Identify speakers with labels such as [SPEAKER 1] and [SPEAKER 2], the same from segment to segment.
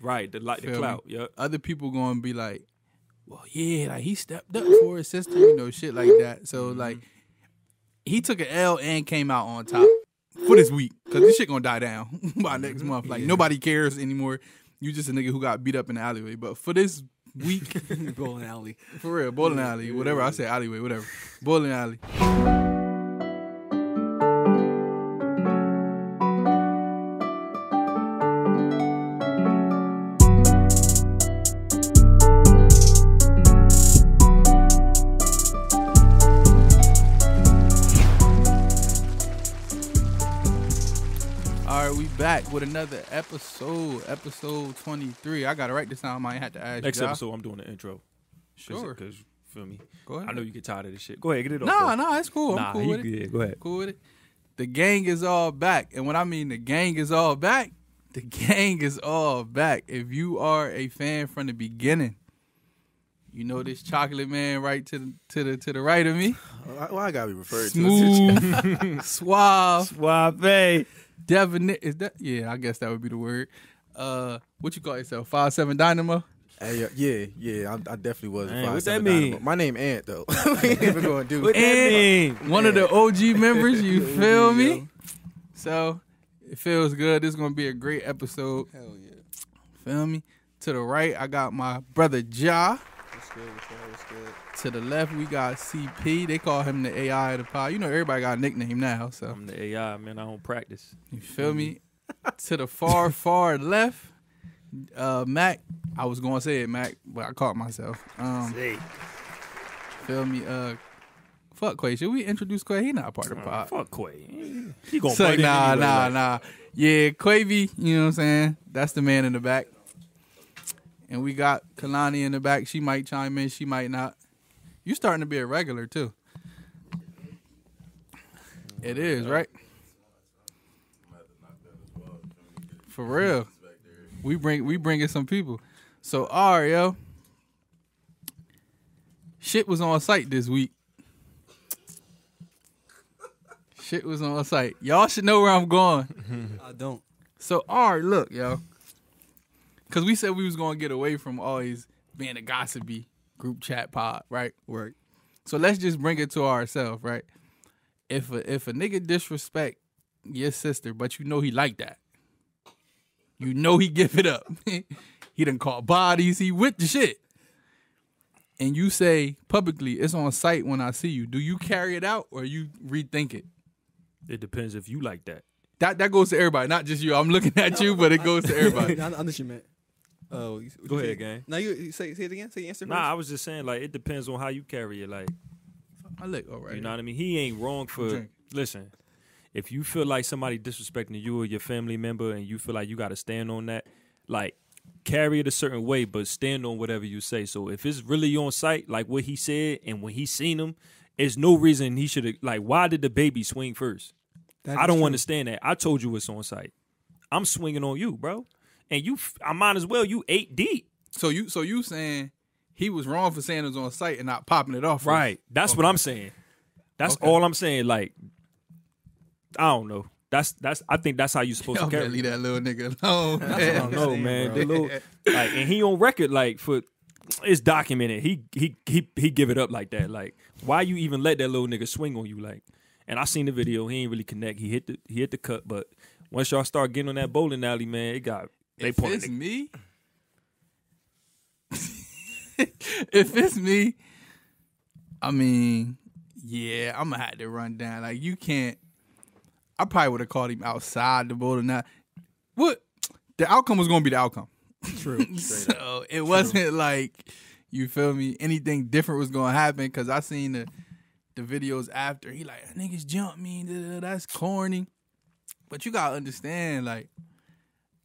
[SPEAKER 1] Right, the like the
[SPEAKER 2] Feel me?
[SPEAKER 1] clout. Yep.
[SPEAKER 2] Other people going to be like, well, yeah, like he stepped up for his sister, you know, shit like that. So like, he took an L and came out on top for this week because this shit gonna die down by next month. Like nobody cares anymore. You just a nigga who got beat up in the alleyway. But for this week,
[SPEAKER 3] Bowling alley.
[SPEAKER 2] for real, bowling alley, whatever I say, alleyway, whatever, bowling alley. All right, we back with another episode, episode twenty three. I gotta write this down. I might have to ask.
[SPEAKER 1] Next
[SPEAKER 2] Ja.
[SPEAKER 1] episode, I'm doing the intro.
[SPEAKER 2] sure.
[SPEAKER 1] Because feel me,
[SPEAKER 2] Go ahead.
[SPEAKER 1] I know you get tired of this shit. Go ahead, get it off.
[SPEAKER 2] No, no, it's cool. I'm
[SPEAKER 1] nah,
[SPEAKER 2] cool
[SPEAKER 1] he
[SPEAKER 2] with it.
[SPEAKER 1] good. Go ahead.
[SPEAKER 2] Cool with it. The gang is all back. And when I mean the gang is all back, the gang is all back. If you are a fan from the beginning, you know this chocolate man right to the to the to the right of me.
[SPEAKER 3] Why, why I gotta be referred
[SPEAKER 2] Smooth, suave,
[SPEAKER 1] Suave.
[SPEAKER 2] definite is that yeah, I guess that would be the word. Uh what you call yourself? Five seven dynamo?
[SPEAKER 3] to? Hey, yeah, yeah, yeah. I, I definitely was.
[SPEAKER 1] Hey, what
[SPEAKER 3] five
[SPEAKER 1] that
[SPEAKER 3] seven
[SPEAKER 1] mean?
[SPEAKER 3] dynamo. My name Ant though. we ain't even gonna do.
[SPEAKER 1] What that
[SPEAKER 2] And-
[SPEAKER 1] mean?
[SPEAKER 2] One of the OG members, you
[SPEAKER 3] Yeah,
[SPEAKER 2] feel
[SPEAKER 3] yeah.
[SPEAKER 2] me? So it feels good. This is gonna be a great episode.
[SPEAKER 3] Hell yeah.
[SPEAKER 2] Feel me? To the right, I got my brother Ja.
[SPEAKER 3] What's good? What's good? What's
[SPEAKER 2] To
[SPEAKER 3] good?
[SPEAKER 2] the left, we got CP. They call him the AI of the pod. You know, everybody got a nickname now, so
[SPEAKER 1] I'm the AI man. I don't practice.
[SPEAKER 2] you feel me? to the far, far left, uh, Mac. I was going to say it, Mac, but I caught myself. Um, feel me? Uh, fuck Quay. Should we introduce Quay? He not
[SPEAKER 3] Oh,
[SPEAKER 2] part of the
[SPEAKER 1] Uh,
[SPEAKER 2] pod.
[SPEAKER 1] fuck Quay. He gonna
[SPEAKER 2] So,
[SPEAKER 1] play
[SPEAKER 2] nah,
[SPEAKER 1] anyway,
[SPEAKER 2] nah,
[SPEAKER 1] like-
[SPEAKER 2] nah. Yeah, Quavy, you know what I'm saying? That's the man in the back. And we got Kalani in the back. She might chime in, she might not. You starting to be a regular too. It is, right? For real. We bring we bringing some people. So Ario. Shit was on site this week. Shit was on site. Y'all should know where I'm going.
[SPEAKER 3] I don't.
[SPEAKER 2] So, all right, look, yo. Because we said we was going to get away from always being a gossipy group chat pod, right?
[SPEAKER 3] Work.
[SPEAKER 2] So let's just bring it to ourselves, right? If a, if a nigga disrespect your sister, but you know he like that, you know he give it up. he done caught bodies. He with the shit. And you say publicly, it's on site when I see you. Do you carry it out or you rethink it?
[SPEAKER 1] It depends if you like that.
[SPEAKER 2] That that goes to everybody, not just you. I'm looking at you, but it goes to everybody.
[SPEAKER 4] I, I understand, man. Oh, you- what
[SPEAKER 1] Go
[SPEAKER 4] you
[SPEAKER 1] ahead,
[SPEAKER 4] say?
[SPEAKER 1] gang.
[SPEAKER 4] Now you, you say say it again. Say the answer.
[SPEAKER 1] Nah, I was just saying like it depends on how you carry it. Like
[SPEAKER 2] I look all right.
[SPEAKER 1] you know what I mean. He ain't wrong for
[SPEAKER 2] drinking.
[SPEAKER 1] listen. If you feel like somebody disrespecting you or your family member, and you feel like you got to stand on that, like carry it a certain way, but stand on whatever you say. So if it's really on site, like what he said, and when he seen him, it's no reason he should like. Why did the baby swing first? I don't understand that. I told you it's on site. I'm swinging on you, bro, and you. f- I might as well. You eight deep.
[SPEAKER 2] So you so you saying he was wrong for saying it was on site and not popping it off.
[SPEAKER 1] Right. That's what I'm saying. That's all I'm saying. Like, I don't know. That's that's. I think that's how you supposed
[SPEAKER 2] Y'all
[SPEAKER 1] to
[SPEAKER 2] better
[SPEAKER 1] carry.
[SPEAKER 2] leave
[SPEAKER 1] it.
[SPEAKER 2] that little nigga alone.
[SPEAKER 1] I
[SPEAKER 2] man.
[SPEAKER 1] don't know,
[SPEAKER 4] Damn,
[SPEAKER 1] man.
[SPEAKER 4] bro.
[SPEAKER 1] The little, like, and he on record like for it's documented. He he he he give it up like that. Like, why you even let that little nigga swing on you? Like, and I seen the video. He ain't really connect. He hit the he hit the cut, but once y'all start getting on that bowling alley, man, it got they
[SPEAKER 2] if
[SPEAKER 1] pointed.
[SPEAKER 2] it's me, if it's me, I mean, yeah, I'm gonna have to run down. Like you can't. I probably would have called him outside the bowl or not. What the outcome was gonna be the outcome.
[SPEAKER 3] True. Straight up.
[SPEAKER 2] So it wasn't like you feel me. Anything different was gonna happen because I seen the the videos after. He like niggas jumped me. da, da, da, That's corny. But you gotta understand, like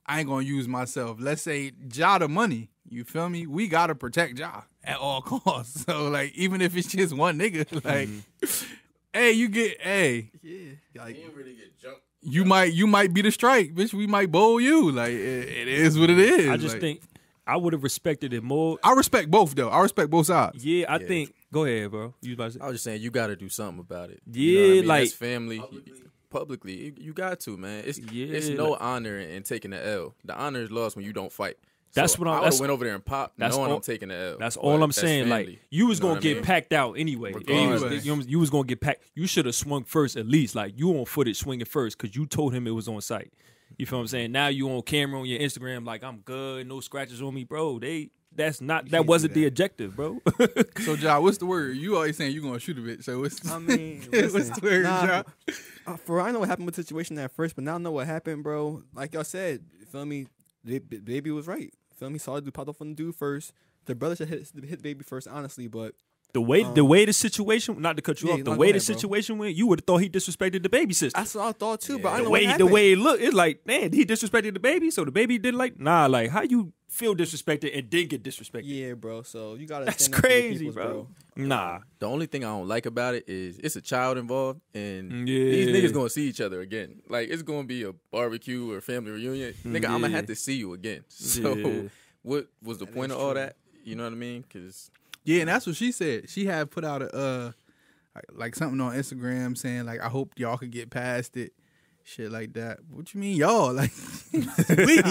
[SPEAKER 2] I ain't gonna use myself. Let's say Ja the money. You feel me? We gotta protect Ja at all costs. So like even if it's just one nigga, like hey, you get hey.
[SPEAKER 4] Yeah. Like,
[SPEAKER 2] You might you might be the strike, bitch. We might bowl you. Like it, it is what it is.
[SPEAKER 1] I just
[SPEAKER 2] Like,
[SPEAKER 1] think I would have respected it more.
[SPEAKER 2] I respect both though. I respect both sides.
[SPEAKER 1] Yeah, I
[SPEAKER 3] Yeah.
[SPEAKER 1] think. Go ahead, bro. You about to say?
[SPEAKER 3] I was just saying you got to do something about it.
[SPEAKER 1] Yeah,
[SPEAKER 3] you know what I mean?
[SPEAKER 1] like-
[SPEAKER 3] That's family publicly, you, you got to man. It's it's
[SPEAKER 1] Yeah,
[SPEAKER 3] no honor in taking the L. The honor is lost when you don't fight.
[SPEAKER 1] That's what I'm-
[SPEAKER 3] I
[SPEAKER 1] that's-
[SPEAKER 3] would've went over there and popped.
[SPEAKER 1] that's
[SPEAKER 3] knowing
[SPEAKER 1] all-
[SPEAKER 3] I'm taking the L.
[SPEAKER 1] That's
[SPEAKER 3] but
[SPEAKER 1] all I'm saying. Like
[SPEAKER 3] family.
[SPEAKER 1] you was
[SPEAKER 3] know
[SPEAKER 1] gonna
[SPEAKER 3] what I
[SPEAKER 1] get
[SPEAKER 3] mean?
[SPEAKER 1] packed out anyway. You was-
[SPEAKER 2] Regardless.
[SPEAKER 1] You, was, you was gonna get packed. You should have swung first at least. Like you on footage swinging first because you told him it was on site. You feel what I'm saying? Now you on camera on your Instagram like I'm good, no scratches on me, bro. They that's not that
[SPEAKER 2] can't do
[SPEAKER 1] wasn't the
[SPEAKER 2] that.
[SPEAKER 1] objective, bro.
[SPEAKER 2] So, Ja, what's the word? You always saying you gonna shoot a bitch. So what's
[SPEAKER 4] I mean,
[SPEAKER 2] what's
[SPEAKER 4] listen,
[SPEAKER 2] the word,
[SPEAKER 4] nah,
[SPEAKER 2] Ja?
[SPEAKER 4] uh, for I know what happened with the situation at first, but now I know what happened, bro. Like y'all said, feel me? Ba- ba- Baby was right. Feel me? Saw the dude pop off on the dude first. The brother should hit, hit baby first, honestly. But
[SPEAKER 1] the way the way the situation not to cut you
[SPEAKER 4] yeah,
[SPEAKER 1] off, the
[SPEAKER 4] no, go
[SPEAKER 1] way the
[SPEAKER 4] ahead, bro.
[SPEAKER 1] situation went, you would have thought he disrespected the baby sister.
[SPEAKER 4] that's what I thought too. But I know
[SPEAKER 1] the
[SPEAKER 4] what
[SPEAKER 1] way the
[SPEAKER 4] happened.
[SPEAKER 1] way it looked, it's like, man, he disrespected the baby, so the baby did like, nah, like how you feel disrespected and did get disrespected?
[SPEAKER 4] Yeah, bro. So you gotta.
[SPEAKER 1] That's
[SPEAKER 4] stand up for your
[SPEAKER 1] crazy,
[SPEAKER 4] peoples,
[SPEAKER 1] bro. Nah,
[SPEAKER 3] The only thing I don't like about it is it's a child involved, and
[SPEAKER 1] Yeah.
[SPEAKER 3] these niggas gonna see each other again. Like it's gonna be a barbecue or family reunion. Nigga,
[SPEAKER 1] yeah.
[SPEAKER 3] I'm gonna have to see you again. So,
[SPEAKER 1] Yeah.
[SPEAKER 3] what was the point of all that? You know what I mean? Because
[SPEAKER 2] Yeah, and that's what she said. She had put out a uh, like something on Instagram saying like, "I hope y'all could get past it." Shit like that. What you mean, y'all? Like, we,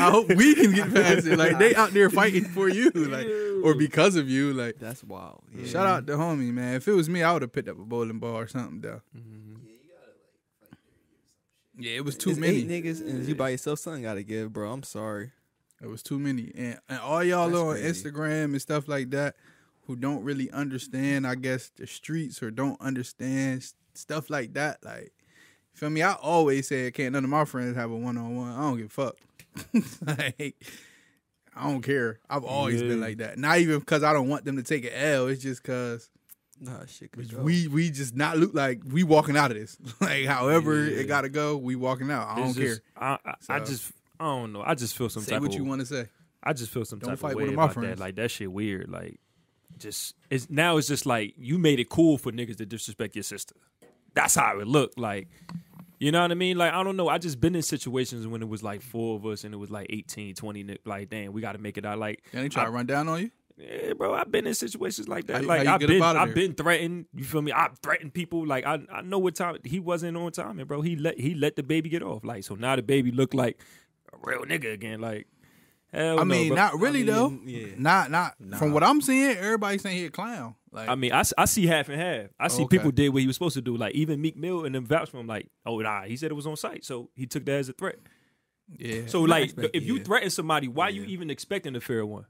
[SPEAKER 2] I hope we can get past it. Like, they out there fighting for you, like, or because of you. Like,
[SPEAKER 4] That's wild. Yeah.
[SPEAKER 2] shout out to homie, man. If it was me, I would have picked up a bowling ball or something, though. Yeah, it was too
[SPEAKER 4] Mm-hmm. It's
[SPEAKER 2] many.
[SPEAKER 4] eight niggas and you by yourself. Something gotta give, bro. I'm sorry.
[SPEAKER 2] It was too many, and and all y'all
[SPEAKER 4] That's
[SPEAKER 2] on
[SPEAKER 4] crazy.
[SPEAKER 2] Instagram and stuff like that, who don't really understand, I guess, the streets or don't understand s- stuff like that. Like, feel me? I always said, can't none of my friends have a one on one. I don't give a fuck. like, I don't care. I've always been
[SPEAKER 1] Yeah.
[SPEAKER 2] like that. Not even because I don't want them to take an L. It's just because
[SPEAKER 4] Nah, shit. could go.
[SPEAKER 2] we we just not look like we walking out of this. like, however
[SPEAKER 1] Yeah.
[SPEAKER 2] it gotta go, we walking out. I don't
[SPEAKER 1] It's
[SPEAKER 2] care.
[SPEAKER 1] just- I, I, I
[SPEAKER 2] So-
[SPEAKER 1] just I don't know. I just feel some
[SPEAKER 2] Say
[SPEAKER 1] type
[SPEAKER 2] what
[SPEAKER 1] of
[SPEAKER 2] you want to say.
[SPEAKER 1] I just feel some
[SPEAKER 2] Don't
[SPEAKER 1] type
[SPEAKER 2] fight
[SPEAKER 1] of
[SPEAKER 2] one
[SPEAKER 1] way
[SPEAKER 2] of my
[SPEAKER 1] about that.
[SPEAKER 2] friends.
[SPEAKER 1] Like that shit weird. Like just it's now it's just like you made it cool for niggas to disrespect your sister. That's how it looked. Like you know what I mean? Like I don't know. I just been in situations when it was like four of us and it was like 18, 20 ni- like damn, we got to make it out like
[SPEAKER 2] Then they try to run down on you.
[SPEAKER 1] yeah, bro, I've been in situations like that.
[SPEAKER 2] How you- how
[SPEAKER 1] like
[SPEAKER 2] you
[SPEAKER 1] I've
[SPEAKER 2] get
[SPEAKER 1] been,
[SPEAKER 2] up outta
[SPEAKER 1] I've
[SPEAKER 2] there?
[SPEAKER 1] been threatened. You feel me? I've threatened people. Like I, I know what time he wasn't on time, and bro, he let he let the baby get off. Like so now the baby look like a real nigga again. Like hell
[SPEAKER 2] I
[SPEAKER 1] no,
[SPEAKER 2] mean,
[SPEAKER 1] bro.
[SPEAKER 2] not really
[SPEAKER 4] mean,
[SPEAKER 2] though.
[SPEAKER 4] yeah.
[SPEAKER 2] Not not from what I'm seeing, everybody's saying he a clown. Like
[SPEAKER 1] I mean, I, s- I see half and half. I see
[SPEAKER 2] Okay.
[SPEAKER 1] people did what he was supposed to do. Like even Meek Mill and them vouch for him. Like oh nah, he said it was on site, so he took that as a threat.
[SPEAKER 2] yeah.
[SPEAKER 1] So like if you
[SPEAKER 4] yeah.
[SPEAKER 1] threaten somebody, why you even expecting a fair one?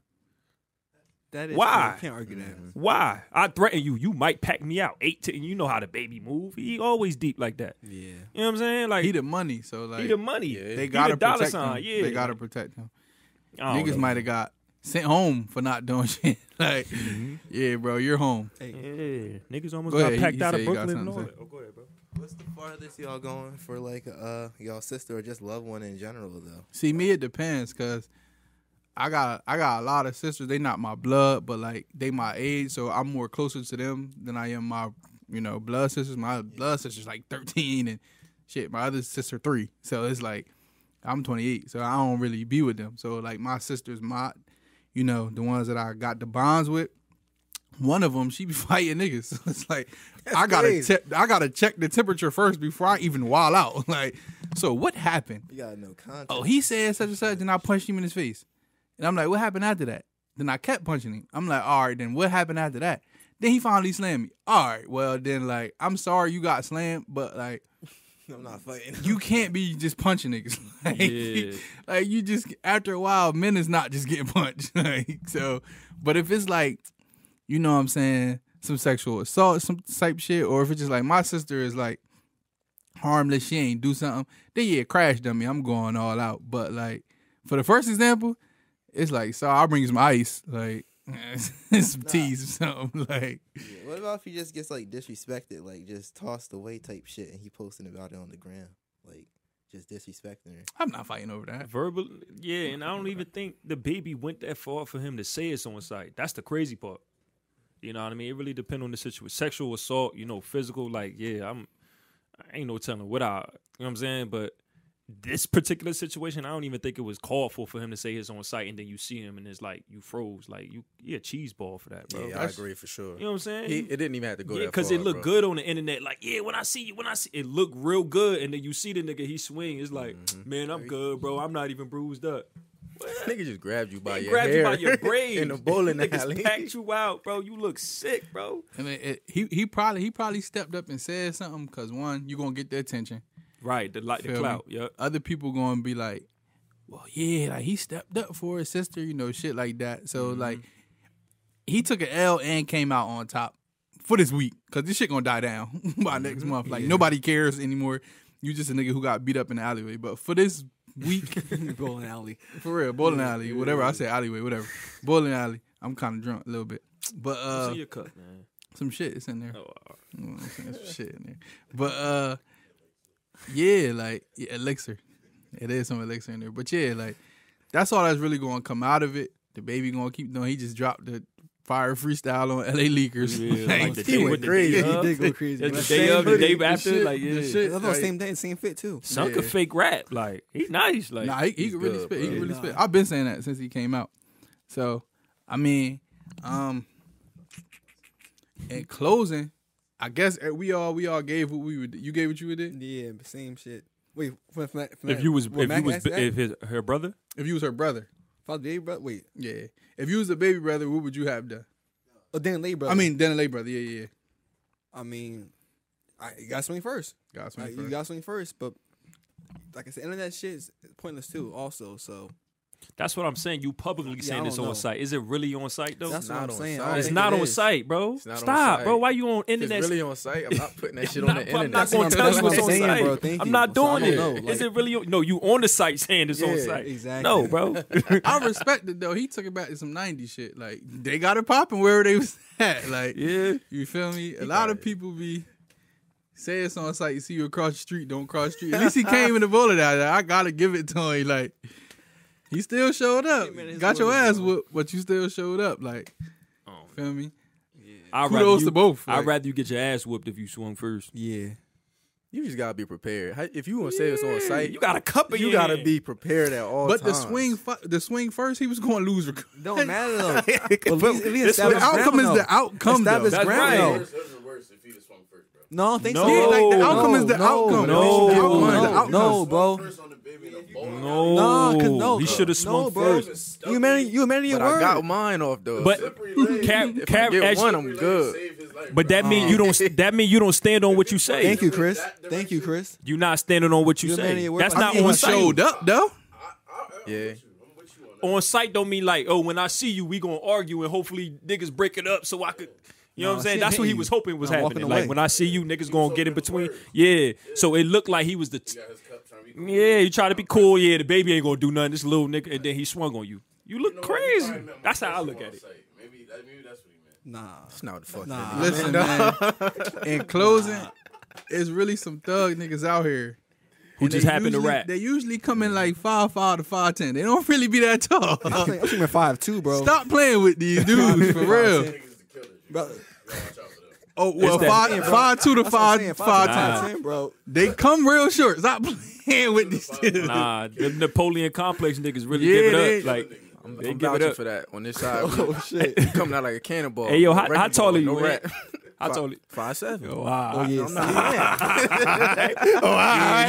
[SPEAKER 4] That is
[SPEAKER 1] Why?
[SPEAKER 4] I can't argue that.
[SPEAKER 1] Why I threaten you? You might pack me out. Eighteen, you know how the baby move. He always deep like that.
[SPEAKER 4] Yeah.
[SPEAKER 1] You know what I'm saying? Like
[SPEAKER 2] he the money, so like
[SPEAKER 1] He the money.
[SPEAKER 2] they
[SPEAKER 1] he
[SPEAKER 2] gotta
[SPEAKER 1] the dollar
[SPEAKER 2] protect
[SPEAKER 1] sign.
[SPEAKER 2] him.
[SPEAKER 1] Yeah,
[SPEAKER 2] They gotta protect him.
[SPEAKER 1] I don't
[SPEAKER 2] Niggas
[SPEAKER 1] know.
[SPEAKER 2] might have got sent home for not doing shit. like
[SPEAKER 1] Mm-hmm.
[SPEAKER 2] yeah, bro, you're home.
[SPEAKER 1] Yeah, niggas almost
[SPEAKER 2] Go
[SPEAKER 1] got
[SPEAKER 2] ahead, he-
[SPEAKER 1] packed
[SPEAKER 2] he
[SPEAKER 1] out
[SPEAKER 2] said
[SPEAKER 1] of
[SPEAKER 2] he got
[SPEAKER 1] Brooklyn and all
[SPEAKER 2] something
[SPEAKER 1] that.
[SPEAKER 2] to
[SPEAKER 1] Oh, go ahead, bro.
[SPEAKER 5] What's the farthest y'all going for like uh y'all sister or just loved one in general though?
[SPEAKER 2] See me, it depends, cause I got I got a lot of sisters. They not my blood, but like they my age, so I'm more closer to them than I am my you know blood sisters. My blood sisters like 13 and shit. My other sister three, so it's like I'm 28, so I don't really be with them. So like my sisters, my you know the ones that I got the bonds with. One of them, she be fighting niggas. So it's like I gotta
[SPEAKER 5] crazy.
[SPEAKER 2] te- I gotta check the temperature first before I even wild out. like, so what happened?
[SPEAKER 5] You got no contact.
[SPEAKER 2] oh, he said such and such, and I punched him in his face. And I'm like, what happened after that? Then I kept punching him. I'm like, all right, then what happened after that? Then he finally slammed me. All right, well then, like, I'm sorry you got slammed, but like,
[SPEAKER 5] I'm not fighting.
[SPEAKER 2] you can't be just punching niggas. like,
[SPEAKER 1] Yeah.
[SPEAKER 2] like, you just after a while, men is not just getting punched. like, so, but if it's like, you know, what I'm saying some sexual assault, some type shit, or if it's just like my sister is like harmless, she ain't do something, then yeah, crash dummy, I'm going all out. But like for the first example, it's like, so I'll bring some ice, like some teas or something, like.
[SPEAKER 5] Yeah, What about if he just gets like disrespected, like just tossed away type shit, and he posting about it on the gram, like just disrespecting her.
[SPEAKER 2] I'm not fighting over that.
[SPEAKER 1] Verbal, yeah, and I don't even think the baby went that far for him to say it's on site. That's the crazy part. You know what I mean? It really depends on the situation. Sexual assault, you know, physical. Like, yeah, I'm. I ain't no telling what I. You know what I'm saying? But this particular situation, I don't even think it was called for for him to say it's on site, and then you see him and it's like you froze, like you, yeah, cheese ball for that, bro.
[SPEAKER 3] yeah, I agree for sure.
[SPEAKER 1] You know what I'm saying?
[SPEAKER 3] He- it didn't even have to go
[SPEAKER 1] Yeah,
[SPEAKER 3] that
[SPEAKER 1] because
[SPEAKER 3] far,
[SPEAKER 1] it looked
[SPEAKER 3] bro.
[SPEAKER 1] good on the internet. Like, yeah, when I see you, when I see it looked
[SPEAKER 3] Mm-hmm.
[SPEAKER 1] real good, and then you see the nigga, he swing. It's like, man, I'm good, bro. I'm not even bruised up.
[SPEAKER 3] Nigga just grabbed you by
[SPEAKER 1] He
[SPEAKER 3] your
[SPEAKER 1] grabbed you
[SPEAKER 3] hair
[SPEAKER 1] by your braids
[SPEAKER 3] in a bowling
[SPEAKER 1] Niggas
[SPEAKER 3] alley.
[SPEAKER 1] packed you out, bro. You look sick, bro.
[SPEAKER 2] I mean, it, he he probably he probably stepped up and said something because one, you gonna get their attention.
[SPEAKER 1] Right, the like the
[SPEAKER 2] Feel me?
[SPEAKER 1] clout. Yep.
[SPEAKER 2] Other people gonna be like, "Well, yeah, like he stepped up for his sister, you know, shit like that." So like, he took an L and came out on top for this week because this shit gonna die down by next month. Like nobody cares anymore. You just a nigga who got beat up in the alleyway. But for this week,
[SPEAKER 4] Bowling alley.
[SPEAKER 2] for real, bowling alley, whatever I say, alleyway, whatever, bowling alley. I'm kind of drunk a little bit, but
[SPEAKER 1] What's
[SPEAKER 2] uh,
[SPEAKER 1] in your cup, man?
[SPEAKER 2] some shit is in there.
[SPEAKER 1] Oh, all right.
[SPEAKER 2] You know what I'm saying? Some shit in there. But uh yeah, like yeah, elixir. It is some elixir in there. But yeah, like that's all that's really gonna come out of it. The baby gonna keep doing he just dropped the fire freestyle on LA Leakers.
[SPEAKER 1] Yeah,
[SPEAKER 2] Like,
[SPEAKER 1] like the
[SPEAKER 2] he
[SPEAKER 1] day
[SPEAKER 2] went-
[SPEAKER 1] with the
[SPEAKER 4] crazy.
[SPEAKER 1] day
[SPEAKER 4] He
[SPEAKER 1] of.
[SPEAKER 4] did go crazy.
[SPEAKER 1] Yeah, The
[SPEAKER 4] That
[SPEAKER 1] day
[SPEAKER 4] same
[SPEAKER 1] of, the
[SPEAKER 4] hoodie,
[SPEAKER 1] day
[SPEAKER 2] the
[SPEAKER 1] after,
[SPEAKER 2] shit-
[SPEAKER 1] like
[SPEAKER 2] the
[SPEAKER 1] yeah.
[SPEAKER 2] shit,
[SPEAKER 4] I thought
[SPEAKER 2] like,
[SPEAKER 4] same day, same fit too.
[SPEAKER 1] Some
[SPEAKER 2] Yeah.
[SPEAKER 1] could fake rap, like he nice, like
[SPEAKER 2] Nah, he, he
[SPEAKER 3] he's
[SPEAKER 2] can really
[SPEAKER 3] good,
[SPEAKER 2] spit. He
[SPEAKER 3] bro.
[SPEAKER 2] can really
[SPEAKER 4] Yeah,
[SPEAKER 2] spit.
[SPEAKER 4] nah.
[SPEAKER 2] I've been saying that since he came out. So, I mean, um, in closing, I guess eh, we all we all gave what we would. You gave what you did.
[SPEAKER 4] Yeah, same shit. Wait, from, from, from
[SPEAKER 1] if you was
[SPEAKER 4] what
[SPEAKER 1] if you
[SPEAKER 4] Mac
[SPEAKER 1] was
[SPEAKER 4] asked that?
[SPEAKER 1] if his her brother,
[SPEAKER 2] If you was her brother,
[SPEAKER 4] Father Dave, bro. Wait,
[SPEAKER 2] yeah. If you was a baby brother, what would you have done?
[SPEAKER 4] oh Dan Lay, brother.
[SPEAKER 2] I mean, then a late brother. Yeah, yeah. yeah.
[SPEAKER 4] I mean, I you gotta swing first.
[SPEAKER 2] Got
[SPEAKER 4] Like,
[SPEAKER 2] something
[SPEAKER 4] You
[SPEAKER 2] first.
[SPEAKER 4] gotta swing first, but like I said, internet shit is pointless too. Also, so
[SPEAKER 1] that's what I'm saying. You publicly
[SPEAKER 4] Yeah, I
[SPEAKER 1] saying it's
[SPEAKER 4] don't
[SPEAKER 1] on
[SPEAKER 4] know.
[SPEAKER 1] site. Is it really on site though?
[SPEAKER 4] that's what
[SPEAKER 3] not
[SPEAKER 4] I'm
[SPEAKER 3] on
[SPEAKER 4] saying.
[SPEAKER 3] site.
[SPEAKER 4] I don't
[SPEAKER 1] it's
[SPEAKER 4] think
[SPEAKER 1] not
[SPEAKER 4] it
[SPEAKER 1] on
[SPEAKER 4] is.
[SPEAKER 1] site, bro.
[SPEAKER 3] not on
[SPEAKER 1] Stop, bro.
[SPEAKER 3] site.
[SPEAKER 1] Why you on
[SPEAKER 3] It's
[SPEAKER 1] internet?
[SPEAKER 3] really on site. I'm not putting that shit
[SPEAKER 1] I'm
[SPEAKER 3] on
[SPEAKER 1] not,
[SPEAKER 3] the
[SPEAKER 1] I'm
[SPEAKER 3] internet.
[SPEAKER 1] not gonna
[SPEAKER 4] That's
[SPEAKER 1] tell
[SPEAKER 4] what
[SPEAKER 1] you
[SPEAKER 4] I'm
[SPEAKER 1] what's on
[SPEAKER 4] saying,
[SPEAKER 1] site.
[SPEAKER 4] bro. Thank
[SPEAKER 1] I'm
[SPEAKER 4] you.
[SPEAKER 1] not
[SPEAKER 4] So I
[SPEAKER 1] doing
[SPEAKER 4] don't
[SPEAKER 1] it. Is
[SPEAKER 4] know, like-
[SPEAKER 1] it really? On, no, you on the site saying it's on
[SPEAKER 4] Yeah,
[SPEAKER 1] site.
[SPEAKER 4] exactly.
[SPEAKER 1] No, bro.
[SPEAKER 2] I respect it though. He took it back to some '90s shit. Like they got it popping wherever they was at. Like
[SPEAKER 1] yeah.
[SPEAKER 2] You feel me? A lot of people be say it's on site. You see you across the street, don't cross the street. At least he came in the bullet out there. I gotta give it to him. Like he still showed up.
[SPEAKER 4] man, it's
[SPEAKER 2] Got your
[SPEAKER 4] bullet,
[SPEAKER 2] ass
[SPEAKER 4] bro.
[SPEAKER 2] whooped, but you still showed up. Like feel me?
[SPEAKER 1] I'd rather
[SPEAKER 2] Kudos
[SPEAKER 1] you-
[SPEAKER 2] to both.
[SPEAKER 1] I'd
[SPEAKER 2] like,
[SPEAKER 1] rather you get your ass whooped if you swung first.
[SPEAKER 4] Yeah,
[SPEAKER 3] You just gotta be prepared. How- If you want to say it's on site,
[SPEAKER 1] You got a cup in
[SPEAKER 3] you
[SPEAKER 1] your
[SPEAKER 3] gotta
[SPEAKER 1] hand.
[SPEAKER 3] be prepared at all
[SPEAKER 2] but the
[SPEAKER 3] times.
[SPEAKER 2] swing, fu- the swing first, he was going to lose. reg-
[SPEAKER 4] don't matter though.
[SPEAKER 1] This
[SPEAKER 2] The outcome is the outcome. though.
[SPEAKER 4] Establish
[SPEAKER 1] That's
[SPEAKER 4] ground.
[SPEAKER 1] right.
[SPEAKER 4] though. No, I don't think
[SPEAKER 1] No.
[SPEAKER 4] so.
[SPEAKER 1] Yeah, like, the
[SPEAKER 4] No,
[SPEAKER 1] outcome is
[SPEAKER 2] the
[SPEAKER 4] no,
[SPEAKER 1] No.
[SPEAKER 2] outcome.
[SPEAKER 4] No, no,
[SPEAKER 1] The
[SPEAKER 4] no,
[SPEAKER 2] outcome.
[SPEAKER 4] no, bro.
[SPEAKER 1] No,
[SPEAKER 4] Nah, 'cause no,
[SPEAKER 1] he
[SPEAKER 4] bro.
[SPEAKER 1] should have swung
[SPEAKER 4] no, bro.
[SPEAKER 1] first.
[SPEAKER 4] You man, you man of your
[SPEAKER 3] But I
[SPEAKER 4] word.
[SPEAKER 3] got mine off though.
[SPEAKER 1] But Cap,
[SPEAKER 3] if
[SPEAKER 1] Cap,
[SPEAKER 3] I get
[SPEAKER 1] actually-
[SPEAKER 3] one, I'm good.
[SPEAKER 1] but that mean you don't. That mean you don't stand on what you say.
[SPEAKER 4] Thank you, Chris. Thank you, Chris.
[SPEAKER 1] You're not standing on what you
[SPEAKER 4] You're a man of
[SPEAKER 1] say.
[SPEAKER 4] your word.
[SPEAKER 1] That's
[SPEAKER 4] I
[SPEAKER 1] not
[SPEAKER 4] mean,
[SPEAKER 1] on
[SPEAKER 2] he
[SPEAKER 4] he
[SPEAKER 1] site.
[SPEAKER 2] showed up though.
[SPEAKER 3] Yeah,
[SPEAKER 1] On site don't mean like, oh, when I see you, we gonna argue and hopefully niggas break it up so I could. You know
[SPEAKER 4] No,
[SPEAKER 1] what I'm saying?
[SPEAKER 4] shit
[SPEAKER 1] That's what he
[SPEAKER 4] hitting
[SPEAKER 1] was
[SPEAKER 4] you.
[SPEAKER 1] hoping was
[SPEAKER 4] I'm walking
[SPEAKER 1] happening. Like
[SPEAKER 4] away.
[SPEAKER 1] when I see you, niggas gonna get in between. Yeah. So it looked like he was the. yeah, you try to be cool. Yeah, the baby ain't gonna do nothing. This little nigga, and then he swung on you. You look crazy. That's how I look at it.
[SPEAKER 4] Nah,
[SPEAKER 3] that's not the fuck.
[SPEAKER 4] Nah.
[SPEAKER 3] Nah.
[SPEAKER 2] Listen, man. In closing, it's really some thug niggas out here
[SPEAKER 1] Who
[SPEAKER 2] And
[SPEAKER 1] just
[SPEAKER 2] they
[SPEAKER 1] happened to
[SPEAKER 2] usually-
[SPEAKER 1] rap?
[SPEAKER 2] They usually come in like five five to five ten. They don't really be that tall.
[SPEAKER 4] I'm thinking- I'm thinking five two, bro.
[SPEAKER 2] Stop playing with these dudes for real.
[SPEAKER 4] bro.
[SPEAKER 2] Oh well,
[SPEAKER 1] It's that-
[SPEAKER 2] five, five two to
[SPEAKER 4] That's what I'm
[SPEAKER 2] five
[SPEAKER 4] saying,
[SPEAKER 2] five
[SPEAKER 4] to
[SPEAKER 1] Nah.
[SPEAKER 2] ten.
[SPEAKER 4] 10, bro.
[SPEAKER 2] They come real short. Stop playing with these dudes.
[SPEAKER 1] Nah, the Napoleon complex niggas really
[SPEAKER 2] Yeah,
[SPEAKER 1] give
[SPEAKER 2] they-
[SPEAKER 1] it up. Like they
[SPEAKER 3] I'm
[SPEAKER 1] give it
[SPEAKER 3] vouching
[SPEAKER 1] up.
[SPEAKER 3] for that on this side.
[SPEAKER 4] Oh shit.
[SPEAKER 3] coming out like a cannonball.
[SPEAKER 1] Hey, yo, how-
[SPEAKER 3] Wrecking
[SPEAKER 1] how tall
[SPEAKER 3] ball,
[SPEAKER 1] are you,
[SPEAKER 3] No
[SPEAKER 1] man?
[SPEAKER 3] rap.
[SPEAKER 1] I told you.
[SPEAKER 3] Five seven.
[SPEAKER 1] Oh, wow.
[SPEAKER 4] Oh yeah.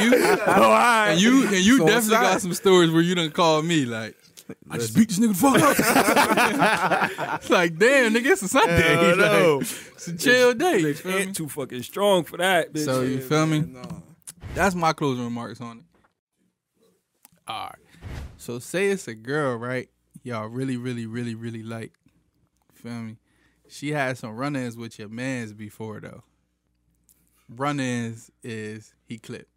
[SPEAKER 2] And you,
[SPEAKER 1] Oh,
[SPEAKER 2] and you, and you definitely
[SPEAKER 3] sorry.
[SPEAKER 2] got some stories where you done called me like. I just beat this nigga the fuck up. it's like, damn, nigga, it's a Sunday. Like, It's a chill day. you feel me?
[SPEAKER 1] Ain't too fucking strong for that, bitch.
[SPEAKER 2] So you feel me? That's my closing remarks on it. All right. So say it's a girl, right? Y'all really, really, really, really like. Feel me? She had some run-ins with your man's before though. Run-ins is he clipped.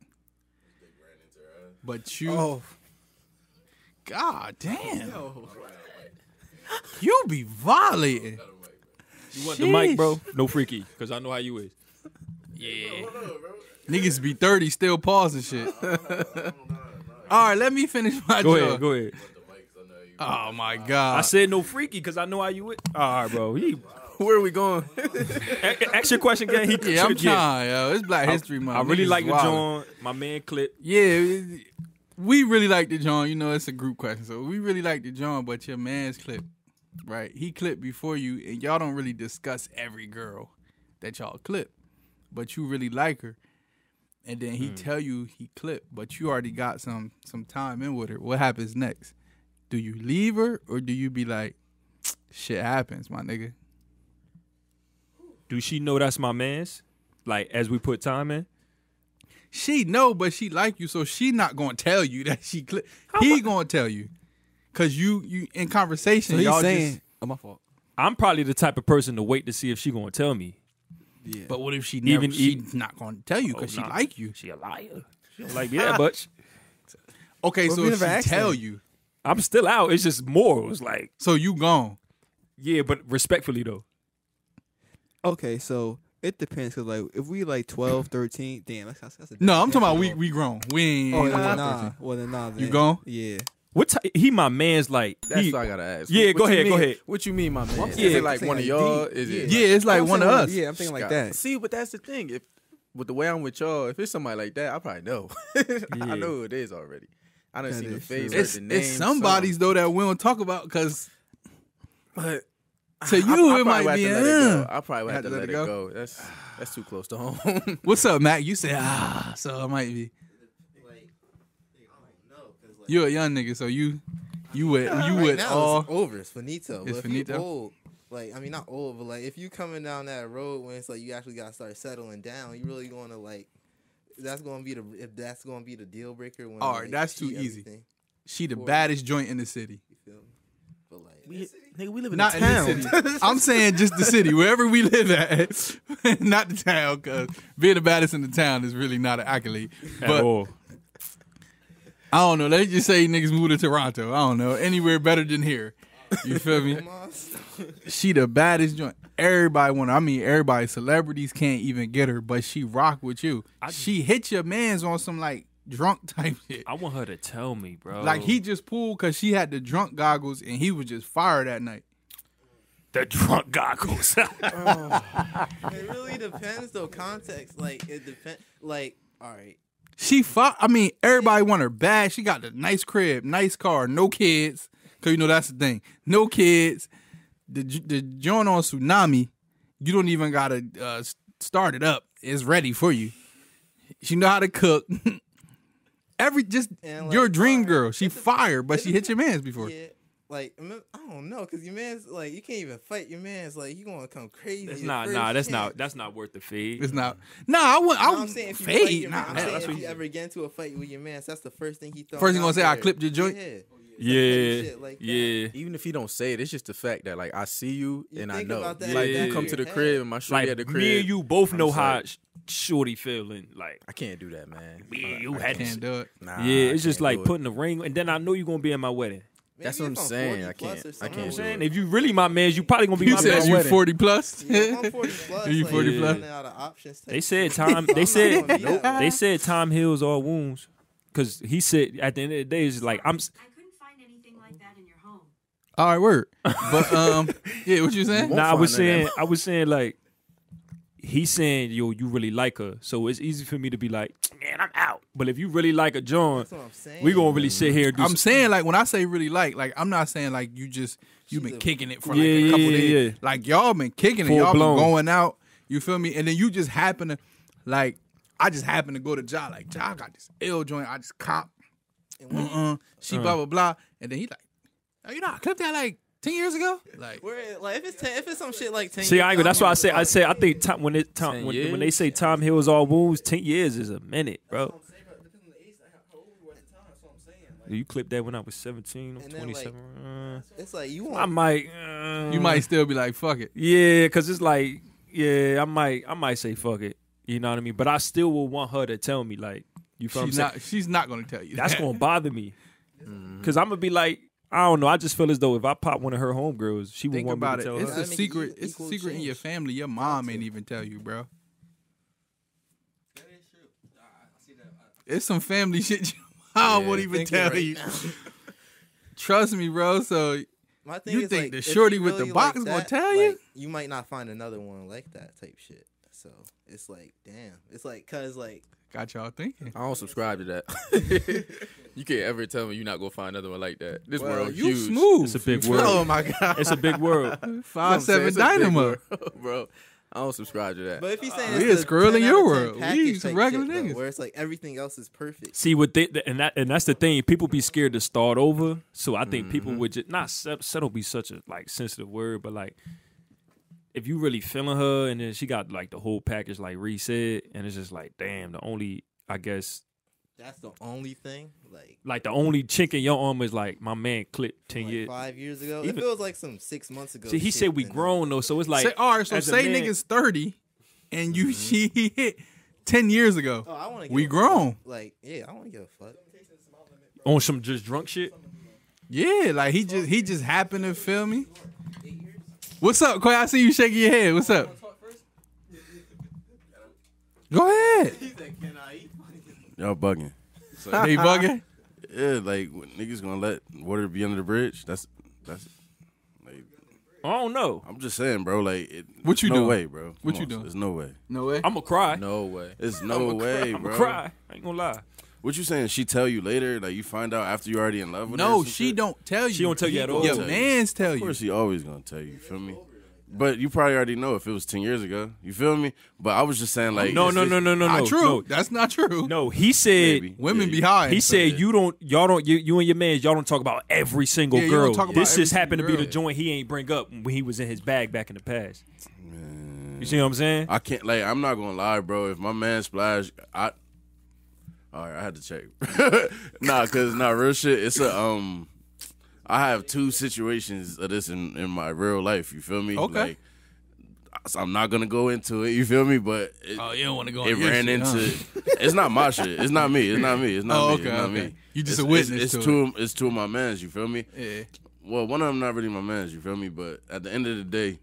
[SPEAKER 2] But you,
[SPEAKER 4] Oh.
[SPEAKER 2] god damn, you be violating.
[SPEAKER 1] you want the mic, bro? No freaky, because I know how you is.
[SPEAKER 2] Niggas be thirty, still pausing shit. All right, let me finish my
[SPEAKER 1] Go
[SPEAKER 2] job.
[SPEAKER 1] ahead, go ahead.
[SPEAKER 2] Oh my
[SPEAKER 1] I
[SPEAKER 2] god!
[SPEAKER 1] said no freaky because I know how you is. All right, bro. He,
[SPEAKER 3] Where are we going?
[SPEAKER 1] a- ask your question again. He
[SPEAKER 2] yeah, I'm
[SPEAKER 1] should get.
[SPEAKER 2] trying, yo. It's Black History Month.
[SPEAKER 1] I really
[SPEAKER 2] Niggas
[SPEAKER 1] like the
[SPEAKER 2] wildin'.
[SPEAKER 1] John, my man clip.
[SPEAKER 2] Yeah, it- we really like the John. You know, it's a group question, so we really like the John. But your man's clip, right? He clipped before you, and y'all don't really discuss every girl that y'all clip, but you really like her, and then
[SPEAKER 1] Hmm.
[SPEAKER 2] he tell you he clipped, but you already got some some time in with her. What happens next? do you leave her or do you be like, shit happens, my nigga?
[SPEAKER 1] Do she know that's my man's? Like as we put time in.
[SPEAKER 2] She know, but she like you, so she not gonna tell you that she. Cl- he gonna tell you, cause you you in conversation.
[SPEAKER 4] So he's
[SPEAKER 2] y'all
[SPEAKER 4] saying,
[SPEAKER 2] just,
[SPEAKER 4] "Oh my fault."
[SPEAKER 1] I'm probably the type of person to wait to see if she gonna tell me.
[SPEAKER 4] Yeah.
[SPEAKER 2] but what if she never,
[SPEAKER 1] Even-
[SPEAKER 2] even
[SPEAKER 4] e-,
[SPEAKER 2] she
[SPEAKER 1] even-
[SPEAKER 2] not gonna tell you cause
[SPEAKER 1] Oh,
[SPEAKER 2] she
[SPEAKER 1] nah.
[SPEAKER 2] like you?
[SPEAKER 1] She a liar. She don't like me that much.
[SPEAKER 2] Okay,
[SPEAKER 4] What if
[SPEAKER 2] so
[SPEAKER 4] we
[SPEAKER 2] if
[SPEAKER 4] never asked
[SPEAKER 2] she tell
[SPEAKER 4] her?
[SPEAKER 2] you,
[SPEAKER 1] I'm still out. It's just morals. Like
[SPEAKER 2] so you gone.
[SPEAKER 1] yeah, but respectfully though.
[SPEAKER 4] Okay, so it depends because like if we like 12, 13, damn, that's, that's, that's a
[SPEAKER 2] No, I'm talking about we we grown. We ain't.
[SPEAKER 4] Oh,
[SPEAKER 2] no,
[SPEAKER 4] nah,
[SPEAKER 2] no,
[SPEAKER 4] nah.
[SPEAKER 2] 13.
[SPEAKER 4] Well, then nah. Then.
[SPEAKER 2] You gone?
[SPEAKER 4] Yeah.
[SPEAKER 1] What ty- he my man's like?
[SPEAKER 3] That's
[SPEAKER 1] he-
[SPEAKER 3] what I gotta ask.
[SPEAKER 1] Yeah,
[SPEAKER 3] What-
[SPEAKER 1] go
[SPEAKER 3] what you
[SPEAKER 1] ahead, go
[SPEAKER 3] mean-
[SPEAKER 1] ahead.
[SPEAKER 3] What you mean, my man?
[SPEAKER 4] saying
[SPEAKER 3] Is it
[SPEAKER 4] like-
[SPEAKER 3] like
[SPEAKER 4] saying
[SPEAKER 3] one of
[SPEAKER 4] like
[SPEAKER 3] y'all?
[SPEAKER 4] deep.
[SPEAKER 3] Is it?
[SPEAKER 2] Yeah, it's like
[SPEAKER 4] I'm
[SPEAKER 2] one of
[SPEAKER 4] saying,
[SPEAKER 2] us.
[SPEAKER 4] Yeah, I'm thinking like that.
[SPEAKER 3] See, but that's the thing. If with the way I'm with y'all, if it's somebody like that, I probably know. I know who it is already. I don't
[SPEAKER 4] That
[SPEAKER 3] see the
[SPEAKER 4] is
[SPEAKER 3] face.
[SPEAKER 4] true.
[SPEAKER 3] heard
[SPEAKER 2] It's,
[SPEAKER 3] the name,
[SPEAKER 2] it's somebody's though that we don't talk about because to you
[SPEAKER 3] I, I
[SPEAKER 2] it might
[SPEAKER 3] probably
[SPEAKER 2] be.
[SPEAKER 3] would have
[SPEAKER 2] "Uh."
[SPEAKER 3] to let it go. I probably would have to let, it go. That's that's too close to home.
[SPEAKER 2] What's up, Mac? You say ah, so it might be.
[SPEAKER 5] Like, I don't know, 'cause, like,
[SPEAKER 2] You a young nigga, so you you would you
[SPEAKER 5] right
[SPEAKER 2] would
[SPEAKER 5] now
[SPEAKER 2] all
[SPEAKER 5] it's over. It's finito.
[SPEAKER 2] It's
[SPEAKER 5] but if
[SPEAKER 2] finito.
[SPEAKER 5] you old, like I mean, not old, but like if you coming down that road when it's like you actually gotta start settling down, you really going to like. That's gonna be the if that's gonna be the deal breaker. When
[SPEAKER 2] Alright,
[SPEAKER 5] like,
[SPEAKER 2] that's too
[SPEAKER 5] she
[SPEAKER 2] easy.
[SPEAKER 5] everything,
[SPEAKER 2] she the
[SPEAKER 5] Or-
[SPEAKER 2] baddest joint in the city.
[SPEAKER 5] You feel me? But like,
[SPEAKER 3] nigga, we live in
[SPEAKER 2] Not in the city. I'm saying just the city, wherever we live at, not the town. Because being the baddest in the town is really not an accolade.
[SPEAKER 1] At
[SPEAKER 2] But
[SPEAKER 1] all.
[SPEAKER 2] I don't know. Let's just say niggas move to Toronto. I don't know anywhere better than here. You feel me? she the baddest joint. Everybody want. her. I mean, everybody. Celebrities can't even get her, but she rock with you. she hit your man's on some like drunk type shit.
[SPEAKER 1] I want her to tell me, bro.
[SPEAKER 2] Like he just pulled because she had the drunk goggles and he was just fired that night.
[SPEAKER 1] the drunk goggles.
[SPEAKER 5] it really depends though. Context, like it depends. Like, all right,
[SPEAKER 2] She fought. I mean, everybody want her bad. She got the nice crib, nice car, no kids. Cause you know that's the thing, no kids. The the joint on tsunami, you don't even gotta uh, s- start it up. It's ready for you. She know how to cook. Every just
[SPEAKER 5] And, like,
[SPEAKER 2] your dream
[SPEAKER 5] fire.
[SPEAKER 2] girl. She fired, but she hit your man's before.
[SPEAKER 5] yeah. Like I mean, I don't know, cause your man's like you can't even fight your man's like you gonna come crazy.
[SPEAKER 1] that's
[SPEAKER 5] the
[SPEAKER 1] not.
[SPEAKER 5] first
[SPEAKER 1] Nah, that's
[SPEAKER 5] chance.
[SPEAKER 1] not. That's not worth the feed.
[SPEAKER 2] It's not. Nah, I wouldn't. I
[SPEAKER 5] No, I'm
[SPEAKER 2] wouldn't
[SPEAKER 5] saying if you fight
[SPEAKER 2] fade.
[SPEAKER 5] your man,
[SPEAKER 2] Nah,
[SPEAKER 5] I'm
[SPEAKER 2] that-
[SPEAKER 5] saying
[SPEAKER 2] that's
[SPEAKER 5] if
[SPEAKER 2] what
[SPEAKER 5] you
[SPEAKER 2] you-
[SPEAKER 5] ever get into a fight with your man, that's the first thing he thought.
[SPEAKER 2] First he gonna say, "I clipped your joint."
[SPEAKER 5] Yeah.
[SPEAKER 1] Yeah.
[SPEAKER 5] Shit like that.
[SPEAKER 1] yeah.
[SPEAKER 3] Even if he don't say it, it's just the fact that like I see you,
[SPEAKER 5] You
[SPEAKER 3] and I
[SPEAKER 5] think
[SPEAKER 3] know.
[SPEAKER 5] about that
[SPEAKER 3] Like
[SPEAKER 1] in the
[SPEAKER 3] you
[SPEAKER 1] back
[SPEAKER 3] come
[SPEAKER 5] of
[SPEAKER 3] to the
[SPEAKER 5] your
[SPEAKER 3] crib
[SPEAKER 5] head.
[SPEAKER 3] and my shorty
[SPEAKER 1] Like
[SPEAKER 3] at the crib.
[SPEAKER 1] me and you both
[SPEAKER 3] I'm
[SPEAKER 1] know
[SPEAKER 3] just
[SPEAKER 1] how
[SPEAKER 3] like-
[SPEAKER 1] sh shorty feeling. Like
[SPEAKER 3] I can't do that, man.
[SPEAKER 1] me and
[SPEAKER 3] I-
[SPEAKER 1] you
[SPEAKER 3] I
[SPEAKER 1] had
[SPEAKER 3] can't.
[SPEAKER 1] to.
[SPEAKER 2] Can't do it.
[SPEAKER 3] Nah,
[SPEAKER 1] yeah,
[SPEAKER 3] I
[SPEAKER 1] it's just
[SPEAKER 3] can't
[SPEAKER 1] like
[SPEAKER 3] do it.
[SPEAKER 1] putting the ring, and then I know you're gonna be at my wedding.
[SPEAKER 5] Maybe
[SPEAKER 3] That's what
[SPEAKER 5] if
[SPEAKER 3] I'm
[SPEAKER 5] 40
[SPEAKER 3] saying. I
[SPEAKER 5] plus or
[SPEAKER 3] can't- I
[SPEAKER 5] something,
[SPEAKER 1] You know
[SPEAKER 3] can't
[SPEAKER 1] what
[SPEAKER 3] do
[SPEAKER 1] I'm
[SPEAKER 3] it.
[SPEAKER 1] saying if you really my man, you probably gonna be
[SPEAKER 2] You
[SPEAKER 1] my
[SPEAKER 2] said
[SPEAKER 1] man.
[SPEAKER 2] you
[SPEAKER 3] wedding.
[SPEAKER 2] forty plus.
[SPEAKER 5] Yeah, I'm 40 plus.
[SPEAKER 2] You
[SPEAKER 5] like,
[SPEAKER 2] 40
[SPEAKER 5] you're
[SPEAKER 2] plus?
[SPEAKER 5] running out of options.
[SPEAKER 1] They said time. They said they said time heals all wounds, because he said at the end of the day, it's like I'm. s-
[SPEAKER 6] I couldn't find anything like that in your home.
[SPEAKER 2] All right, word. But um, yeah, what you saying?
[SPEAKER 1] Nah, I
[SPEAKER 3] find
[SPEAKER 1] was
[SPEAKER 3] none of
[SPEAKER 1] saying, I was saying like, he's saying, yo, you really like her, so it's easy for me to be like, man, I'm out. But if you really like a John,
[SPEAKER 5] That's what I'm saying.
[SPEAKER 1] we gonna really sit here. And do
[SPEAKER 2] I'm
[SPEAKER 1] some-
[SPEAKER 2] saying like when I say really like, like I'm not saying like you just you've
[SPEAKER 5] She's
[SPEAKER 2] been
[SPEAKER 5] a-
[SPEAKER 2] kicking it for like
[SPEAKER 1] Yeah,
[SPEAKER 2] a couple
[SPEAKER 1] yeah,
[SPEAKER 2] days.
[SPEAKER 1] yeah.
[SPEAKER 2] Like y'all been kicking it,
[SPEAKER 1] Full
[SPEAKER 2] y'all
[SPEAKER 1] blown.
[SPEAKER 2] been going out. You feel me? And then you just happen to like I just happen to go to Ja. Like Ja got this ill joint. I just cop. Uh-uh. She
[SPEAKER 1] Uh-huh.
[SPEAKER 2] blah blah blah. And then he like, oh, you know, I clipped that like ten years ago. Like
[SPEAKER 5] Where, like, if it's ten, if it's some shit like ten.
[SPEAKER 1] See,
[SPEAKER 5] years,
[SPEAKER 1] I ain't gonna- that's why I say I
[SPEAKER 5] don't
[SPEAKER 1] say I think time, when it time
[SPEAKER 3] Ten
[SPEAKER 1] when, when they
[SPEAKER 3] years?
[SPEAKER 1] say time heals all wounds, ten years is a minute, bro. You clipped that when I was seventeen, I'm
[SPEAKER 5] And then, like,
[SPEAKER 1] 27. uh,
[SPEAKER 5] know. It's like you
[SPEAKER 1] I
[SPEAKER 5] want.
[SPEAKER 1] might.
[SPEAKER 2] you
[SPEAKER 1] uh,
[SPEAKER 2] might still be like, fuck it.
[SPEAKER 1] Yeah, cause it's like, yeah, I might, I might say fuck it. You know what I mean? But I still will want her to tell me, like, you feel what I'm
[SPEAKER 2] She's
[SPEAKER 1] saying?
[SPEAKER 2] not. She's not gonna tell you.
[SPEAKER 1] That's
[SPEAKER 2] that.
[SPEAKER 1] gonna bother me,
[SPEAKER 3] Mm-hmm.
[SPEAKER 1] cause I'm gonna be like, I don't know. I just feel as though if I pop one of her homegirls, she would
[SPEAKER 2] Think
[SPEAKER 1] want
[SPEAKER 2] about
[SPEAKER 1] me
[SPEAKER 2] it.
[SPEAKER 1] to
[SPEAKER 2] It's
[SPEAKER 1] tell her.
[SPEAKER 2] a
[SPEAKER 5] Gotta make it
[SPEAKER 2] secret.
[SPEAKER 5] equal-
[SPEAKER 2] It's a
[SPEAKER 5] equal
[SPEAKER 2] secret in your
[SPEAKER 5] change.
[SPEAKER 2] family. Your mom ain't even tell you, bro. It's some family shit your mom
[SPEAKER 3] Yeah,
[SPEAKER 2] won't even
[SPEAKER 3] think it
[SPEAKER 2] tell
[SPEAKER 3] right
[SPEAKER 2] you. Trust me, bro. So
[SPEAKER 5] My thing
[SPEAKER 2] you
[SPEAKER 5] is,
[SPEAKER 2] think
[SPEAKER 5] like,
[SPEAKER 2] the
[SPEAKER 5] if you
[SPEAKER 2] shorty with the
[SPEAKER 5] really
[SPEAKER 2] box
[SPEAKER 5] like
[SPEAKER 2] gonna
[SPEAKER 5] that,
[SPEAKER 2] tell you?
[SPEAKER 5] like, You might not find another one like that type shit. So it's like, damn. It's like, cause like,
[SPEAKER 2] got y'all thinking.
[SPEAKER 3] I don't subscribe to that. you can't ever tell me you're not gonna find another one like that. This
[SPEAKER 2] Well,
[SPEAKER 3] world
[SPEAKER 2] you
[SPEAKER 3] huge.
[SPEAKER 2] smooth.
[SPEAKER 1] It's a big
[SPEAKER 2] Oh
[SPEAKER 1] world.
[SPEAKER 2] my god.
[SPEAKER 1] It's a big world.
[SPEAKER 2] Five
[SPEAKER 3] You know what
[SPEAKER 2] seven
[SPEAKER 3] I'm saying? It's a big
[SPEAKER 2] dynamo.
[SPEAKER 3] world, bro. I don't subscribe to that.
[SPEAKER 5] But if you saying
[SPEAKER 2] We
[SPEAKER 5] it's
[SPEAKER 2] is
[SPEAKER 5] the
[SPEAKER 2] squirrel in
[SPEAKER 5] 10
[SPEAKER 2] your
[SPEAKER 5] out of 10
[SPEAKER 2] world. We
[SPEAKER 5] package
[SPEAKER 2] is
[SPEAKER 5] type
[SPEAKER 2] regular
[SPEAKER 5] shit, though,
[SPEAKER 2] niggas.
[SPEAKER 5] where it's like everything else is perfect.
[SPEAKER 1] See what they th- and that and that's the thing. People be scared to start over, so I think people
[SPEAKER 2] Mm-hmm.
[SPEAKER 1] would just not set- settle be such a like sensitive word, but like if you really feeling her and then she got like the whole package like reset and it's just like damn, the only I guess
[SPEAKER 5] That's the only thing. Like
[SPEAKER 1] like the only chink in your arm is like my man clipped ten
[SPEAKER 5] like
[SPEAKER 1] years.
[SPEAKER 5] five years ago.
[SPEAKER 1] Even-
[SPEAKER 5] it feels like some six months ago.
[SPEAKER 1] See, he
[SPEAKER 5] shit,
[SPEAKER 1] said we
[SPEAKER 5] and then-
[SPEAKER 1] grown though, so it's like
[SPEAKER 2] say, all right, so
[SPEAKER 1] as a
[SPEAKER 2] say
[SPEAKER 1] man- Mm-hmm.
[SPEAKER 2] niggas thirty, and you she he hit ten years ago.
[SPEAKER 5] Oh, I want to.
[SPEAKER 2] We grown.
[SPEAKER 5] Like, yeah, I want to give a fuck.
[SPEAKER 1] on some just drunk shit.
[SPEAKER 2] Yeah, like he just he just happened to feel me. What's up, Quay? I see you shaking your head. What's up? Go ahead.
[SPEAKER 7] Y'all bugging.
[SPEAKER 2] They bugging.
[SPEAKER 7] Yeah, like when niggas gonna let water be under the bridge. That's that's. Like,
[SPEAKER 1] I don't know.
[SPEAKER 7] I'm just saying, bro. Like, it,
[SPEAKER 2] What you
[SPEAKER 7] no
[SPEAKER 2] doing?
[SPEAKER 7] way, bro.
[SPEAKER 2] What
[SPEAKER 7] Come
[SPEAKER 2] you
[SPEAKER 7] on,
[SPEAKER 2] doing?
[SPEAKER 7] There's no way.
[SPEAKER 2] No way.
[SPEAKER 1] I'm gonna cry.
[SPEAKER 3] No way.
[SPEAKER 7] It's no way,
[SPEAKER 1] I'm
[SPEAKER 7] bro.
[SPEAKER 1] gonna cry. I ain't gonna lie.
[SPEAKER 7] What you saying? She tell you later. Like you find out after you already in love with her. or
[SPEAKER 2] No,
[SPEAKER 7] some
[SPEAKER 2] she
[SPEAKER 7] shit?
[SPEAKER 2] don't tell you.
[SPEAKER 1] She don't tell you at all.
[SPEAKER 2] Your
[SPEAKER 7] Tell you.
[SPEAKER 2] man's tell
[SPEAKER 7] Of
[SPEAKER 2] you.
[SPEAKER 7] course, he always gonna tell you. Feel me? But you probably already know if it was ten years ago. You feel me? But I was just saying, like,
[SPEAKER 1] No,
[SPEAKER 7] is
[SPEAKER 1] no,
[SPEAKER 7] this-
[SPEAKER 1] no, no, no,
[SPEAKER 2] Not
[SPEAKER 1] no.
[SPEAKER 2] Ah, true.
[SPEAKER 1] No,
[SPEAKER 2] That's not true.
[SPEAKER 1] no. He said.
[SPEAKER 7] Maybe.
[SPEAKER 2] Women
[SPEAKER 7] Yeah,
[SPEAKER 2] be high.
[SPEAKER 1] He said you don't, y'all don't, you, you and your man, y'all don't talk about every single
[SPEAKER 2] Yeah, you don't
[SPEAKER 1] girl.
[SPEAKER 2] talk about
[SPEAKER 1] this
[SPEAKER 2] every
[SPEAKER 1] just happened to
[SPEAKER 2] single
[SPEAKER 1] be the
[SPEAKER 2] girl.
[SPEAKER 1] joint he ain't bring up when he was in his bag back in the past. You see what I'm saying?
[SPEAKER 7] I can't. Like, I'm not gonna lie, bro. If my man splash, I. All right, I had to check. nah, cause nah, real shit. It's a um. I have two situations of this in in my real life. You feel me?
[SPEAKER 2] Okay.
[SPEAKER 7] Like, so I'm not gonna go into it. You feel me? But it,
[SPEAKER 2] Oh, you don't want to go.
[SPEAKER 7] it
[SPEAKER 2] on your
[SPEAKER 7] ran
[SPEAKER 2] shit, huh?
[SPEAKER 7] into. It's not my shit. It's not me. It's not me. It's not
[SPEAKER 2] Oh,
[SPEAKER 7] me.
[SPEAKER 2] okay,
[SPEAKER 7] It's not
[SPEAKER 2] okay.
[SPEAKER 7] me.
[SPEAKER 2] You just
[SPEAKER 7] it's,
[SPEAKER 2] a witness
[SPEAKER 7] It's, it's
[SPEAKER 2] to
[SPEAKER 7] two. Of, it's two of my mans. You feel me?
[SPEAKER 2] Yeah.
[SPEAKER 7] Well, one of them not really my mans. You feel me? But at the end of the day,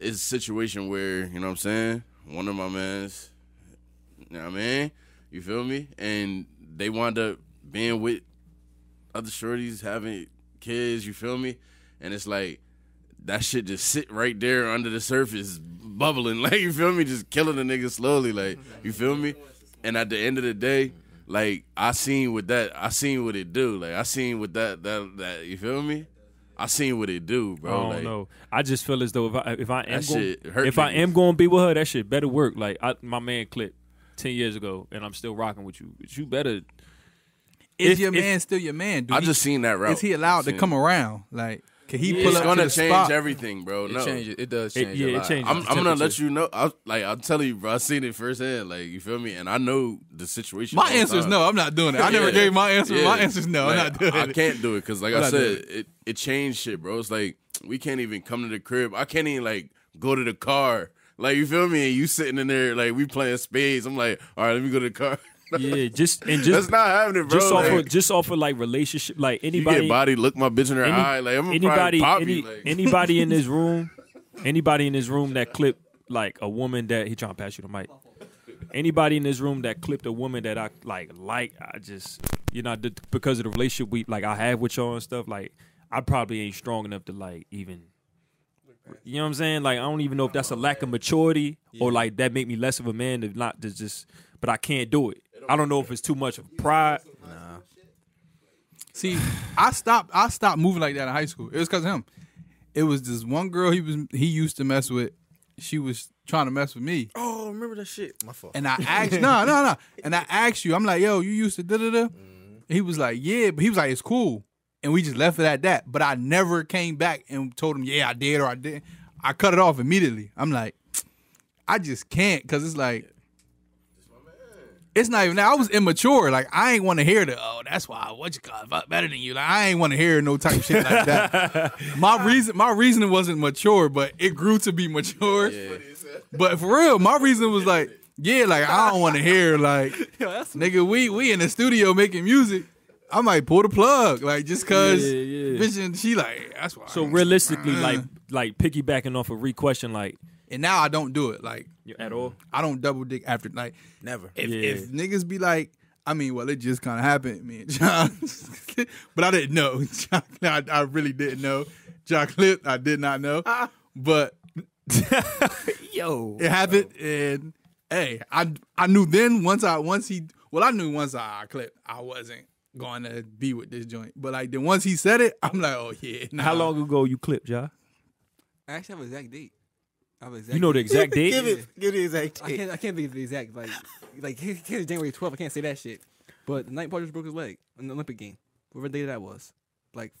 [SPEAKER 7] it's a situation where you know what I'm saying. One of my mans. You know what I mean? You feel me? And they wind up being with other shorties, having kids. You feel me? And it's like that shit just sit right there under the surface, bubbling. Like you feel me, just killing the nigga slowly. Like you feel me. And at the end of the day, like I seen what that I seen what it do. Like I seen what that that that you feel me. I seen what it do,
[SPEAKER 1] I
[SPEAKER 7] bro.
[SPEAKER 1] don't
[SPEAKER 7] like,
[SPEAKER 1] know. I just feel as though if I if I am
[SPEAKER 7] That
[SPEAKER 1] going
[SPEAKER 7] shit hurt
[SPEAKER 1] if I
[SPEAKER 7] niggas.
[SPEAKER 1] am going to be with her, that shit better work. Like I, my man clipped ten years ago, and I'm still rocking with you. But you better.
[SPEAKER 2] Is
[SPEAKER 1] If-
[SPEAKER 2] your
[SPEAKER 1] if-
[SPEAKER 2] man still your man? Do
[SPEAKER 7] I
[SPEAKER 2] he-
[SPEAKER 7] just seen that route.
[SPEAKER 2] is he allowed to
[SPEAKER 7] Seen-
[SPEAKER 2] come around? Like, can he pull
[SPEAKER 7] It's
[SPEAKER 2] up
[SPEAKER 7] gonna
[SPEAKER 2] to the
[SPEAKER 7] change
[SPEAKER 2] spot?
[SPEAKER 7] everything, bro.
[SPEAKER 3] It
[SPEAKER 7] no.
[SPEAKER 3] changes. It does
[SPEAKER 1] It-
[SPEAKER 3] change.
[SPEAKER 1] yeah,
[SPEAKER 3] a
[SPEAKER 1] it
[SPEAKER 3] lot.
[SPEAKER 1] changes.
[SPEAKER 7] I'm,
[SPEAKER 1] the
[SPEAKER 7] I'm gonna let
[SPEAKER 1] temperature.
[SPEAKER 7] you know. I, like I'm telling you, bro. I seen it firsthand. Like you feel me, and I know the situation.
[SPEAKER 2] My
[SPEAKER 7] all the
[SPEAKER 2] answer is
[SPEAKER 7] time.
[SPEAKER 2] no. I'm not doing it. I never
[SPEAKER 7] Yeah.
[SPEAKER 2] gave my answer. My
[SPEAKER 7] Yeah.
[SPEAKER 2] answer is no.
[SPEAKER 7] Like,
[SPEAKER 2] I'm not doing
[SPEAKER 7] I
[SPEAKER 2] it.
[SPEAKER 7] can't do it because, like
[SPEAKER 2] I'm
[SPEAKER 7] I
[SPEAKER 2] not
[SPEAKER 7] said,
[SPEAKER 2] doing
[SPEAKER 7] it. It, changed shit, bro. It's like we can't even come to the crib. I can't even like go to the car. Like you feel me? And you sitting in there like we playing spades. I'm like, all right, let me go to the car.
[SPEAKER 1] Yeah, just and
[SPEAKER 7] That's
[SPEAKER 1] just
[SPEAKER 7] not happening, bro.
[SPEAKER 1] just off
[SPEAKER 7] like,
[SPEAKER 1] of, just off of like relationship, like
[SPEAKER 7] you
[SPEAKER 1] anybody
[SPEAKER 7] get body, look my bitch in her
[SPEAKER 1] Any-
[SPEAKER 7] eye. Like I'm gonna
[SPEAKER 1] anybody,
[SPEAKER 7] probably pop
[SPEAKER 1] any,
[SPEAKER 7] you. Like,
[SPEAKER 1] anybody in this room, anybody in this room that clipped like a woman that he trying to pass you the mic. Anybody in this room that clipped a woman that I like, like I just you know th- because of the relationship we like I have with y'all and stuff. Like I probably ain't strong enough to like even. You know what I'm saying? Like I don't even know if that's a lack of maturity or like that make me less of a man to not to just. But I can't do it. I don't know if it's too much of pride.
[SPEAKER 2] See, I stopped. I stopped moving like that in high school. It was because of him. It was this one girl he was he used to mess with. She was trying to mess with me,
[SPEAKER 5] Oh, remember that shit? My fault.
[SPEAKER 2] and I asked, no, no, no, and I asked you. I'm like, yo, you used to da da da. He was like, yeah, but he was like, it's cool, and we just left it at that. But I never came back and told him, yeah, I did or I didn't. I cut it off immediately. I'm like, I just can't because it's like. It's not even that. I was immature. Like I ain't want to hear the oh, that's why I what you call it, fuck better than you. Like I ain't want to hear no type of shit like that. my reason, my reasoning wasn't mature, but it grew to be mature. But for real, my reason was like, yeah, like I don't want to hear like, nigga, we we in the studio making music. I might pull the plug, like just cause.
[SPEAKER 1] Yeah, yeah.
[SPEAKER 2] Bitch, and she like that's why.
[SPEAKER 1] So realistically, like like piggybacking off of re question, like
[SPEAKER 2] and now I don't do it. Like
[SPEAKER 1] at all.
[SPEAKER 2] I don't double dick after like
[SPEAKER 5] Never.
[SPEAKER 2] if,
[SPEAKER 1] Yeah.
[SPEAKER 2] if niggas be like, I mean, well, it just kind of happened, me and John. but I didn't know. John, I, I really didn't know. John Clip, I did not know. But
[SPEAKER 5] Ah. Yo.
[SPEAKER 2] it happened, and hey, I I knew then. Once I once he, well, I knew once I, I clipped, I wasn't going to be with this joint. But like then once he said it, I'm like, oh yeah. Nah.
[SPEAKER 1] How long ago you clipped, y'all?
[SPEAKER 4] I actually have an exact date. I was
[SPEAKER 1] You know the exact date.
[SPEAKER 8] Give it, give the exact
[SPEAKER 4] I
[SPEAKER 8] date.
[SPEAKER 4] can't. I can't think of the exact like like he- he- January 12th. I can't say that shit. But the night Paul George broke his leg in the Olympic game, whatever day that was, like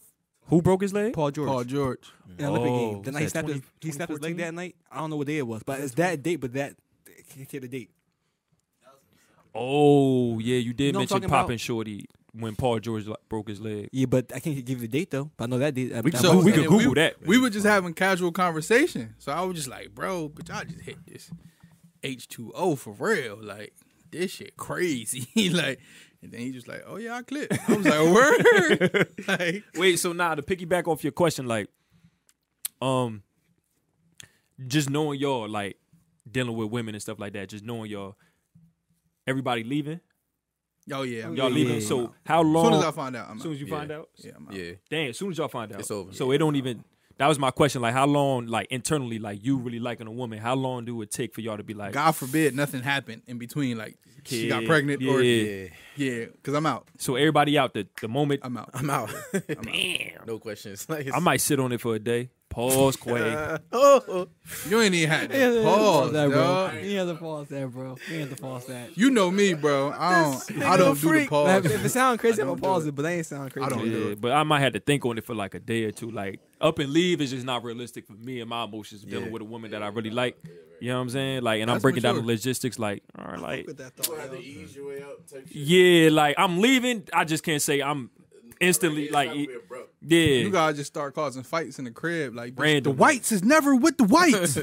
[SPEAKER 1] Who broke his leg?
[SPEAKER 4] Paul George
[SPEAKER 2] Paul George.
[SPEAKER 4] in the Olympic
[SPEAKER 1] Oh,
[SPEAKER 4] game. The
[SPEAKER 1] was
[SPEAKER 4] night he
[SPEAKER 1] that
[SPEAKER 4] snapped,
[SPEAKER 1] 20
[SPEAKER 4] his, he snapped his leg
[SPEAKER 1] 2014?
[SPEAKER 4] that night. I don't know what day it was, but it's that date. But that I can't say the date.
[SPEAKER 1] Oh yeah, you did
[SPEAKER 4] No, I'm
[SPEAKER 1] mention
[SPEAKER 4] talking about-
[SPEAKER 1] popping shorty when Paul George like, broke his leg.
[SPEAKER 4] Yeah, but I can't give you the date though. But I know that date. uh, that
[SPEAKER 1] So
[SPEAKER 4] was-
[SPEAKER 1] we could
[SPEAKER 2] and
[SPEAKER 1] Google that.
[SPEAKER 2] We were just having casual conversation. So I was just like, bro, but y'all just hit this H2O for real. Like, this shit crazy. like, and then he just like, oh yeah, I clipped. I was like, word. like,
[SPEAKER 1] Wait, so now to piggyback off your question, like, um, just knowing y'all, like, dealing with women and stuff like that, just knowing y'all, everybody leaving,
[SPEAKER 2] oh yeah. I'm
[SPEAKER 1] y'all
[SPEAKER 2] good.
[SPEAKER 1] leaving.
[SPEAKER 2] I'm
[SPEAKER 1] so
[SPEAKER 2] out.
[SPEAKER 1] how
[SPEAKER 2] as
[SPEAKER 1] long?
[SPEAKER 2] soon as I find out, I'm
[SPEAKER 1] as soon
[SPEAKER 2] out.
[SPEAKER 1] as you
[SPEAKER 3] Yeah.
[SPEAKER 1] find out,
[SPEAKER 2] yeah, I'm out.
[SPEAKER 3] Yeah.
[SPEAKER 1] damn. As soon as y'all find out,
[SPEAKER 3] It's over.
[SPEAKER 1] So it don't even. That was my question. Like, how long, like internally, like you really liking a woman? How long do it take for y'all to be like?
[SPEAKER 2] God forbid nothing happened in between. Like, she got
[SPEAKER 1] Yeah,
[SPEAKER 2] pregnant or
[SPEAKER 1] yeah.
[SPEAKER 2] yeah, yeah, because I'm out.
[SPEAKER 1] So everybody out the the moment.
[SPEAKER 2] I'm out.
[SPEAKER 3] I'm out.
[SPEAKER 2] I'm out.
[SPEAKER 3] no questions. Like,
[SPEAKER 1] I might sit on it for a day. Pause, Quay.
[SPEAKER 2] You ain't even had
[SPEAKER 4] Yeah, yeah,
[SPEAKER 2] to
[SPEAKER 4] yeah,
[SPEAKER 2] pause,
[SPEAKER 4] that, bro.
[SPEAKER 2] dog.
[SPEAKER 4] You have to pause that, bro. You have to pause that.
[SPEAKER 2] You know me, bro. I don't. I don't do the
[SPEAKER 4] Now,
[SPEAKER 2] pause.
[SPEAKER 4] if it sound crazy, I'm
[SPEAKER 2] don't
[SPEAKER 4] gonna
[SPEAKER 2] do
[SPEAKER 4] pause
[SPEAKER 2] it.
[SPEAKER 4] it, but that ain't sound crazy.
[SPEAKER 2] I don't do
[SPEAKER 1] Yeah,
[SPEAKER 2] it.
[SPEAKER 1] but I might have to think on it for like a day or two. Like up and leave is just not realistic for me and my emotions dealing with a woman that I really like. You know what I'm saying? Like, and I'm
[SPEAKER 2] That's
[SPEAKER 1] breaking down the
[SPEAKER 2] mature.
[SPEAKER 1] logistics. Like, all right, like,
[SPEAKER 4] With that thought, yo.
[SPEAKER 7] ease your way up. Type shit.
[SPEAKER 1] yeah, like I'm leaving. I just can't say I'm instantly like, e
[SPEAKER 2] You
[SPEAKER 1] yeah.
[SPEAKER 2] gotta just start causing fights in the crib, like bitch,
[SPEAKER 1] Randomly.
[SPEAKER 2] the whites is never with the whites.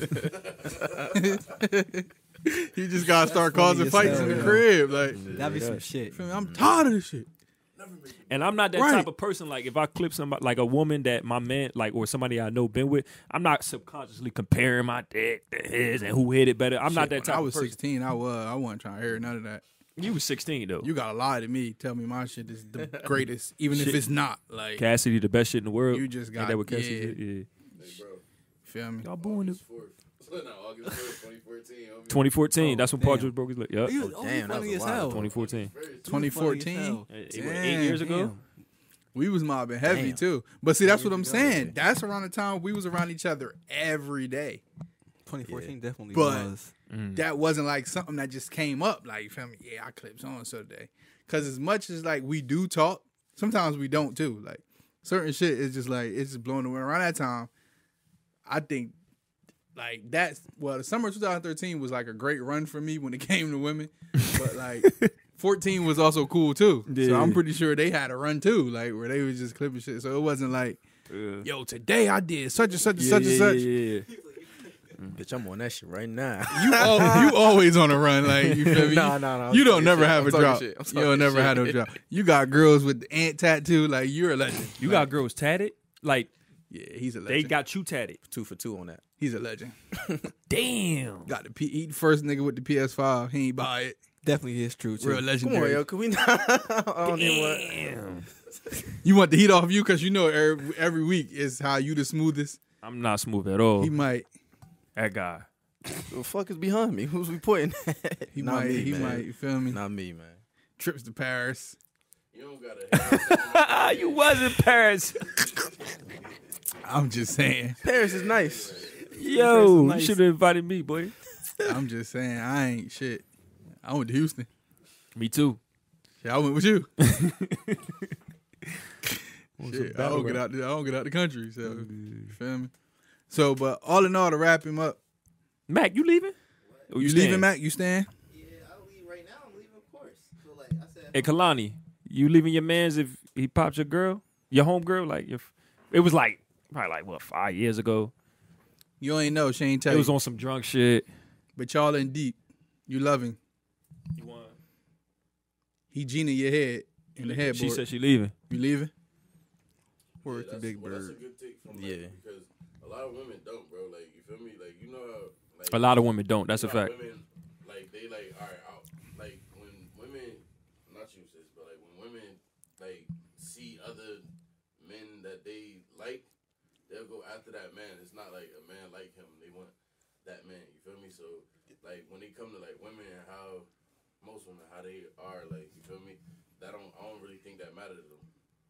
[SPEAKER 2] you just gotta start causing
[SPEAKER 4] as
[SPEAKER 2] fights
[SPEAKER 4] hell,
[SPEAKER 2] in the
[SPEAKER 4] yo.
[SPEAKER 2] crib, like
[SPEAKER 4] That'd be some shit.
[SPEAKER 2] feel me? I'm tired of this shit.
[SPEAKER 1] And I'm not that
[SPEAKER 2] Right.
[SPEAKER 1] type of person. Like, if I clip somebody, like a woman that my man, like, or somebody I know been with, I'm not subconsciously comparing my dick to his and who hit it better. I'm not
[SPEAKER 2] Shit, when
[SPEAKER 1] that type
[SPEAKER 2] I was
[SPEAKER 1] of person.
[SPEAKER 2] 16. I was. I wasn't trying to hear none of that.
[SPEAKER 1] You was 16 though.
[SPEAKER 2] You gotta lie to me. Tell me my shit is the greatest, even if
[SPEAKER 1] Shit.
[SPEAKER 2] it's not. Like
[SPEAKER 1] Cassidy, the best shit in the world.
[SPEAKER 2] You just
[SPEAKER 1] Ain't
[SPEAKER 2] got-
[SPEAKER 1] that what
[SPEAKER 2] yeah.
[SPEAKER 1] Cassidy did? Yeah.
[SPEAKER 2] feel me?
[SPEAKER 1] Y'all booing this.
[SPEAKER 7] 2014.
[SPEAKER 1] 2014. that's when Paul
[SPEAKER 2] Oh, damn.
[SPEAKER 1] George broke his leg. Yep.
[SPEAKER 4] He
[SPEAKER 2] oh,
[SPEAKER 4] was only
[SPEAKER 3] damn, that
[SPEAKER 4] funny
[SPEAKER 3] was
[SPEAKER 4] as
[SPEAKER 3] wild.
[SPEAKER 4] hell.
[SPEAKER 1] 2014.
[SPEAKER 2] 2014.
[SPEAKER 1] Eight,
[SPEAKER 2] Damn,
[SPEAKER 1] years ago.
[SPEAKER 2] We was mobbing heavy
[SPEAKER 3] Damn.
[SPEAKER 2] too. But see, that's what I'm saying. That's around the time we was around each other every day.
[SPEAKER 4] 2014 definitely
[SPEAKER 2] But-
[SPEAKER 4] was.
[SPEAKER 2] that wasn't like something that just came up. Like, you feel me? Yeah, I clipped so and so today. Because as much as like we do talk, sometimes we don't too. Like certain shit is just like it's just blowing away. Around that time, I think like that's well, the summer of 2013 was like a great run for me when it came to women, but like. 14 was also cool too. So I'm pretty sure they had a run too, like where they was just clipping shit. So it wasn't like, yo, today I did such and such and such and such.
[SPEAKER 3] bitch, I'm on that shit right now.
[SPEAKER 2] You al- you always on a run, like you feel me?
[SPEAKER 3] Nah, nah, nah, I'm
[SPEAKER 2] You don't
[SPEAKER 3] talking
[SPEAKER 2] never
[SPEAKER 3] shit.
[SPEAKER 2] have
[SPEAKER 3] I'm
[SPEAKER 2] a
[SPEAKER 3] talking
[SPEAKER 2] drop.
[SPEAKER 3] shit. I'm
[SPEAKER 2] You don't
[SPEAKER 3] talking
[SPEAKER 2] never
[SPEAKER 3] shit.
[SPEAKER 2] have no drop. You got girls with the ant tattoo, like you're a legend.
[SPEAKER 1] You
[SPEAKER 2] Like,
[SPEAKER 1] got girls tatted. Like
[SPEAKER 2] yeah, he's a legend.
[SPEAKER 1] they got you tatted.
[SPEAKER 3] two for two on that.
[SPEAKER 2] he's a legend.
[SPEAKER 1] Damn.
[SPEAKER 2] Got the P. He the first nigga with the PS5. He ain't buy it.
[SPEAKER 4] Definitely is true too.
[SPEAKER 2] Real
[SPEAKER 3] Come on,
[SPEAKER 2] legendary.
[SPEAKER 3] yo, can we not? I don't even want.
[SPEAKER 1] Damn.
[SPEAKER 2] you want the heat off you because you know every, every week is how you the smoothest.
[SPEAKER 1] I'm not smooth at all.
[SPEAKER 2] He might.
[SPEAKER 1] that guy.
[SPEAKER 3] Who the fuck is behind me? Who's we pointing? at?
[SPEAKER 2] He
[SPEAKER 3] Not
[SPEAKER 2] might.
[SPEAKER 3] me,
[SPEAKER 2] he
[SPEAKER 3] man.
[SPEAKER 2] might. You feel me?
[SPEAKER 3] Not me, man.
[SPEAKER 2] Trips to Paris.
[SPEAKER 7] You don't gotta.
[SPEAKER 1] Ah, you was in Paris.
[SPEAKER 2] I'm just saying.
[SPEAKER 3] Paris is nice.
[SPEAKER 1] Yo,
[SPEAKER 4] Nice.
[SPEAKER 1] you should have invited me, boy.
[SPEAKER 2] I'm just saying. I ain't shit. I went to Houston.
[SPEAKER 1] Me too.
[SPEAKER 2] Yeah, I went with you. Shit, I don't get out. The, I don't get out the country. So you feel me. So, but all in all, to wrap him up,
[SPEAKER 1] Mac, you leaving? Oh,
[SPEAKER 2] you,
[SPEAKER 1] staying?
[SPEAKER 2] leaving, Mac? You staying?
[SPEAKER 5] Yeah, I leave right now. I'm leaving, of course. So like I said,
[SPEAKER 1] Hey, Kalani, you leaving your man's if he pops your girl, your home girl? Like if it was like probably like what five years ago.
[SPEAKER 2] You ain't know. She ain't tell
[SPEAKER 1] It was
[SPEAKER 2] you.
[SPEAKER 1] on some drunk shit.
[SPEAKER 2] but y'all in deep. You loving.
[SPEAKER 1] You want?
[SPEAKER 2] He Gina your head in the headboard.
[SPEAKER 1] She said she leaving.
[SPEAKER 2] you leaving.
[SPEAKER 4] Word to Big
[SPEAKER 7] Well, that's a
[SPEAKER 4] Bird.
[SPEAKER 7] good take from like,
[SPEAKER 3] Yeah.
[SPEAKER 7] because a lot of women don't, bro. Like you feel me? Like you know how like
[SPEAKER 1] A lot of women don't. That's
[SPEAKER 7] you
[SPEAKER 1] a
[SPEAKER 7] know how
[SPEAKER 1] fact.
[SPEAKER 7] Women, like they like all right, out, like when women, not you sis, but like when women like see other men that they like, they'll go after that man. It's not like a man like him. They want that man. You feel me? So like when they come to like women and how most women how they are like you feel me? That don't I don't really think that matters to them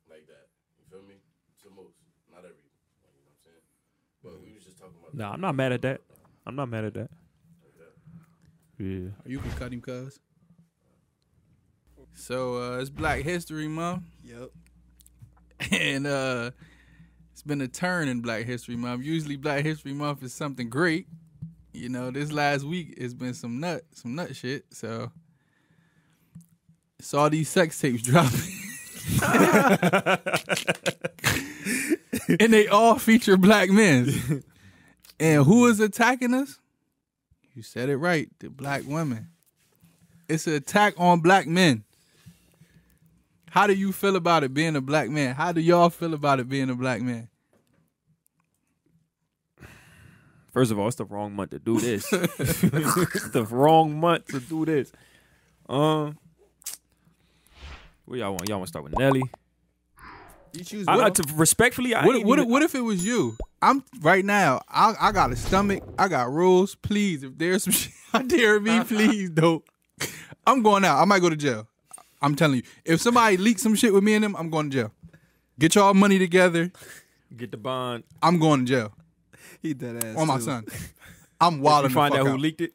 [SPEAKER 7] like that. You feel me? To most, not every. You know what I'm saying? But we was just talking about.
[SPEAKER 1] Nah, I'm not mad at that. I'm not mad at that. Yeah.
[SPEAKER 2] You can cut him, cuz. So uh, it's Black History Month,
[SPEAKER 4] Yep.
[SPEAKER 2] and uh, it's been a turn in Black History Month. Usually, Black History Month is something great. You know, this last week it's been some nut, some nut shit. So saw these sex tapes dropping, and they all feature black men. And who is attacking us? You said it right, the black women. It's an attack on black men. How do you feel about it being a black man? How do y'all feel about it being a black man?
[SPEAKER 1] First of all, it's the wrong month to do this. it's the wrong month to do this. Um, what y'all want? Y'all want to start with Nelly?
[SPEAKER 4] You choose.
[SPEAKER 1] I,
[SPEAKER 4] Will.
[SPEAKER 1] I, to, respectfully, I
[SPEAKER 2] What
[SPEAKER 1] ain't
[SPEAKER 2] what
[SPEAKER 1] even-
[SPEAKER 2] what if it was you? I'm right now. I I got a stomach. I got rules. Please, if there's some shit out there, me please don't. I'm going out. I might go to jail. I'm telling you. If somebody leaks some shit with me and them, I'm going to jail. Get y'all money together.
[SPEAKER 1] get the bond.
[SPEAKER 2] I'm going to jail
[SPEAKER 4] he dead ass.
[SPEAKER 2] on my
[SPEAKER 4] too.
[SPEAKER 2] son. I'm
[SPEAKER 1] You
[SPEAKER 2] wilding.
[SPEAKER 1] find
[SPEAKER 2] the
[SPEAKER 1] out
[SPEAKER 2] fuck
[SPEAKER 1] who
[SPEAKER 2] out.
[SPEAKER 1] leaked it.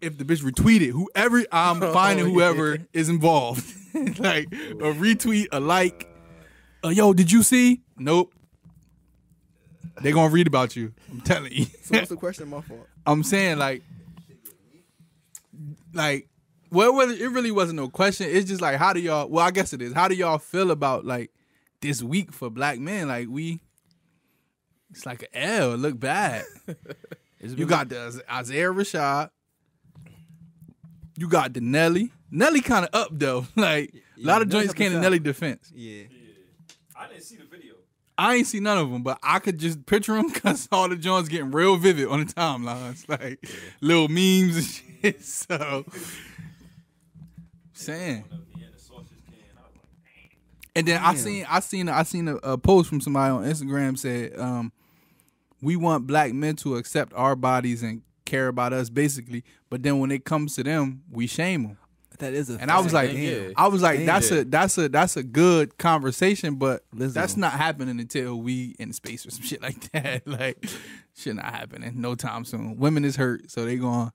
[SPEAKER 2] if the bitch retweeted whoever I'm finding whoever is involved. like a retweet, a like. Uh, yo, did you see? Nope. They gonna read about you. I'm telling you.
[SPEAKER 4] So what's the question? My fault.
[SPEAKER 2] I'm saying like, like, well, whether it really wasn't no question. It's just like, how do y'all? Well, I guess it is. How do y'all feel about like this week for black men? Like we, it's like a L. It look bad.
[SPEAKER 1] It's
[SPEAKER 2] You
[SPEAKER 1] been-
[SPEAKER 2] got the Isaiah Rashad. You got the Nelly. Nelly kind of up though. Like a lot of
[SPEAKER 4] Nelly
[SPEAKER 2] joints
[SPEAKER 4] up
[SPEAKER 2] came to
[SPEAKER 4] and
[SPEAKER 2] Nelly
[SPEAKER 4] down.
[SPEAKER 2] defense.
[SPEAKER 4] Yeah.
[SPEAKER 1] I didn't see the video.
[SPEAKER 2] I ain't seen none of them, but I could just picture them because all the joints getting real vivid on the timelines, like little memes and shit. So, saying. And then I seen I seen I seen a, a post from somebody on Instagram said, um, "We want black men to accept our bodies and care about us, basically. But then when it comes to them, we shame them."
[SPEAKER 4] That is a.
[SPEAKER 2] And I was like,
[SPEAKER 3] Damn.
[SPEAKER 2] I was like, that's
[SPEAKER 3] Damn.
[SPEAKER 2] a that's a that's a good conversation, but
[SPEAKER 4] Lizzo.
[SPEAKER 2] that's not happening until we in space or some shit like that. like, shit not happening no time soon. Women is hurt, so they going.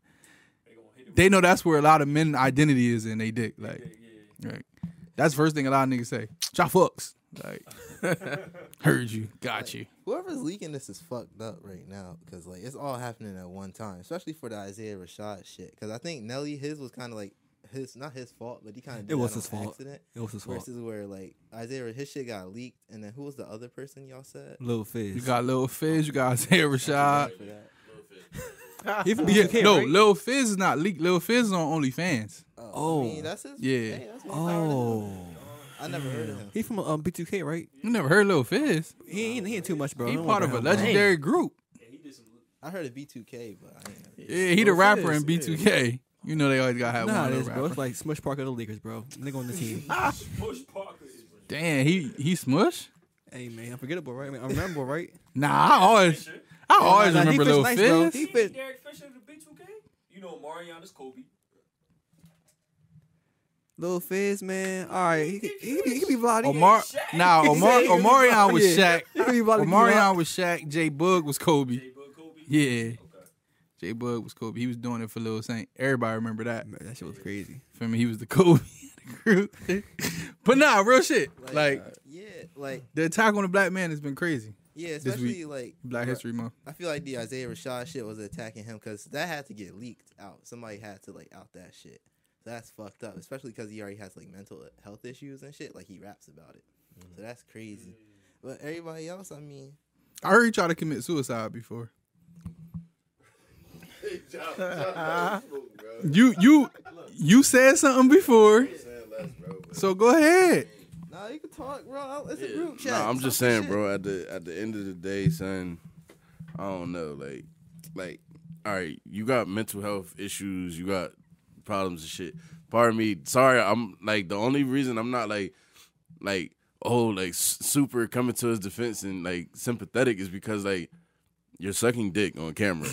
[SPEAKER 2] They know that's where a lot of men identity is in they dick. Like, right. That's the first thing a lot of niggas say. Y'all fucks. Like, heard you, got you.
[SPEAKER 5] Whoever's leaking this is fucked up right now because like it's all happening at one time, especially for the Isaiah Rashad shit. Because I think Nelly his was kind of like his not his fault, but he kind of
[SPEAKER 4] It was his fault.
[SPEAKER 5] accident.
[SPEAKER 4] It was his fault.
[SPEAKER 5] Versus where like Isaiah his shit got leaked, and then who was the other person y'all said?
[SPEAKER 4] Little Fizz.
[SPEAKER 2] You got Lil Fizz, you got Isaiah
[SPEAKER 4] Uh,
[SPEAKER 2] Rashad.
[SPEAKER 5] For that.
[SPEAKER 4] Even
[SPEAKER 2] Yeah,
[SPEAKER 4] BK,
[SPEAKER 2] no,
[SPEAKER 4] right?
[SPEAKER 2] Lil Fizz is not leaked. Lil Fizz is on OnlyFans.
[SPEAKER 5] Oh,
[SPEAKER 4] Oh.
[SPEAKER 5] I mean, that's his.
[SPEAKER 2] Yeah.
[SPEAKER 5] hey, that's one power to him.
[SPEAKER 4] Oh.
[SPEAKER 5] I never heard of him.
[SPEAKER 4] He from um, B2K, right?
[SPEAKER 2] You never heard Lil Fizz.
[SPEAKER 4] He ain't, he ain't too much, bro.
[SPEAKER 2] He
[SPEAKER 4] I don't
[SPEAKER 2] part of a
[SPEAKER 4] wanna have him.
[SPEAKER 2] legendary group.
[SPEAKER 5] I heard of B2K, but I ain't never.
[SPEAKER 2] Yeah, he the
[SPEAKER 3] Lil
[SPEAKER 2] rapper
[SPEAKER 3] Fizz,
[SPEAKER 2] in B2K. You know they always gotta have one
[SPEAKER 4] Nah, it
[SPEAKER 2] of
[SPEAKER 4] is,
[SPEAKER 2] the
[SPEAKER 4] bro.
[SPEAKER 2] rapper.
[SPEAKER 4] It's like Smush Parker of the Lakers, bro. Nigga on the team.
[SPEAKER 2] Damn, he he smush.
[SPEAKER 4] hey, man. Unforgettable, right? I mean, unrememberable, right?
[SPEAKER 2] Nah, I always Oh, I always
[SPEAKER 4] Nah, nah,
[SPEAKER 2] remember
[SPEAKER 4] he fits
[SPEAKER 2] Lil
[SPEAKER 4] nice, bro.
[SPEAKER 2] Fizz.
[SPEAKER 4] He fit.
[SPEAKER 1] Derek Fisher the B2K. You know Mariana's Kobe.
[SPEAKER 4] Lil Fizz, man. All right. He, could- he, could be- he could be Vlad.
[SPEAKER 2] Omar, nah, Omar,
[SPEAKER 4] said he was
[SPEAKER 2] Omarion was
[SPEAKER 4] Omarion.
[SPEAKER 2] Shaq.
[SPEAKER 4] He could be about to be
[SPEAKER 2] Omarion
[SPEAKER 4] hot.
[SPEAKER 2] was Shaq. J Bug was Kobe. Yeah, J Bug was Kobe. He was doing it for Lil Saint. Everybody remember that.
[SPEAKER 4] Man, That shit was crazy.
[SPEAKER 2] For me, he was the Kobe of the group. but nah, real shit. Like
[SPEAKER 4] uh,
[SPEAKER 5] Yeah, like
[SPEAKER 2] the attack on the black man has been crazy.
[SPEAKER 5] yeah,
[SPEAKER 2] week,
[SPEAKER 5] especially like
[SPEAKER 2] Black
[SPEAKER 5] bro,
[SPEAKER 2] History Month.
[SPEAKER 5] I feel like the Isaiah Rashad shit was attacking him because that had to get leaked out. Somebody had to like out that shit. That's fucked up, especially because he already has like mental health issues and shit. Like he raps about it, so that's crazy. But everybody else, I mean,
[SPEAKER 2] I heard he tried to commit suicide before. You you you said something before, so go ahead.
[SPEAKER 5] nah, you can talk, bro. It's a
[SPEAKER 7] No,
[SPEAKER 5] group chat.
[SPEAKER 7] I'm just
[SPEAKER 5] Talk your
[SPEAKER 7] saying,
[SPEAKER 5] shit.
[SPEAKER 7] bro. At the at the end of the day, son, I don't know. Like, like, all right, you got mental health issues, you got problems and shit. Pardon me. Sorry, I'm like the only reason I'm not like, like, oh, like s- super coming to his defense and like sympathetic is because like you're sucking dick on camera.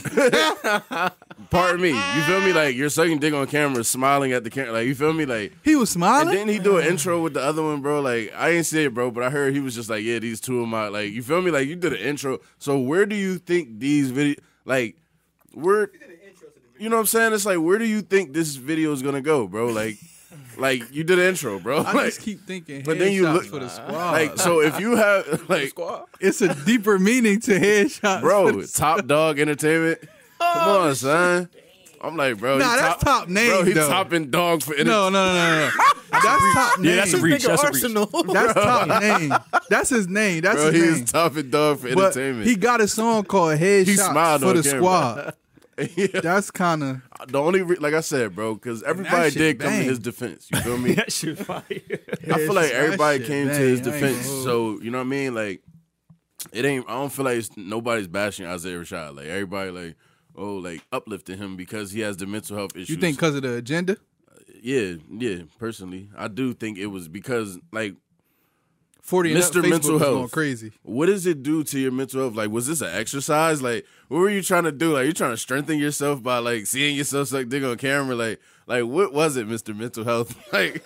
[SPEAKER 7] Pardon me. You feel me? Like you're sucking dick on camera, smiling at the camera. Like you feel me? Like
[SPEAKER 2] He was
[SPEAKER 7] and
[SPEAKER 2] smiling.
[SPEAKER 7] didn't he do an intro with the other one, bro? Like I ain't say it, bro, but I heard he was just like, yeah, these two of my like, you feel me? Like you did an intro. So where do you think these video? Like, where, you know what I'm saying? It's like, where do you think this video is gonna go, bro? Like, like you did an intro, bro.
[SPEAKER 2] I
[SPEAKER 7] like,
[SPEAKER 2] just keep thinking.
[SPEAKER 7] but then you
[SPEAKER 2] headshots
[SPEAKER 7] look
[SPEAKER 2] for the squad.
[SPEAKER 7] like, so if you have like,
[SPEAKER 3] Squad.
[SPEAKER 2] it's a deeper meaning to headshots. for
[SPEAKER 7] bro,
[SPEAKER 2] the-
[SPEAKER 7] Top Dog Entertainment. Come on, son. I'm like, bro,
[SPEAKER 2] Oh, nah,
[SPEAKER 7] he
[SPEAKER 2] that's
[SPEAKER 7] top-
[SPEAKER 2] top name.
[SPEAKER 7] Bro, he's
[SPEAKER 2] though.
[SPEAKER 7] topping dog for
[SPEAKER 2] No, no, no, no, no. that's top name.
[SPEAKER 1] Yeah, that's a reach. That's a reach.
[SPEAKER 2] That's top name. That's his name. That's
[SPEAKER 7] Bro,
[SPEAKER 2] his
[SPEAKER 7] he's
[SPEAKER 2] name.
[SPEAKER 7] topping dog for
[SPEAKER 2] But
[SPEAKER 7] entertainment.
[SPEAKER 2] he got a song called Headshots
[SPEAKER 7] smiled
[SPEAKER 2] for
[SPEAKER 7] on
[SPEAKER 2] the
[SPEAKER 7] camera.
[SPEAKER 2] squad.
[SPEAKER 7] Yeah.
[SPEAKER 2] That's kind of
[SPEAKER 7] The only, re- like I said, bro, because everybody
[SPEAKER 2] shit
[SPEAKER 7] did come to
[SPEAKER 2] bang.
[SPEAKER 7] his defense. You feel me?
[SPEAKER 1] That shit fire.
[SPEAKER 7] I feel like
[SPEAKER 2] That
[SPEAKER 7] everybody
[SPEAKER 2] shit
[SPEAKER 7] came to
[SPEAKER 2] bang.
[SPEAKER 7] his
[SPEAKER 2] I ain't
[SPEAKER 7] defense.
[SPEAKER 2] gonna hold
[SPEAKER 7] So you know what I mean? Like it ain't. I don't feel like it's, nobody's bashing Isaiah Rashad. Like everybody, like oh, like uplifting him because he has the mental health issues.
[SPEAKER 2] you think because of the agenda.
[SPEAKER 7] Yeah, yeah. Personally, I do think it was because like.
[SPEAKER 2] Forty and
[SPEAKER 7] Mr.
[SPEAKER 2] Up, Facebook
[SPEAKER 7] Mental
[SPEAKER 2] was
[SPEAKER 7] Health.
[SPEAKER 2] going crazy.
[SPEAKER 7] What does it do to your mental health? Like, was this an exercise? Like, what were you trying to do? Like, you trying to strengthen yourself by like seeing yourself suck dick on camera? Like, like what was it, Mister Mental Health? Like,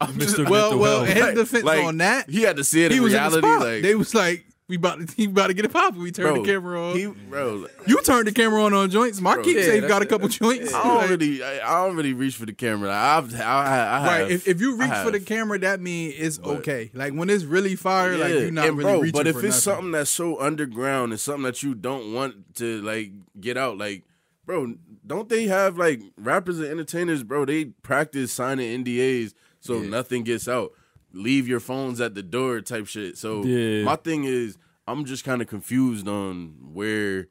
[SPEAKER 7] I'm just-
[SPEAKER 1] Mr.
[SPEAKER 2] Well,
[SPEAKER 1] Mental
[SPEAKER 2] well,
[SPEAKER 1] health.
[SPEAKER 2] his
[SPEAKER 7] like-
[SPEAKER 2] defense
[SPEAKER 7] like,
[SPEAKER 2] on that,
[SPEAKER 7] he had to see it
[SPEAKER 2] he
[SPEAKER 7] in
[SPEAKER 2] was
[SPEAKER 7] reality.
[SPEAKER 2] in the spot.
[SPEAKER 7] Like,
[SPEAKER 2] they was like, "We about to, he about to get it popping." We turned the camera on.
[SPEAKER 7] He, bro, like,
[SPEAKER 2] you turned the camera on on joints. Marquis
[SPEAKER 3] Yeah,
[SPEAKER 2] safe got a
[SPEAKER 3] that's-
[SPEAKER 2] couple joints.
[SPEAKER 7] I don't
[SPEAKER 2] Like,
[SPEAKER 7] really, I, I don't really reach for the camera. Like, I've, I, I, I
[SPEAKER 2] Right,
[SPEAKER 7] have,
[SPEAKER 2] if, if you
[SPEAKER 7] I
[SPEAKER 2] reach for the
[SPEAKER 7] have.
[SPEAKER 2] camera, that mean it's
[SPEAKER 7] But-
[SPEAKER 2] okay. Like when it's really fire, like you're not
[SPEAKER 7] and
[SPEAKER 2] really
[SPEAKER 7] bro,
[SPEAKER 2] reaching
[SPEAKER 7] but if
[SPEAKER 2] for
[SPEAKER 7] it's
[SPEAKER 2] nothing.
[SPEAKER 7] something that's so underground and something that you don't want to like get out, like, bro, don't they have like rappers and entertainers, bro? They practice signing NDAs so nothing gets out. Leave your phones at the door, type shit. So
[SPEAKER 1] Yeah.
[SPEAKER 7] my thing is, I'm just kind of confused on where.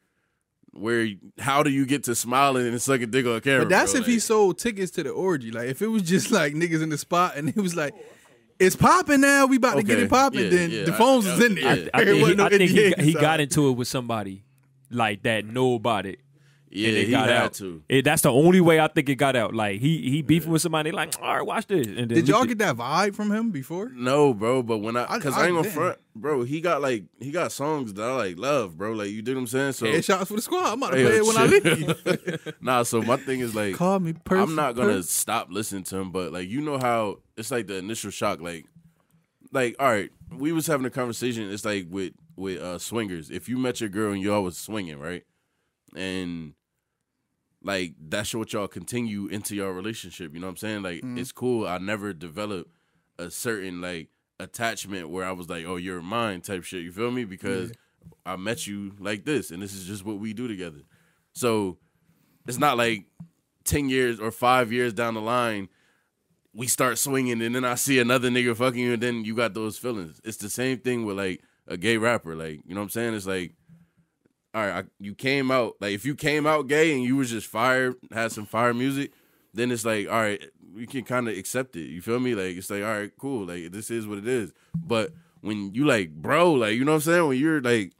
[SPEAKER 7] Where how do you get to smiling and sucking dick on camera?
[SPEAKER 2] But that's
[SPEAKER 7] bro?
[SPEAKER 2] if he
[SPEAKER 7] Like-
[SPEAKER 2] sold tickets to the orgy. Like if it was just like niggas in the spot and it was like, it's popping now. We about to get
[SPEAKER 7] Okay.
[SPEAKER 2] it popping.
[SPEAKER 7] Yeah,
[SPEAKER 2] then
[SPEAKER 7] yeah,
[SPEAKER 2] the
[SPEAKER 7] I-
[SPEAKER 2] phones
[SPEAKER 7] I-
[SPEAKER 2] is in there.
[SPEAKER 7] I-
[SPEAKER 1] I
[SPEAKER 2] There
[SPEAKER 1] think, he,
[SPEAKER 2] wasn't no
[SPEAKER 1] I think he,
[SPEAKER 2] NDAs,
[SPEAKER 1] got- he
[SPEAKER 2] so-
[SPEAKER 1] got into it with somebody like that know about it.
[SPEAKER 7] yeah,
[SPEAKER 1] and it
[SPEAKER 7] he
[SPEAKER 1] got
[SPEAKER 7] had
[SPEAKER 1] out.
[SPEAKER 7] to.
[SPEAKER 1] It, that's the only way I think it got out. Like he he beefing with somebody. Like all right, watch this. And then
[SPEAKER 2] Did y'all
[SPEAKER 1] leaked
[SPEAKER 2] get that vibe from him before?
[SPEAKER 7] No, bro, but when I
[SPEAKER 2] I-
[SPEAKER 7] because I,
[SPEAKER 2] I
[SPEAKER 7] ain't gonna
[SPEAKER 2] didn't.
[SPEAKER 7] front, bro. He got like he got songs that I like love, bro. Like you did what I'm saying. So
[SPEAKER 2] Headshots for the squad. I'm about to
[SPEAKER 7] Hey,
[SPEAKER 2] play it when I
[SPEAKER 7] shit.
[SPEAKER 2] leave.
[SPEAKER 7] nah, so my thing is like
[SPEAKER 2] Call me person.
[SPEAKER 7] I'm not gonna stop listening to him, but like you know how it's like the initial shock, like like all right, we was having a conversation. It's like with with uh swingers. If you met your girl and y'all was swinging, right, and like that's what y'all continue into your relationship. You know what I'm saying? Like it's cool. I never developed a certain like attachment where I was like, oh, you're mine type shit. You feel me? Because I met you like this, and this is just what we do together. So it's not like 10 years or five years down the line, we start swinging and then I see another nigga fucking you and then you got those feelings. It's the same thing with like a gay rapper. Like, you know what I'm saying? It's like, all right, I, you came out, like if you came out gay and you was just fire, had some fire music, then it's like, all right, we can kind of accept it. You feel me? Like, it's like, all right, cool. Like, this is what it is. But when you like, bro, like, you know what I'm saying? When you're like,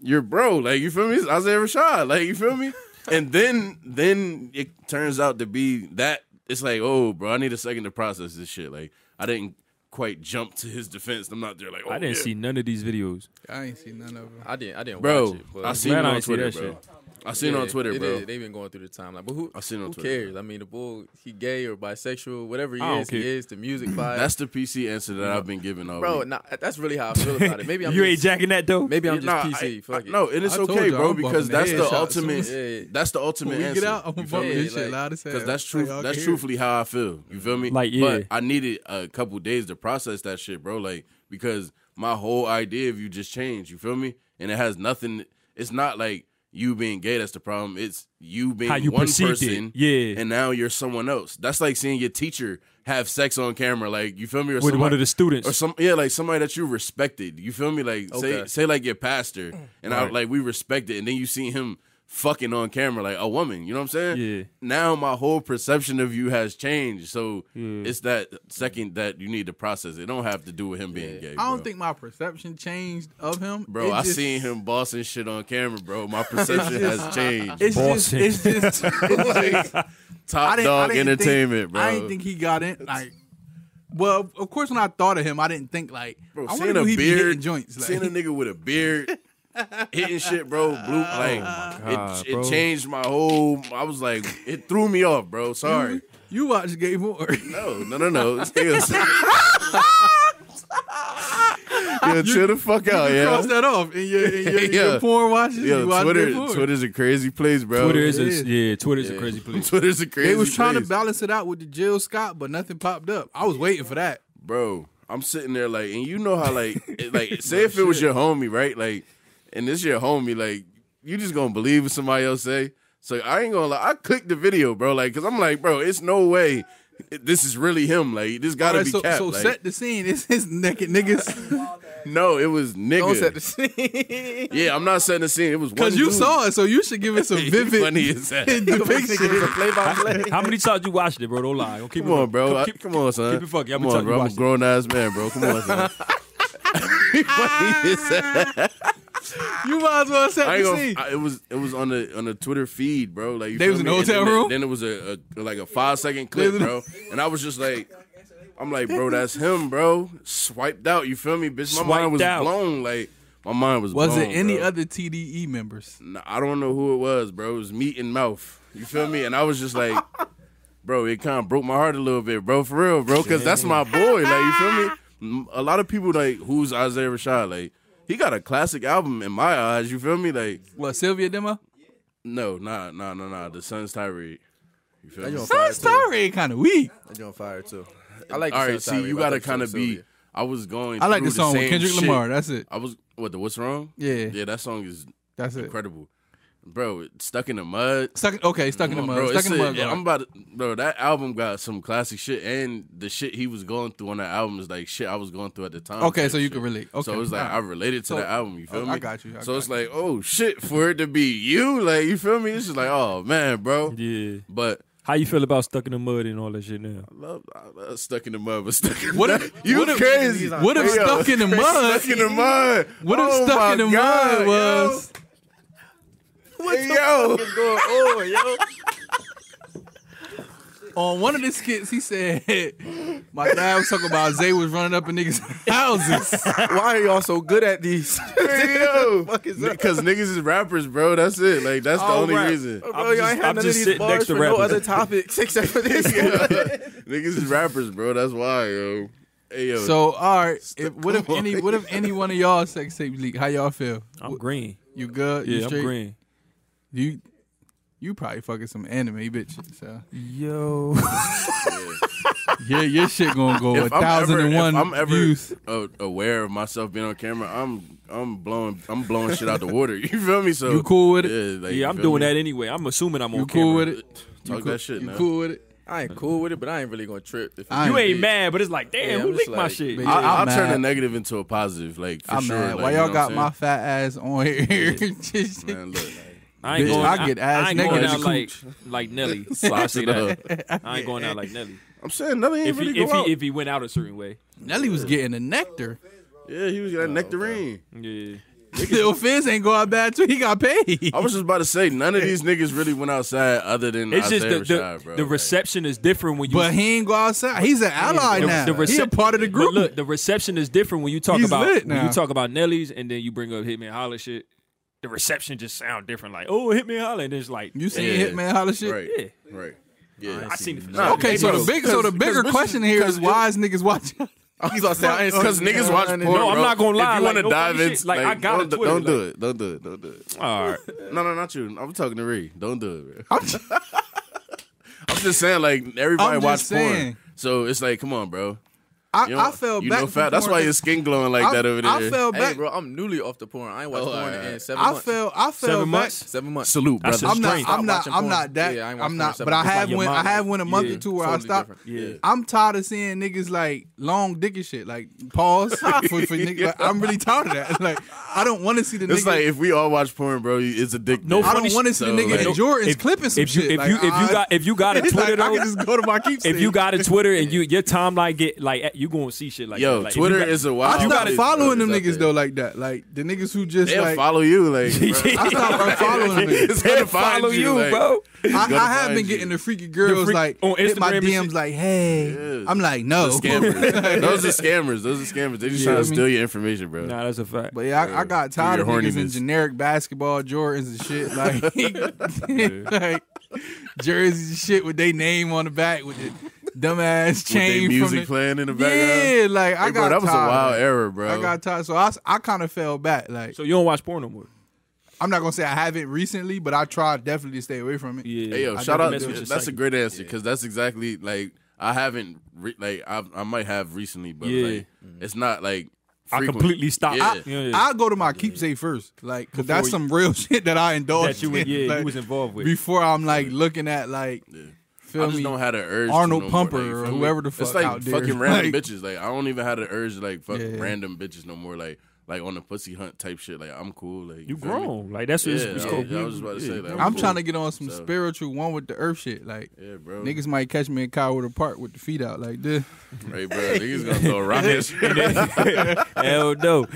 [SPEAKER 7] your bro. Like you feel me? It's Isaiah Rashad. Like you feel me? And then then it turns out to be that it's like, oh bro, I need a second to process this shit. Like I didn't quite jump to his defense. I'm not there like oh,
[SPEAKER 1] I didn't
[SPEAKER 7] yeah.
[SPEAKER 1] see none of these videos.
[SPEAKER 2] I ain't seen none of them.
[SPEAKER 3] I didn't. I didn't
[SPEAKER 7] Bro,
[SPEAKER 3] watch it. But
[SPEAKER 7] I seen
[SPEAKER 1] glad
[SPEAKER 7] it
[SPEAKER 1] I
[SPEAKER 7] on
[SPEAKER 1] ain't see
[SPEAKER 7] Twitter,
[SPEAKER 1] that
[SPEAKER 7] bro.
[SPEAKER 1] shit.
[SPEAKER 7] I seen it
[SPEAKER 3] Yeah,
[SPEAKER 7] on Twitter,
[SPEAKER 3] they,
[SPEAKER 7] bro.
[SPEAKER 3] They've been going through the timeline, but who?
[SPEAKER 7] I seen it on
[SPEAKER 3] who
[SPEAKER 7] Twitter,
[SPEAKER 3] cares? I mean, the bull. He gay or bisexual, whatever he
[SPEAKER 1] I don't
[SPEAKER 3] is. He
[SPEAKER 1] care.
[SPEAKER 3] is the music vibe.
[SPEAKER 7] That's the PC answer that I've been giving all
[SPEAKER 3] bro.
[SPEAKER 7] week.
[SPEAKER 3] Nah, that's really how I feel about it. Maybe I'm
[SPEAKER 1] you
[SPEAKER 3] just,
[SPEAKER 1] ain't jacking that though.
[SPEAKER 3] Maybe I'm just
[SPEAKER 7] Nah,
[SPEAKER 3] PC.
[SPEAKER 7] I-
[SPEAKER 3] Fuck
[SPEAKER 7] I-
[SPEAKER 3] it.
[SPEAKER 7] no, and it's
[SPEAKER 2] I told
[SPEAKER 7] okay,
[SPEAKER 2] y'all,
[SPEAKER 7] bro,
[SPEAKER 2] I'm
[SPEAKER 7] because
[SPEAKER 2] bumping
[SPEAKER 7] that's
[SPEAKER 2] the
[SPEAKER 7] the
[SPEAKER 2] headshots as
[SPEAKER 7] ultimate.
[SPEAKER 3] soon as-
[SPEAKER 7] That's the ultimate
[SPEAKER 2] When we
[SPEAKER 7] answer.
[SPEAKER 2] get out, I'm gonna
[SPEAKER 3] feel
[SPEAKER 2] bump
[SPEAKER 3] me?
[SPEAKER 2] this shit
[SPEAKER 3] Like,
[SPEAKER 2] loud as hell.
[SPEAKER 7] Because that's
[SPEAKER 2] So
[SPEAKER 7] true.
[SPEAKER 2] y'all can
[SPEAKER 7] That's
[SPEAKER 2] hear it.
[SPEAKER 7] truthfully how I feel. You feel me?
[SPEAKER 1] Like, yeah.
[SPEAKER 7] But I needed a couple days to process that shit, bro. Like because my whole idea of you just changed. You feel me? And it has nothing. It's not like you being gay that's the problem. It's you being
[SPEAKER 1] How you
[SPEAKER 7] one
[SPEAKER 1] perceived it.
[SPEAKER 7] person.
[SPEAKER 1] Yeah.
[SPEAKER 7] And now you're someone else. That's like seeing your teacher have sex on camera. Like you feel me? Or
[SPEAKER 1] With one of the students.
[SPEAKER 7] Or some yeah, like somebody that you respected. You feel me? Like say
[SPEAKER 3] Okay.
[SPEAKER 7] say like your pastor, and I like we respect it, and then you see him fucking on camera like a woman. You know what I'm saying?
[SPEAKER 1] Yeah.
[SPEAKER 7] Now my whole perception of you has changed. So it's that second that you need to process. It don't have to do with him being gay.
[SPEAKER 2] I don't
[SPEAKER 7] bro.
[SPEAKER 2] think my perception changed of him.
[SPEAKER 7] Bro,
[SPEAKER 2] It
[SPEAKER 7] I
[SPEAKER 2] just-
[SPEAKER 7] seen him bossing shit on camera, bro. My perception has changed.
[SPEAKER 2] It's just,
[SPEAKER 1] Bossing.
[SPEAKER 2] it's just, it's just
[SPEAKER 7] Top dog entertainment,
[SPEAKER 2] think,
[SPEAKER 7] bro.
[SPEAKER 2] I didn't think he got in. Like, well, of course, when I thought of him, I didn't think like,
[SPEAKER 7] Bro,
[SPEAKER 2] I
[SPEAKER 7] seeing
[SPEAKER 2] wonder
[SPEAKER 7] a
[SPEAKER 2] who he be
[SPEAKER 7] beard,
[SPEAKER 2] hitting joints. Like, Oh
[SPEAKER 7] seeing a nigga with a beard hitting shit, bro, blue, like
[SPEAKER 1] God,
[SPEAKER 7] it,
[SPEAKER 1] bro.
[SPEAKER 7] it changed my whole. I was like, it threw me off, bro. Sorry,
[SPEAKER 2] you watch Mm-hmm. Game Boy.
[SPEAKER 7] no, no, no, no. It's still- Yo, chill the fuck out,
[SPEAKER 2] you
[SPEAKER 7] yeah.
[SPEAKER 2] cross that off in your, in your, in your
[SPEAKER 7] Yeah.
[SPEAKER 2] porn watches. you
[SPEAKER 7] Yo,
[SPEAKER 2] watch
[SPEAKER 7] Twitter,
[SPEAKER 2] good porn.
[SPEAKER 7] Twitter's a crazy place, bro.
[SPEAKER 1] Twitter is
[SPEAKER 2] it
[SPEAKER 1] a,
[SPEAKER 2] is.
[SPEAKER 1] yeah, Twitter's a
[SPEAKER 7] Yeah.
[SPEAKER 1] crazy place.
[SPEAKER 7] Twitter's a crazy.
[SPEAKER 2] They was trying
[SPEAKER 7] place.
[SPEAKER 2] to balance it out with the Jill Scott, but nothing popped up. I was waiting for that.
[SPEAKER 7] bro. I'm sitting there like, and you know how like, it, like, say if it was your homie, right? Like, and this your homie, like, you just gonna believe what somebody else say. So I ain't gonna lie. I clicked the video, bro. Like, cause I'm like, bro, it's no way. it- This is really him. Like, this gotta
[SPEAKER 2] Alright,
[SPEAKER 7] be
[SPEAKER 2] so
[SPEAKER 7] capped.
[SPEAKER 2] so
[SPEAKER 7] like,
[SPEAKER 2] set the scene. It's his naked niggas
[SPEAKER 7] no, it was nigga.
[SPEAKER 3] Don't set the scene.
[SPEAKER 7] yeah, I'm not setting the scene. It was
[SPEAKER 2] because you saw it, so you should give it some vivid
[SPEAKER 7] Funny as that.
[SPEAKER 2] depiction.
[SPEAKER 3] play by play.
[SPEAKER 1] How many times you watched it, bro? Don't lie. Don't keep
[SPEAKER 7] Come
[SPEAKER 1] it
[SPEAKER 7] on, bro. I-
[SPEAKER 1] Keep,
[SPEAKER 7] come on, son.
[SPEAKER 1] keep it fucking. I've
[SPEAKER 7] Come
[SPEAKER 1] been telling
[SPEAKER 7] on,
[SPEAKER 1] you
[SPEAKER 7] bro. I'm a
[SPEAKER 1] watch it.
[SPEAKER 7] grown ass man, bro. Come on, son. Funny as that.
[SPEAKER 2] you might as well set
[SPEAKER 7] I
[SPEAKER 2] the
[SPEAKER 7] ain't
[SPEAKER 2] scene.
[SPEAKER 7] gonna, I, it was it was on the on the Twitter feed, bro. Like you
[SPEAKER 2] They
[SPEAKER 7] feel
[SPEAKER 2] was in
[SPEAKER 7] me?
[SPEAKER 2] the
[SPEAKER 7] And
[SPEAKER 2] hotel
[SPEAKER 7] then,
[SPEAKER 2] room?
[SPEAKER 7] Then it was a, a like a five second clip,
[SPEAKER 2] was in-
[SPEAKER 7] bro. And I was just like, I'm like, bro, that's him, bro. Swiped out. You feel me, bitch? My mind
[SPEAKER 1] Swiped
[SPEAKER 7] was
[SPEAKER 1] out.
[SPEAKER 7] blown. Like my mind was.
[SPEAKER 2] was
[SPEAKER 7] blown,
[SPEAKER 2] it any
[SPEAKER 7] bro.
[SPEAKER 2] other TDE members?
[SPEAKER 7] Nah, I don't know who it was, bro. It was meat and mouth. You feel me? And I was just like, bro, it kind of broke my heart a little bit, bro, for real, bro, because that's my boy. Like, you feel me? M- A lot of people like, who's Isaiah Rashad? Like, he got a classic album in my eyes. You feel me? Like,
[SPEAKER 2] What Sylvia Demo?
[SPEAKER 7] no, nah, nah, nah, nah. The Sun's Tyree. You feel me?
[SPEAKER 3] That joint fire
[SPEAKER 2] That
[SPEAKER 3] too.
[SPEAKER 2] story kind of weak.
[SPEAKER 3] That joint fire too. I like.
[SPEAKER 7] All
[SPEAKER 3] the
[SPEAKER 7] right,
[SPEAKER 3] Sun
[SPEAKER 7] see,
[SPEAKER 3] Tyree,
[SPEAKER 7] you
[SPEAKER 3] but I
[SPEAKER 7] gotta
[SPEAKER 3] think so
[SPEAKER 7] kind of
[SPEAKER 3] does
[SPEAKER 7] be.
[SPEAKER 3] Sylvia.
[SPEAKER 7] I was going.
[SPEAKER 2] I like
[SPEAKER 7] through
[SPEAKER 2] the song with
[SPEAKER 7] same
[SPEAKER 2] Kendrick
[SPEAKER 7] shit.
[SPEAKER 2] Lamar. That's it.
[SPEAKER 7] I was what the what's wrong?
[SPEAKER 2] Yeah.
[SPEAKER 7] yeah, that song is
[SPEAKER 2] That's it.
[SPEAKER 7] incredible, bro. It's stuck in the mud.
[SPEAKER 2] Stuck. Okay, stuck in the
[SPEAKER 7] Come
[SPEAKER 2] mud.
[SPEAKER 7] on, bro.
[SPEAKER 2] stuck in the
[SPEAKER 7] It's a-
[SPEAKER 2] mud.
[SPEAKER 7] yeah, I'm
[SPEAKER 2] guard.
[SPEAKER 7] about to, bro. That album got some classic shit, and the shit he was going through on that album is like shit I was going through at the time.
[SPEAKER 2] Okay,
[SPEAKER 7] type
[SPEAKER 2] so you
[SPEAKER 7] shit.
[SPEAKER 2] can relate. Okay,
[SPEAKER 7] so it's like I
[SPEAKER 2] alright.
[SPEAKER 7] related to
[SPEAKER 2] So-
[SPEAKER 7] that album. You feel
[SPEAKER 2] oh,
[SPEAKER 7] me?
[SPEAKER 2] I got you, I
[SPEAKER 7] so it's
[SPEAKER 2] got
[SPEAKER 7] like, oh shit, for it to be you, like you feel me? It's just like, oh man, bro.
[SPEAKER 1] Yeah.
[SPEAKER 7] But
[SPEAKER 1] How you feel about stuck in the mud and all that shit now?
[SPEAKER 7] I love, I love stuck in the mud, but stuck in
[SPEAKER 2] What
[SPEAKER 7] the
[SPEAKER 2] if-
[SPEAKER 7] you
[SPEAKER 2] what if-
[SPEAKER 7] crazy?
[SPEAKER 2] what if
[SPEAKER 7] Yo,
[SPEAKER 2] stuck in the mud-
[SPEAKER 7] Stuck in the mud.
[SPEAKER 2] What if
[SPEAKER 7] Oh my
[SPEAKER 2] stuck in the
[SPEAKER 7] God,
[SPEAKER 2] mud
[SPEAKER 7] yo.
[SPEAKER 2] was?
[SPEAKER 7] Hey, yo,
[SPEAKER 2] on one of the skits, he said, "My dad was talking about Zay was running up in niggas' houses."
[SPEAKER 3] Why are y'all so good at these?
[SPEAKER 7] Hey, yo.
[SPEAKER 3] fuck is up?
[SPEAKER 7] Because niggas is rappers, bro. That's it. Like that's the
[SPEAKER 3] All
[SPEAKER 7] only
[SPEAKER 3] rap.
[SPEAKER 7] reason.
[SPEAKER 3] Bro,
[SPEAKER 1] I'm
[SPEAKER 3] y'all
[SPEAKER 1] just-
[SPEAKER 3] ain't had
[SPEAKER 1] I'm
[SPEAKER 3] none of
[SPEAKER 1] just
[SPEAKER 3] these
[SPEAKER 1] sitting
[SPEAKER 3] bars
[SPEAKER 1] next to
[SPEAKER 3] for no
[SPEAKER 1] rappers.
[SPEAKER 3] other topics except for this. one.
[SPEAKER 7] Niggas is rappers, bro. That's why, yo. Hey, yo.
[SPEAKER 2] so, all right, if,
[SPEAKER 7] Stuck-
[SPEAKER 2] what if
[SPEAKER 7] come on.
[SPEAKER 2] any, what if any one of y'all sex tape leak? How y'all feel?
[SPEAKER 1] I'm green.
[SPEAKER 2] You good? you
[SPEAKER 1] Yeah, I'm
[SPEAKER 2] straight?
[SPEAKER 1] green.
[SPEAKER 2] You, you probably fucking some anime bitches. So,
[SPEAKER 1] Yo.
[SPEAKER 2] yeah, your shit gonna go a thousand and one
[SPEAKER 7] if I'm ever
[SPEAKER 2] views.
[SPEAKER 7] a- aware of myself being on camera, I'm I'm blowing I'm blowing shit out the water. You feel me? So
[SPEAKER 2] You cool with it?
[SPEAKER 7] Yeah, like,
[SPEAKER 1] yeah, I'm doing that anyway. I'm assuming I'm on
[SPEAKER 2] You cool
[SPEAKER 1] camera.
[SPEAKER 2] with it?
[SPEAKER 7] Talk
[SPEAKER 2] you cool,
[SPEAKER 7] that shit.
[SPEAKER 2] You
[SPEAKER 7] now.
[SPEAKER 2] cool with it?
[SPEAKER 3] I ain't cool with it, but I ain't really gonna trip. If
[SPEAKER 2] I
[SPEAKER 1] You ain't
[SPEAKER 3] Yeah.
[SPEAKER 1] mad, but it's like,
[SPEAKER 3] Yeah,
[SPEAKER 1] damn,
[SPEAKER 3] I'm
[SPEAKER 1] who
[SPEAKER 3] just
[SPEAKER 1] leaked my
[SPEAKER 3] like,
[SPEAKER 1] shit?
[SPEAKER 2] man,
[SPEAKER 7] I,
[SPEAKER 2] I'm
[SPEAKER 7] I'll turn
[SPEAKER 2] mad.
[SPEAKER 7] a negative into a positive, like for
[SPEAKER 2] I'm
[SPEAKER 7] sure.
[SPEAKER 2] mad.
[SPEAKER 7] like,
[SPEAKER 2] Why
[SPEAKER 7] you
[SPEAKER 2] y'all
[SPEAKER 7] know
[SPEAKER 2] got
[SPEAKER 7] what
[SPEAKER 2] my
[SPEAKER 7] I'm
[SPEAKER 2] fat ass on here? Just-
[SPEAKER 7] saying? Man, look,
[SPEAKER 1] I ain't
[SPEAKER 2] Bitch,
[SPEAKER 1] going.
[SPEAKER 2] I get ass
[SPEAKER 1] I ain't going
[SPEAKER 2] naked
[SPEAKER 1] out
[SPEAKER 2] as a
[SPEAKER 1] like like Nelly. So I say that. I ain't going out like Nelly.
[SPEAKER 7] I'm saying nothing. Ain't
[SPEAKER 1] If
[SPEAKER 7] really
[SPEAKER 1] he
[SPEAKER 7] go
[SPEAKER 1] if
[SPEAKER 7] out.
[SPEAKER 1] he if he went out a certain way.
[SPEAKER 2] Nelly was getting a nectar.
[SPEAKER 7] yeah, he was that nectarine.
[SPEAKER 1] Yeah.
[SPEAKER 2] Lil Fizz ain't going out bad too. He got paid.
[SPEAKER 7] I was just about to say none of these niggas really went outside other than
[SPEAKER 1] It's just
[SPEAKER 7] Isaiah
[SPEAKER 1] the
[SPEAKER 7] Rashad,
[SPEAKER 1] the,
[SPEAKER 7] bro.
[SPEAKER 1] the
[SPEAKER 7] Like,
[SPEAKER 1] reception is different when you.
[SPEAKER 2] But he ain't go outside. He's an ally
[SPEAKER 1] the-
[SPEAKER 2] now.
[SPEAKER 1] the
[SPEAKER 2] he a
[SPEAKER 1] recep-
[SPEAKER 2] part of the
[SPEAKER 1] but
[SPEAKER 2] group.
[SPEAKER 1] look, the reception is different when you talk
[SPEAKER 2] He's
[SPEAKER 1] about
[SPEAKER 2] lit
[SPEAKER 1] when
[SPEAKER 2] now.
[SPEAKER 1] you talk about Nelly's and then you bring up Hitman Holler shit. The reception just sound different. Like, oh, Hitman Holler, and it's like,
[SPEAKER 2] you seen
[SPEAKER 7] Yeah.
[SPEAKER 2] Hitman holler shit?
[SPEAKER 7] right,
[SPEAKER 1] yeah,
[SPEAKER 7] right, yeah.
[SPEAKER 1] I seen it. For
[SPEAKER 7] Nah,
[SPEAKER 2] Okay, so the big, so the bigger
[SPEAKER 7] bitches-
[SPEAKER 2] question here is
[SPEAKER 7] cause
[SPEAKER 2] why is niggas watching?
[SPEAKER 3] He's gonna say I ain't
[SPEAKER 7] Because
[SPEAKER 3] seen it.
[SPEAKER 7] niggas watch porn.
[SPEAKER 1] No, I'm
[SPEAKER 7] bro.
[SPEAKER 1] not gonna lie,
[SPEAKER 7] If
[SPEAKER 1] like,
[SPEAKER 7] you want to
[SPEAKER 1] no
[SPEAKER 7] dive
[SPEAKER 1] funny
[SPEAKER 7] in,
[SPEAKER 1] shit. Like, I got
[SPEAKER 7] don't,
[SPEAKER 1] a Twitter,
[SPEAKER 7] Don't do
[SPEAKER 1] like-
[SPEAKER 7] it. Don't do it. Don't do it.
[SPEAKER 1] all right.
[SPEAKER 7] No, no, not you. I'm talking to Ree. Don't do it. Ree. I'm just saying, like everybody
[SPEAKER 2] I'm just
[SPEAKER 7] watch
[SPEAKER 2] saying.
[SPEAKER 7] porn, so it's like, come on, bro.
[SPEAKER 2] I,
[SPEAKER 7] You
[SPEAKER 2] I
[SPEAKER 7] know-
[SPEAKER 2] fell
[SPEAKER 7] you
[SPEAKER 2] back.
[SPEAKER 7] know
[SPEAKER 2] from
[SPEAKER 7] fat. That's
[SPEAKER 2] porn.
[SPEAKER 7] why your skin glowing like
[SPEAKER 2] I-
[SPEAKER 7] that over there.
[SPEAKER 2] I fell
[SPEAKER 3] Hey,
[SPEAKER 2] back.
[SPEAKER 3] bro, I'm newly off the porn. I ain't watched
[SPEAKER 7] Oh,
[SPEAKER 3] porn
[SPEAKER 7] alright.
[SPEAKER 3] in seven
[SPEAKER 2] I
[SPEAKER 3] months.
[SPEAKER 2] fell. I fell
[SPEAKER 1] Seven
[SPEAKER 2] back.
[SPEAKER 1] months?
[SPEAKER 3] seven months.
[SPEAKER 7] Salute,
[SPEAKER 1] That's
[SPEAKER 7] brother.
[SPEAKER 1] a
[SPEAKER 2] I'm not.
[SPEAKER 1] Strange.
[SPEAKER 2] I'm
[SPEAKER 3] Stop
[SPEAKER 2] not.
[SPEAKER 3] watching
[SPEAKER 2] I'm
[SPEAKER 3] porn.
[SPEAKER 2] not that.
[SPEAKER 3] Yeah, I ain't
[SPEAKER 2] I'm
[SPEAKER 3] watching
[SPEAKER 2] not.
[SPEAKER 3] porn
[SPEAKER 2] But I
[SPEAKER 3] seven
[SPEAKER 2] have
[SPEAKER 1] months.
[SPEAKER 2] went. I
[SPEAKER 1] Like your
[SPEAKER 2] have went a month
[SPEAKER 1] Yeah,
[SPEAKER 2] or two where I
[SPEAKER 3] totally
[SPEAKER 2] stopped.
[SPEAKER 3] different.
[SPEAKER 1] Yeah.
[SPEAKER 2] I'm tired of seeing niggas like long dick and shit. Like pause for, for niggas. Like, I'm really tired of that. Like I don't want to see the
[SPEAKER 7] It's
[SPEAKER 2] niggas.
[SPEAKER 7] like if we all watch porn, bro, it's a dick.
[SPEAKER 1] No
[SPEAKER 7] thing.
[SPEAKER 2] I
[SPEAKER 1] funny
[SPEAKER 2] don't want to see
[SPEAKER 7] so,
[SPEAKER 2] the nigga
[SPEAKER 7] like-
[SPEAKER 2] in Jordans
[SPEAKER 1] If-
[SPEAKER 2] clipping some
[SPEAKER 1] if you
[SPEAKER 2] shit.
[SPEAKER 1] if
[SPEAKER 2] Like,
[SPEAKER 1] you if
[SPEAKER 2] I-
[SPEAKER 1] you got if you got a
[SPEAKER 2] It's like,
[SPEAKER 1] Twitter
[SPEAKER 2] I
[SPEAKER 1] though,
[SPEAKER 2] can just go to my keep.
[SPEAKER 1] if you got a Twitter and you your timeline get like you gonna see shit like that.
[SPEAKER 7] Yo,
[SPEAKER 1] Like, if you
[SPEAKER 7] Twitter
[SPEAKER 1] got-
[SPEAKER 7] is a wild.
[SPEAKER 2] I
[SPEAKER 1] you
[SPEAKER 2] stopped
[SPEAKER 1] gotta-
[SPEAKER 2] following them
[SPEAKER 7] It's
[SPEAKER 2] niggas
[SPEAKER 7] up
[SPEAKER 2] though
[SPEAKER 7] there.
[SPEAKER 2] like that. Like the niggas who just
[SPEAKER 7] They'll
[SPEAKER 2] like
[SPEAKER 7] follow you, like. bro.
[SPEAKER 2] I stopped unfollowing them.
[SPEAKER 7] It's
[SPEAKER 2] niggas.
[SPEAKER 7] gonna find
[SPEAKER 1] follow you,
[SPEAKER 7] like-
[SPEAKER 1] bro.
[SPEAKER 7] it's
[SPEAKER 2] I,
[SPEAKER 7] gonna
[SPEAKER 2] I have
[SPEAKER 7] find
[SPEAKER 2] been
[SPEAKER 7] you.
[SPEAKER 2] getting the freaky girls
[SPEAKER 1] freak-
[SPEAKER 2] like
[SPEAKER 1] on
[SPEAKER 2] hit my
[SPEAKER 1] Instagram and
[SPEAKER 2] DMs
[SPEAKER 1] shit?
[SPEAKER 2] like, hey,
[SPEAKER 7] Yeah.
[SPEAKER 2] I'm like, no.
[SPEAKER 7] scammers. Those are scammers. Those are scammers. They just
[SPEAKER 2] Yeah.
[SPEAKER 7] trying to steal your information, bro.
[SPEAKER 1] Nah, that's a fact.
[SPEAKER 2] But yeah, I, I got tired
[SPEAKER 7] your
[SPEAKER 2] of niggas in
[SPEAKER 7] horniness.
[SPEAKER 2] generic basketball Jordans and shit, like, like jerseys and shit with their name on the back with the dumbass chain
[SPEAKER 7] with they music
[SPEAKER 2] from
[SPEAKER 7] playing in the
[SPEAKER 2] the,
[SPEAKER 7] background.
[SPEAKER 2] yeah. Like I
[SPEAKER 7] Hey,
[SPEAKER 2] got
[SPEAKER 7] bro, that was a
[SPEAKER 2] tired.
[SPEAKER 7] wild era, bro.
[SPEAKER 2] I got tired, so I, s- I kind of fell back. Like
[SPEAKER 1] So you don't watch porn no more.
[SPEAKER 2] I'm not gonna say I haven't recently, but I tried definitely to stay away from it.
[SPEAKER 1] Yeah.
[SPEAKER 7] Hey yo,
[SPEAKER 2] I
[SPEAKER 7] shout out.
[SPEAKER 2] definitely
[SPEAKER 1] mess with your
[SPEAKER 7] That's a
[SPEAKER 1] psyche.
[SPEAKER 7] great answer because that's exactly like I haven't re- like I I might have recently, but
[SPEAKER 1] Yeah.
[SPEAKER 7] like
[SPEAKER 2] Mm.
[SPEAKER 7] it's not like
[SPEAKER 1] I
[SPEAKER 7] frequent.
[SPEAKER 1] completely stopped.
[SPEAKER 7] Yeah.
[SPEAKER 1] I, yeah, yeah.
[SPEAKER 2] I go to my keepsake first, like 'cause that's
[SPEAKER 1] you-
[SPEAKER 2] some real shit that I indulged
[SPEAKER 1] that you, were-
[SPEAKER 2] in.
[SPEAKER 1] yeah,
[SPEAKER 2] like,
[SPEAKER 1] you was involved with.
[SPEAKER 2] before I'm like looking at like,
[SPEAKER 7] I
[SPEAKER 2] feel
[SPEAKER 7] just
[SPEAKER 2] me?
[SPEAKER 7] don't have the urge. to
[SPEAKER 2] Arnold
[SPEAKER 7] no
[SPEAKER 2] Pumper
[SPEAKER 7] more, like, you
[SPEAKER 2] or
[SPEAKER 7] feel me?
[SPEAKER 2] whoever the
[SPEAKER 7] It's
[SPEAKER 2] fuck
[SPEAKER 7] like
[SPEAKER 2] out there.
[SPEAKER 7] fucking random
[SPEAKER 2] Like-
[SPEAKER 7] bitches. Like I don't even have the urge to like fuck
[SPEAKER 2] Yeah.
[SPEAKER 7] random bitches no more. Like like on the pussy hunt type shit. Like I'm cool. Like
[SPEAKER 1] you
[SPEAKER 7] feel me?
[SPEAKER 1] grown. Like that's what it's,
[SPEAKER 7] Yeah,
[SPEAKER 1] it's
[SPEAKER 7] I-
[SPEAKER 1] called.
[SPEAKER 7] I was about to say,
[SPEAKER 1] yeah.
[SPEAKER 7] like,
[SPEAKER 2] I'm
[SPEAKER 7] cool.
[SPEAKER 2] trying to get on some
[SPEAKER 7] So-
[SPEAKER 2] spiritual one with the earth shit. Like
[SPEAKER 7] Yeah, bro.
[SPEAKER 2] niggas might catch me in Coward Park with the feet out like this.
[SPEAKER 7] Hey, bro. Niggas gonna throw rockets. niggas
[SPEAKER 1] Hell no.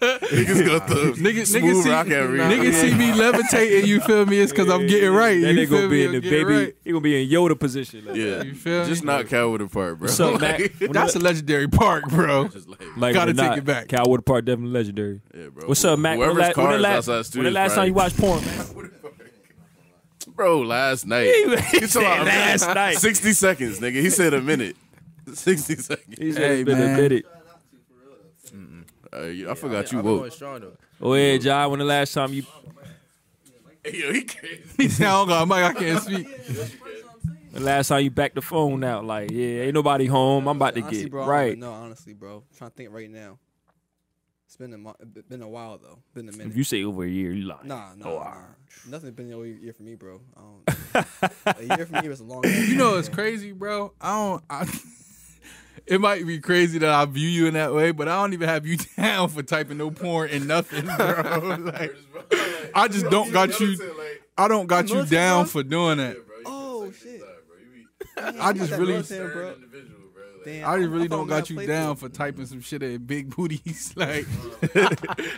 [SPEAKER 7] gonna throw
[SPEAKER 2] Niggas, niggas
[SPEAKER 7] smooth
[SPEAKER 2] see,
[SPEAKER 7] rock at me.
[SPEAKER 2] niggas see me levitating. You feel me? It's because I'm getting right.
[SPEAKER 1] That
[SPEAKER 2] you
[SPEAKER 1] nigga gonna
[SPEAKER 2] feel me?
[SPEAKER 1] be in
[SPEAKER 2] I'm
[SPEAKER 1] the
[SPEAKER 2] getting
[SPEAKER 1] baby.
[SPEAKER 2] right.
[SPEAKER 1] He gonna be in Yoda position. Like,
[SPEAKER 7] Yeah,
[SPEAKER 2] You feel
[SPEAKER 7] just
[SPEAKER 2] me?
[SPEAKER 7] not Coward Apart, bro.
[SPEAKER 1] So
[SPEAKER 7] Like,
[SPEAKER 1] Mac, when
[SPEAKER 2] That's a
[SPEAKER 1] you-
[SPEAKER 2] legendary park, bro.
[SPEAKER 7] just like,
[SPEAKER 1] like,
[SPEAKER 2] gotta
[SPEAKER 1] when
[SPEAKER 2] take
[SPEAKER 1] not,
[SPEAKER 2] it back.
[SPEAKER 1] Cowwood Park definitely legendary.
[SPEAKER 7] yeah, bro.
[SPEAKER 1] What's up, Mac? When the
[SPEAKER 7] Whoever's
[SPEAKER 1] la- when the
[SPEAKER 7] car is
[SPEAKER 1] last,
[SPEAKER 7] outside the
[SPEAKER 1] when the
[SPEAKER 7] studio
[SPEAKER 1] last time
[SPEAKER 7] Friday.
[SPEAKER 1] you watched porn, man?
[SPEAKER 7] Bro, last night.
[SPEAKER 1] He
[SPEAKER 7] He said
[SPEAKER 1] last night.
[SPEAKER 7] 60 seconds, nigga. He said a minute. 60 seconds.
[SPEAKER 1] He
[SPEAKER 2] Hey,
[SPEAKER 1] said it's been a
[SPEAKER 2] man.
[SPEAKER 1] minute.
[SPEAKER 7] Uh, you- I forgot
[SPEAKER 3] I'm
[SPEAKER 7] you woke.
[SPEAKER 3] going strong though.
[SPEAKER 1] Oh yeah, John. When the last time you?
[SPEAKER 7] Hey, yo, he crazy.
[SPEAKER 2] He said, "Oh God, Mike, I can't speak."
[SPEAKER 1] When the last time you backed the phone out? Like, yeah, ain't nobody home. I'm about to
[SPEAKER 4] honestly,
[SPEAKER 1] get
[SPEAKER 4] bro,
[SPEAKER 1] right.
[SPEAKER 4] No, honestly, bro. I'm trying to think right now. It's been a mo- been a while though. Been a minute.
[SPEAKER 1] If you say over a year, you lying.
[SPEAKER 4] Nah, nah,
[SPEAKER 1] Oh,
[SPEAKER 4] nah.
[SPEAKER 1] alright.
[SPEAKER 4] Nothing's been a year for me, bro. I don't, a year for me was a long.
[SPEAKER 2] You know it's crazy, bro. I don't. I, it might be crazy that I view you in that way, but I don't even have you down for typing no porn and nothing, bro. Like, I just don't got you. I don't got you down for doing that.
[SPEAKER 4] Oh shit!
[SPEAKER 2] I just
[SPEAKER 4] That
[SPEAKER 2] really,
[SPEAKER 4] military, bro. Damn,
[SPEAKER 2] I just really
[SPEAKER 4] thought
[SPEAKER 2] don't
[SPEAKER 4] we had
[SPEAKER 2] got you
[SPEAKER 4] played
[SPEAKER 2] down
[SPEAKER 4] that.
[SPEAKER 2] for typing some shit at big booties. Like,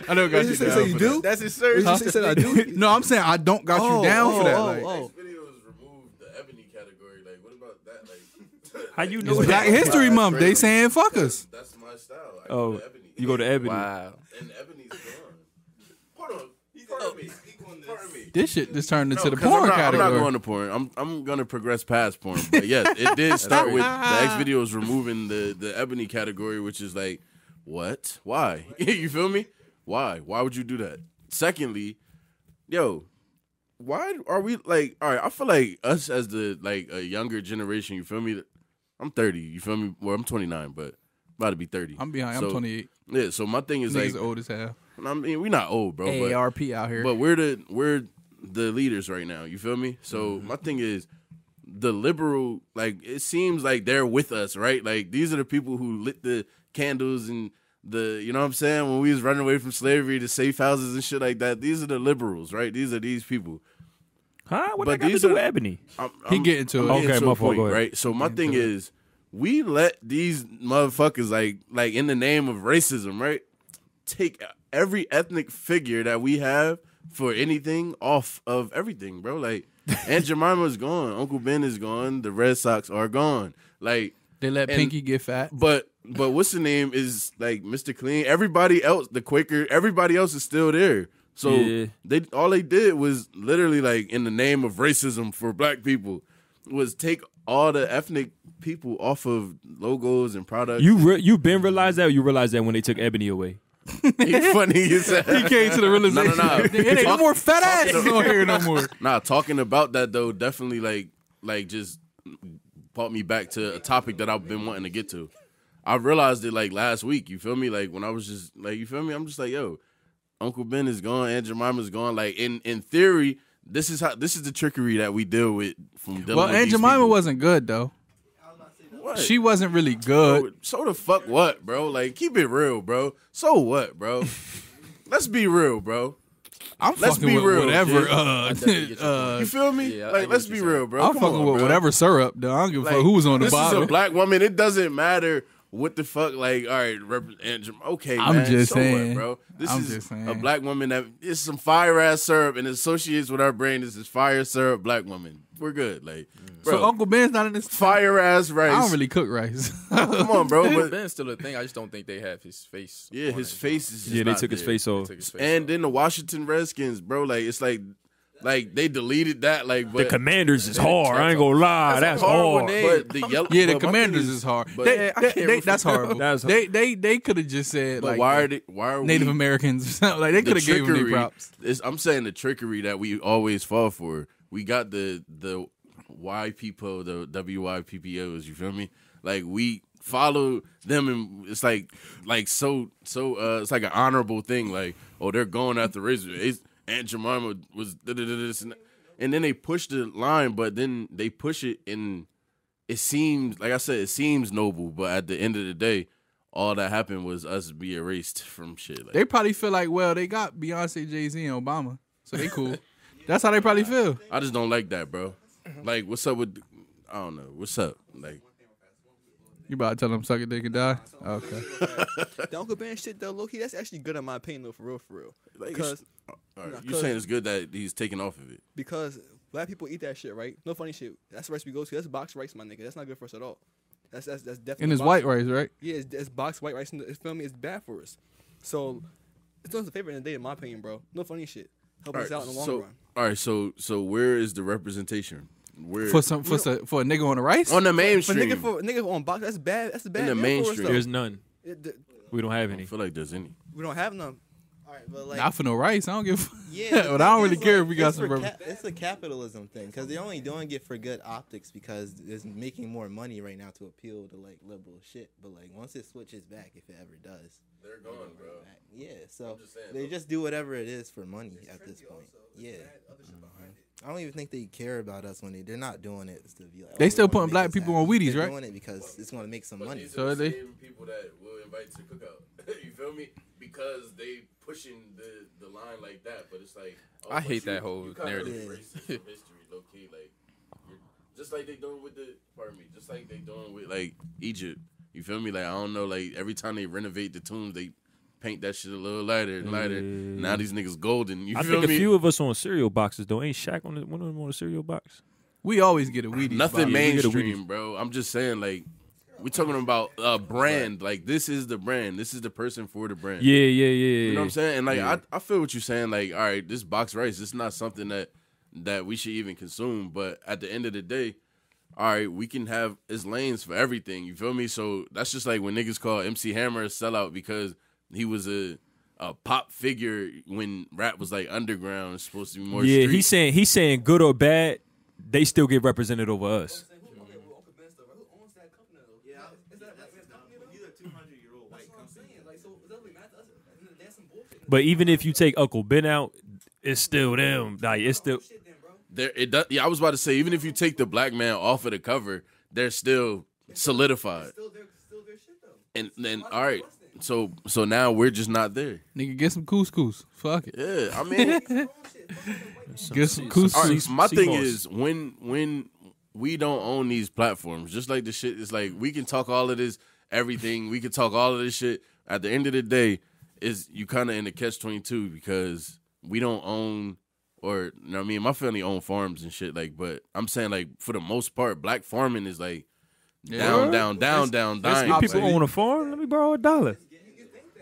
[SPEAKER 2] I don't got you down.
[SPEAKER 4] say- say you
[SPEAKER 2] for
[SPEAKER 4] do?
[SPEAKER 2] that.
[SPEAKER 3] That's his
[SPEAKER 4] What
[SPEAKER 3] search.
[SPEAKER 4] you say, said I do?
[SPEAKER 2] No, I'm saying I don't got
[SPEAKER 4] Oh,
[SPEAKER 2] you down
[SPEAKER 4] oh,
[SPEAKER 2] for that.
[SPEAKER 4] oh,
[SPEAKER 2] like,
[SPEAKER 4] oh.
[SPEAKER 1] How you know
[SPEAKER 2] It's Black
[SPEAKER 1] that?
[SPEAKER 2] History Month. They saying fuck us.
[SPEAKER 7] That's my style. I
[SPEAKER 1] Oh, you go to Ebony.
[SPEAKER 3] Wow.
[SPEAKER 7] And Ebony's gone. Hold on. Pardon me. Pardon me.
[SPEAKER 2] This shit just turned into
[SPEAKER 7] No,
[SPEAKER 2] the
[SPEAKER 7] 'cause
[SPEAKER 2] porn
[SPEAKER 7] I'm not,
[SPEAKER 2] category.
[SPEAKER 7] I'm not going to porn. I'm I'm gonna progress past porn. But yes, it did start with the X videos removing the the ebony category, which is like, what? Why? you feel me? Why? Why would you do that? Secondly, yo, why are we like? All right, I feel like us as the like a younger generation. You feel me? I'm 30. You feel me? Well, I'm 29, but about to be 30.
[SPEAKER 2] I'm behind. I'm
[SPEAKER 7] So-
[SPEAKER 2] 28.
[SPEAKER 7] Yeah. So my thing is
[SPEAKER 2] Niggas
[SPEAKER 7] like,
[SPEAKER 2] old as hell.
[SPEAKER 7] I mean, we not old, bro. Oh, but-
[SPEAKER 2] ARP out here.
[SPEAKER 7] but we're the we're the leaders right now. You feel me? So my thing is the liberal. Like it seems like they're with us, right? Like these are the people who lit the candles and the you know what I'm saying when we was running away from slavery to safe houses and shit like that. These are the liberals, right? These are these people.
[SPEAKER 1] Huh? What
[SPEAKER 7] But
[SPEAKER 1] that got to
[SPEAKER 7] these
[SPEAKER 1] do
[SPEAKER 7] are-
[SPEAKER 1] with Ebony?
[SPEAKER 7] I'm,
[SPEAKER 2] He
[SPEAKER 7] I'm-
[SPEAKER 2] getting to
[SPEAKER 7] I'm
[SPEAKER 2] it.
[SPEAKER 7] getting
[SPEAKER 1] Okay,
[SPEAKER 7] to
[SPEAKER 1] my
[SPEAKER 7] a
[SPEAKER 1] fault.
[SPEAKER 7] point,
[SPEAKER 1] Go ahead.
[SPEAKER 7] right? So my thing is, we let these motherfuckers like like in the name of racism, right? Take every ethnic figure that we have for anything off of everything, bro. Like Aunt Jemima's gone, Uncle Ben is gone, the Red Sox are gone. Like,
[SPEAKER 2] they let
[SPEAKER 7] and-
[SPEAKER 2] Pinky get fat.
[SPEAKER 7] but but what's the name is like Mr. Clean. Everybody else, the Quaker, everybody else is still there. So
[SPEAKER 1] Yeah.
[SPEAKER 7] they all they did was literally like in the name of racism for black people was take all the ethnic people off of logos and products.
[SPEAKER 1] You re- you been realized that? Or you realized that when they took Ebony away?
[SPEAKER 7] He funny you said.
[SPEAKER 2] He came to the realization.
[SPEAKER 7] No, no, no.
[SPEAKER 2] It ain't no more fat asses on here no more.
[SPEAKER 7] Nah, talking about that though definitely like like just brought me back to a topic that I've been wanting to get to. I realized it like last week. You feel me? Like when I was just like you feel me? I'm just like yo, Uncle Ben is gone, Aunt Jemima's gone. Like in in theory, this is how this is the trickery that we deal with from dealing
[SPEAKER 2] Well,
[SPEAKER 7] with
[SPEAKER 2] Aunt
[SPEAKER 7] these
[SPEAKER 2] Jemima
[SPEAKER 7] people.
[SPEAKER 2] wasn't good though.
[SPEAKER 7] What?
[SPEAKER 2] She wasn't really good.
[SPEAKER 7] so the fuck what, bro? Like keep it real, bro. So what, bro? Let's be real, bro.
[SPEAKER 2] I'm
[SPEAKER 7] let's
[SPEAKER 2] fucking
[SPEAKER 7] be
[SPEAKER 2] with
[SPEAKER 7] real,
[SPEAKER 2] whatever.
[SPEAKER 7] dude.
[SPEAKER 2] Uh,
[SPEAKER 3] definitely get your
[SPEAKER 2] uh,
[SPEAKER 7] You feel me?
[SPEAKER 3] Yeah, I
[SPEAKER 7] like
[SPEAKER 3] get
[SPEAKER 7] let's
[SPEAKER 3] what
[SPEAKER 7] be
[SPEAKER 3] you're saying.
[SPEAKER 7] real, bro.
[SPEAKER 2] I'm
[SPEAKER 7] Come
[SPEAKER 2] fucking
[SPEAKER 7] on,
[SPEAKER 2] with
[SPEAKER 7] bro.
[SPEAKER 2] whatever syrup. Though I don't give a fuck
[SPEAKER 7] Like,
[SPEAKER 2] who was on the
[SPEAKER 7] this
[SPEAKER 2] bottle.
[SPEAKER 7] is a black woman. It doesn't matter what the fuck. Like, all right, represent. Okay,
[SPEAKER 2] I'm
[SPEAKER 7] man,
[SPEAKER 2] just
[SPEAKER 7] so what,
[SPEAKER 2] saying.
[SPEAKER 7] bro. This
[SPEAKER 2] I'm
[SPEAKER 7] is
[SPEAKER 2] just saying.
[SPEAKER 7] a black woman that is some fire ass syrup and associates with our brain. This is fire syrup, black woman. We're good. Like, bro,
[SPEAKER 2] so Uncle Ben's not in this.
[SPEAKER 7] fire ass rice.
[SPEAKER 2] I don't really cook rice.
[SPEAKER 7] Come on, bro. But
[SPEAKER 3] Ben's still a thing. I just don't think they have his face.
[SPEAKER 7] yeah,
[SPEAKER 3] on
[SPEAKER 7] his
[SPEAKER 3] it.
[SPEAKER 7] face is just
[SPEAKER 1] Yeah, they
[SPEAKER 7] not
[SPEAKER 1] took his
[SPEAKER 7] there.
[SPEAKER 1] face off.
[SPEAKER 3] Took his face
[SPEAKER 7] And
[SPEAKER 3] off.
[SPEAKER 7] then the Washington Redskins, bro. Like, it's like Like they deleted that. Like
[SPEAKER 1] The
[SPEAKER 7] but
[SPEAKER 1] Commanders is hard. I ain't gonna lie. That's,
[SPEAKER 3] a horrible
[SPEAKER 1] hard.
[SPEAKER 3] name.
[SPEAKER 7] but the yellow.
[SPEAKER 2] Yeah, the
[SPEAKER 7] but my thing
[SPEAKER 2] commanders is hard.
[SPEAKER 7] but-
[SPEAKER 2] They-
[SPEAKER 7] Yeah,
[SPEAKER 3] I
[SPEAKER 2] they-
[SPEAKER 3] can't
[SPEAKER 2] they-
[SPEAKER 3] root for
[SPEAKER 2] that's horrible.
[SPEAKER 1] That's-
[SPEAKER 2] they they they could have just said
[SPEAKER 7] But
[SPEAKER 2] like
[SPEAKER 7] why are they? Why are
[SPEAKER 2] Native
[SPEAKER 7] we,
[SPEAKER 2] Americans or something. Like they could have gave them their props.
[SPEAKER 7] It's, I'm saying the trickery that we always fall for. We got the the Y people, the W Y P P O's. You feel me? Like we follow them, and it's like like so so. uh It's like an honorable thing. Like oh, they're going after racism. It's, Aunt Jemima was da- da- da- this and, that. and then they push the line, but then they push it and it seems like I said, it seems noble, but at the end of the day. All that happened was us be erased from shit. Like,
[SPEAKER 2] They probably feel like, well, they got Beyonce, Jay Z, and Obama, so they cool. that's how they probably feel.
[SPEAKER 7] I just don't like that, bro. Like, what's up with? I don't know. What's up? Like,
[SPEAKER 2] You about to tell them suck it, they can die. Okay.
[SPEAKER 4] the Uncle Ben shit though, Loki, that's actually good in my opinion though, for real, for real.
[SPEAKER 7] Like, it's-
[SPEAKER 4] because
[SPEAKER 7] all right,
[SPEAKER 4] Nah,
[SPEAKER 7] you
[SPEAKER 4] cause-
[SPEAKER 7] saying it's good that he's taking off of it?
[SPEAKER 4] because black people eat that shit, right? No funny shit. That's the rice we go to. That's boxed rice, my nigga. That's not good for us at all. That's that's that's definitely.
[SPEAKER 2] And it's
[SPEAKER 4] boxed-
[SPEAKER 2] white rice, right?
[SPEAKER 4] Yeah, it's, it's boxed white rice. and It's feel me. It's bad for us. So it's not the favorite in the day, in my opinion, bro. No funny shit. Help
[SPEAKER 7] All
[SPEAKER 4] us
[SPEAKER 7] right,
[SPEAKER 4] out in the long
[SPEAKER 7] so,
[SPEAKER 4] run.
[SPEAKER 7] all right, so so where is the representation? Where
[SPEAKER 2] For some for some, for a nigga on the rice.
[SPEAKER 7] on the
[SPEAKER 4] But
[SPEAKER 7] mainstream?
[SPEAKER 4] nigga, for nigga on box, that's bad. That's bad.
[SPEAKER 7] the
[SPEAKER 4] man for us,
[SPEAKER 7] mainstream.
[SPEAKER 4] though.
[SPEAKER 1] There's none.
[SPEAKER 4] It- the-
[SPEAKER 1] We don't have
[SPEAKER 7] I
[SPEAKER 1] any.
[SPEAKER 7] don't feel like there's any.
[SPEAKER 4] we don't have none.
[SPEAKER 5] All right, but like,
[SPEAKER 2] Not for no rice. I don't give. a-
[SPEAKER 5] yeah,
[SPEAKER 2] but I don't really
[SPEAKER 5] it's
[SPEAKER 2] care
[SPEAKER 5] like-
[SPEAKER 2] if we got
[SPEAKER 5] it's
[SPEAKER 2] some.
[SPEAKER 5] for
[SPEAKER 2] rubber.
[SPEAKER 5] cap- It's a capitalism thing because they're only doing it for good optics because it's making more money right now to appeal to like liberal shit. But like, once it switches back, if it ever does,
[SPEAKER 7] They're gone, bro.
[SPEAKER 5] back- yeah. So
[SPEAKER 7] just saying,
[SPEAKER 5] they
[SPEAKER 7] look.
[SPEAKER 5] just do whatever it is for money at this point. Yeah. Mm-hmm. I don't even think they care about us when they they're not doing it to be like.
[SPEAKER 2] They
[SPEAKER 5] oh,
[SPEAKER 2] still
[SPEAKER 5] we wanna
[SPEAKER 2] putting
[SPEAKER 5] make
[SPEAKER 2] black
[SPEAKER 5] us
[SPEAKER 2] people
[SPEAKER 5] happy.
[SPEAKER 2] on Wheaties,
[SPEAKER 5] They're
[SPEAKER 2] right?
[SPEAKER 5] Doing it because it's going to make some money.
[SPEAKER 2] are So the they-
[SPEAKER 7] people that will invite to cookout. you feel me? Because they pushing the the line like that, but it's like
[SPEAKER 3] I but hate you- that whole you kinda
[SPEAKER 5] narrative.
[SPEAKER 7] Racist from history, low key, like just like they doing with the pardon me, just like they doing with like Egypt. You feel me? Like I don't know, like every time they renovate the tombs, they paint that shit a little lighter and lighter. Now these niggas golden. You
[SPEAKER 1] Mm. I
[SPEAKER 7] feel
[SPEAKER 1] think a
[SPEAKER 7] me?
[SPEAKER 1] few of us on cereal boxes though. Ain't Shaq on the, one of them on a cereal box?
[SPEAKER 2] We always get a Wheaties.
[SPEAKER 7] Nothing
[SPEAKER 2] Bobby.
[SPEAKER 1] Yeah, we get a
[SPEAKER 7] mainstream, bro. I'm just saying, like, we're talking about a brand. Like, this is the brand. This is the person for the brand.
[SPEAKER 1] Yeah, yeah, yeah.
[SPEAKER 7] You know what I'm saying? And like
[SPEAKER 1] Yeah.
[SPEAKER 7] I, I feel what you're saying. Like, all right, this box rice, it's not something that that we should even consume. But at the end of the day, all right, we can have it's lanes for everything. You feel me? So that's just like when niggas call MC Hammer a sellout because he was a a pop figure when rap was like underground. It's supposed to be more.
[SPEAKER 1] yeah,
[SPEAKER 7] street.
[SPEAKER 1] he's saying he's saying good or bad, they still get represented over us. But even if you take Uncle Ben out, it's still them. Like it's still
[SPEAKER 7] there. It does. Yeah, I was about to say even if you take the black man off of the cover, they're still solidified. And then all right, so so now we're just not there.
[SPEAKER 2] Nigga, get some couscous. Fuck it.
[SPEAKER 7] Yeah, I mean,
[SPEAKER 2] Get some
[SPEAKER 7] all right,
[SPEAKER 2] couscous.
[SPEAKER 7] my
[SPEAKER 1] sea
[SPEAKER 7] thing
[SPEAKER 1] moss.
[SPEAKER 7] is when when we don't own these platforms, just like the shit is like we can talk all of this, everything. We can talk all of this shit. At the end of the day, is you kind of in the catch twenty two because we don't own or you know what I mean, my family own farms and shit. Like, but I'm saying like for the most part, black farming is like down, down, down, down, dying.
[SPEAKER 1] you people
[SPEAKER 7] like,
[SPEAKER 1] on a farm. Let me borrow a dollar.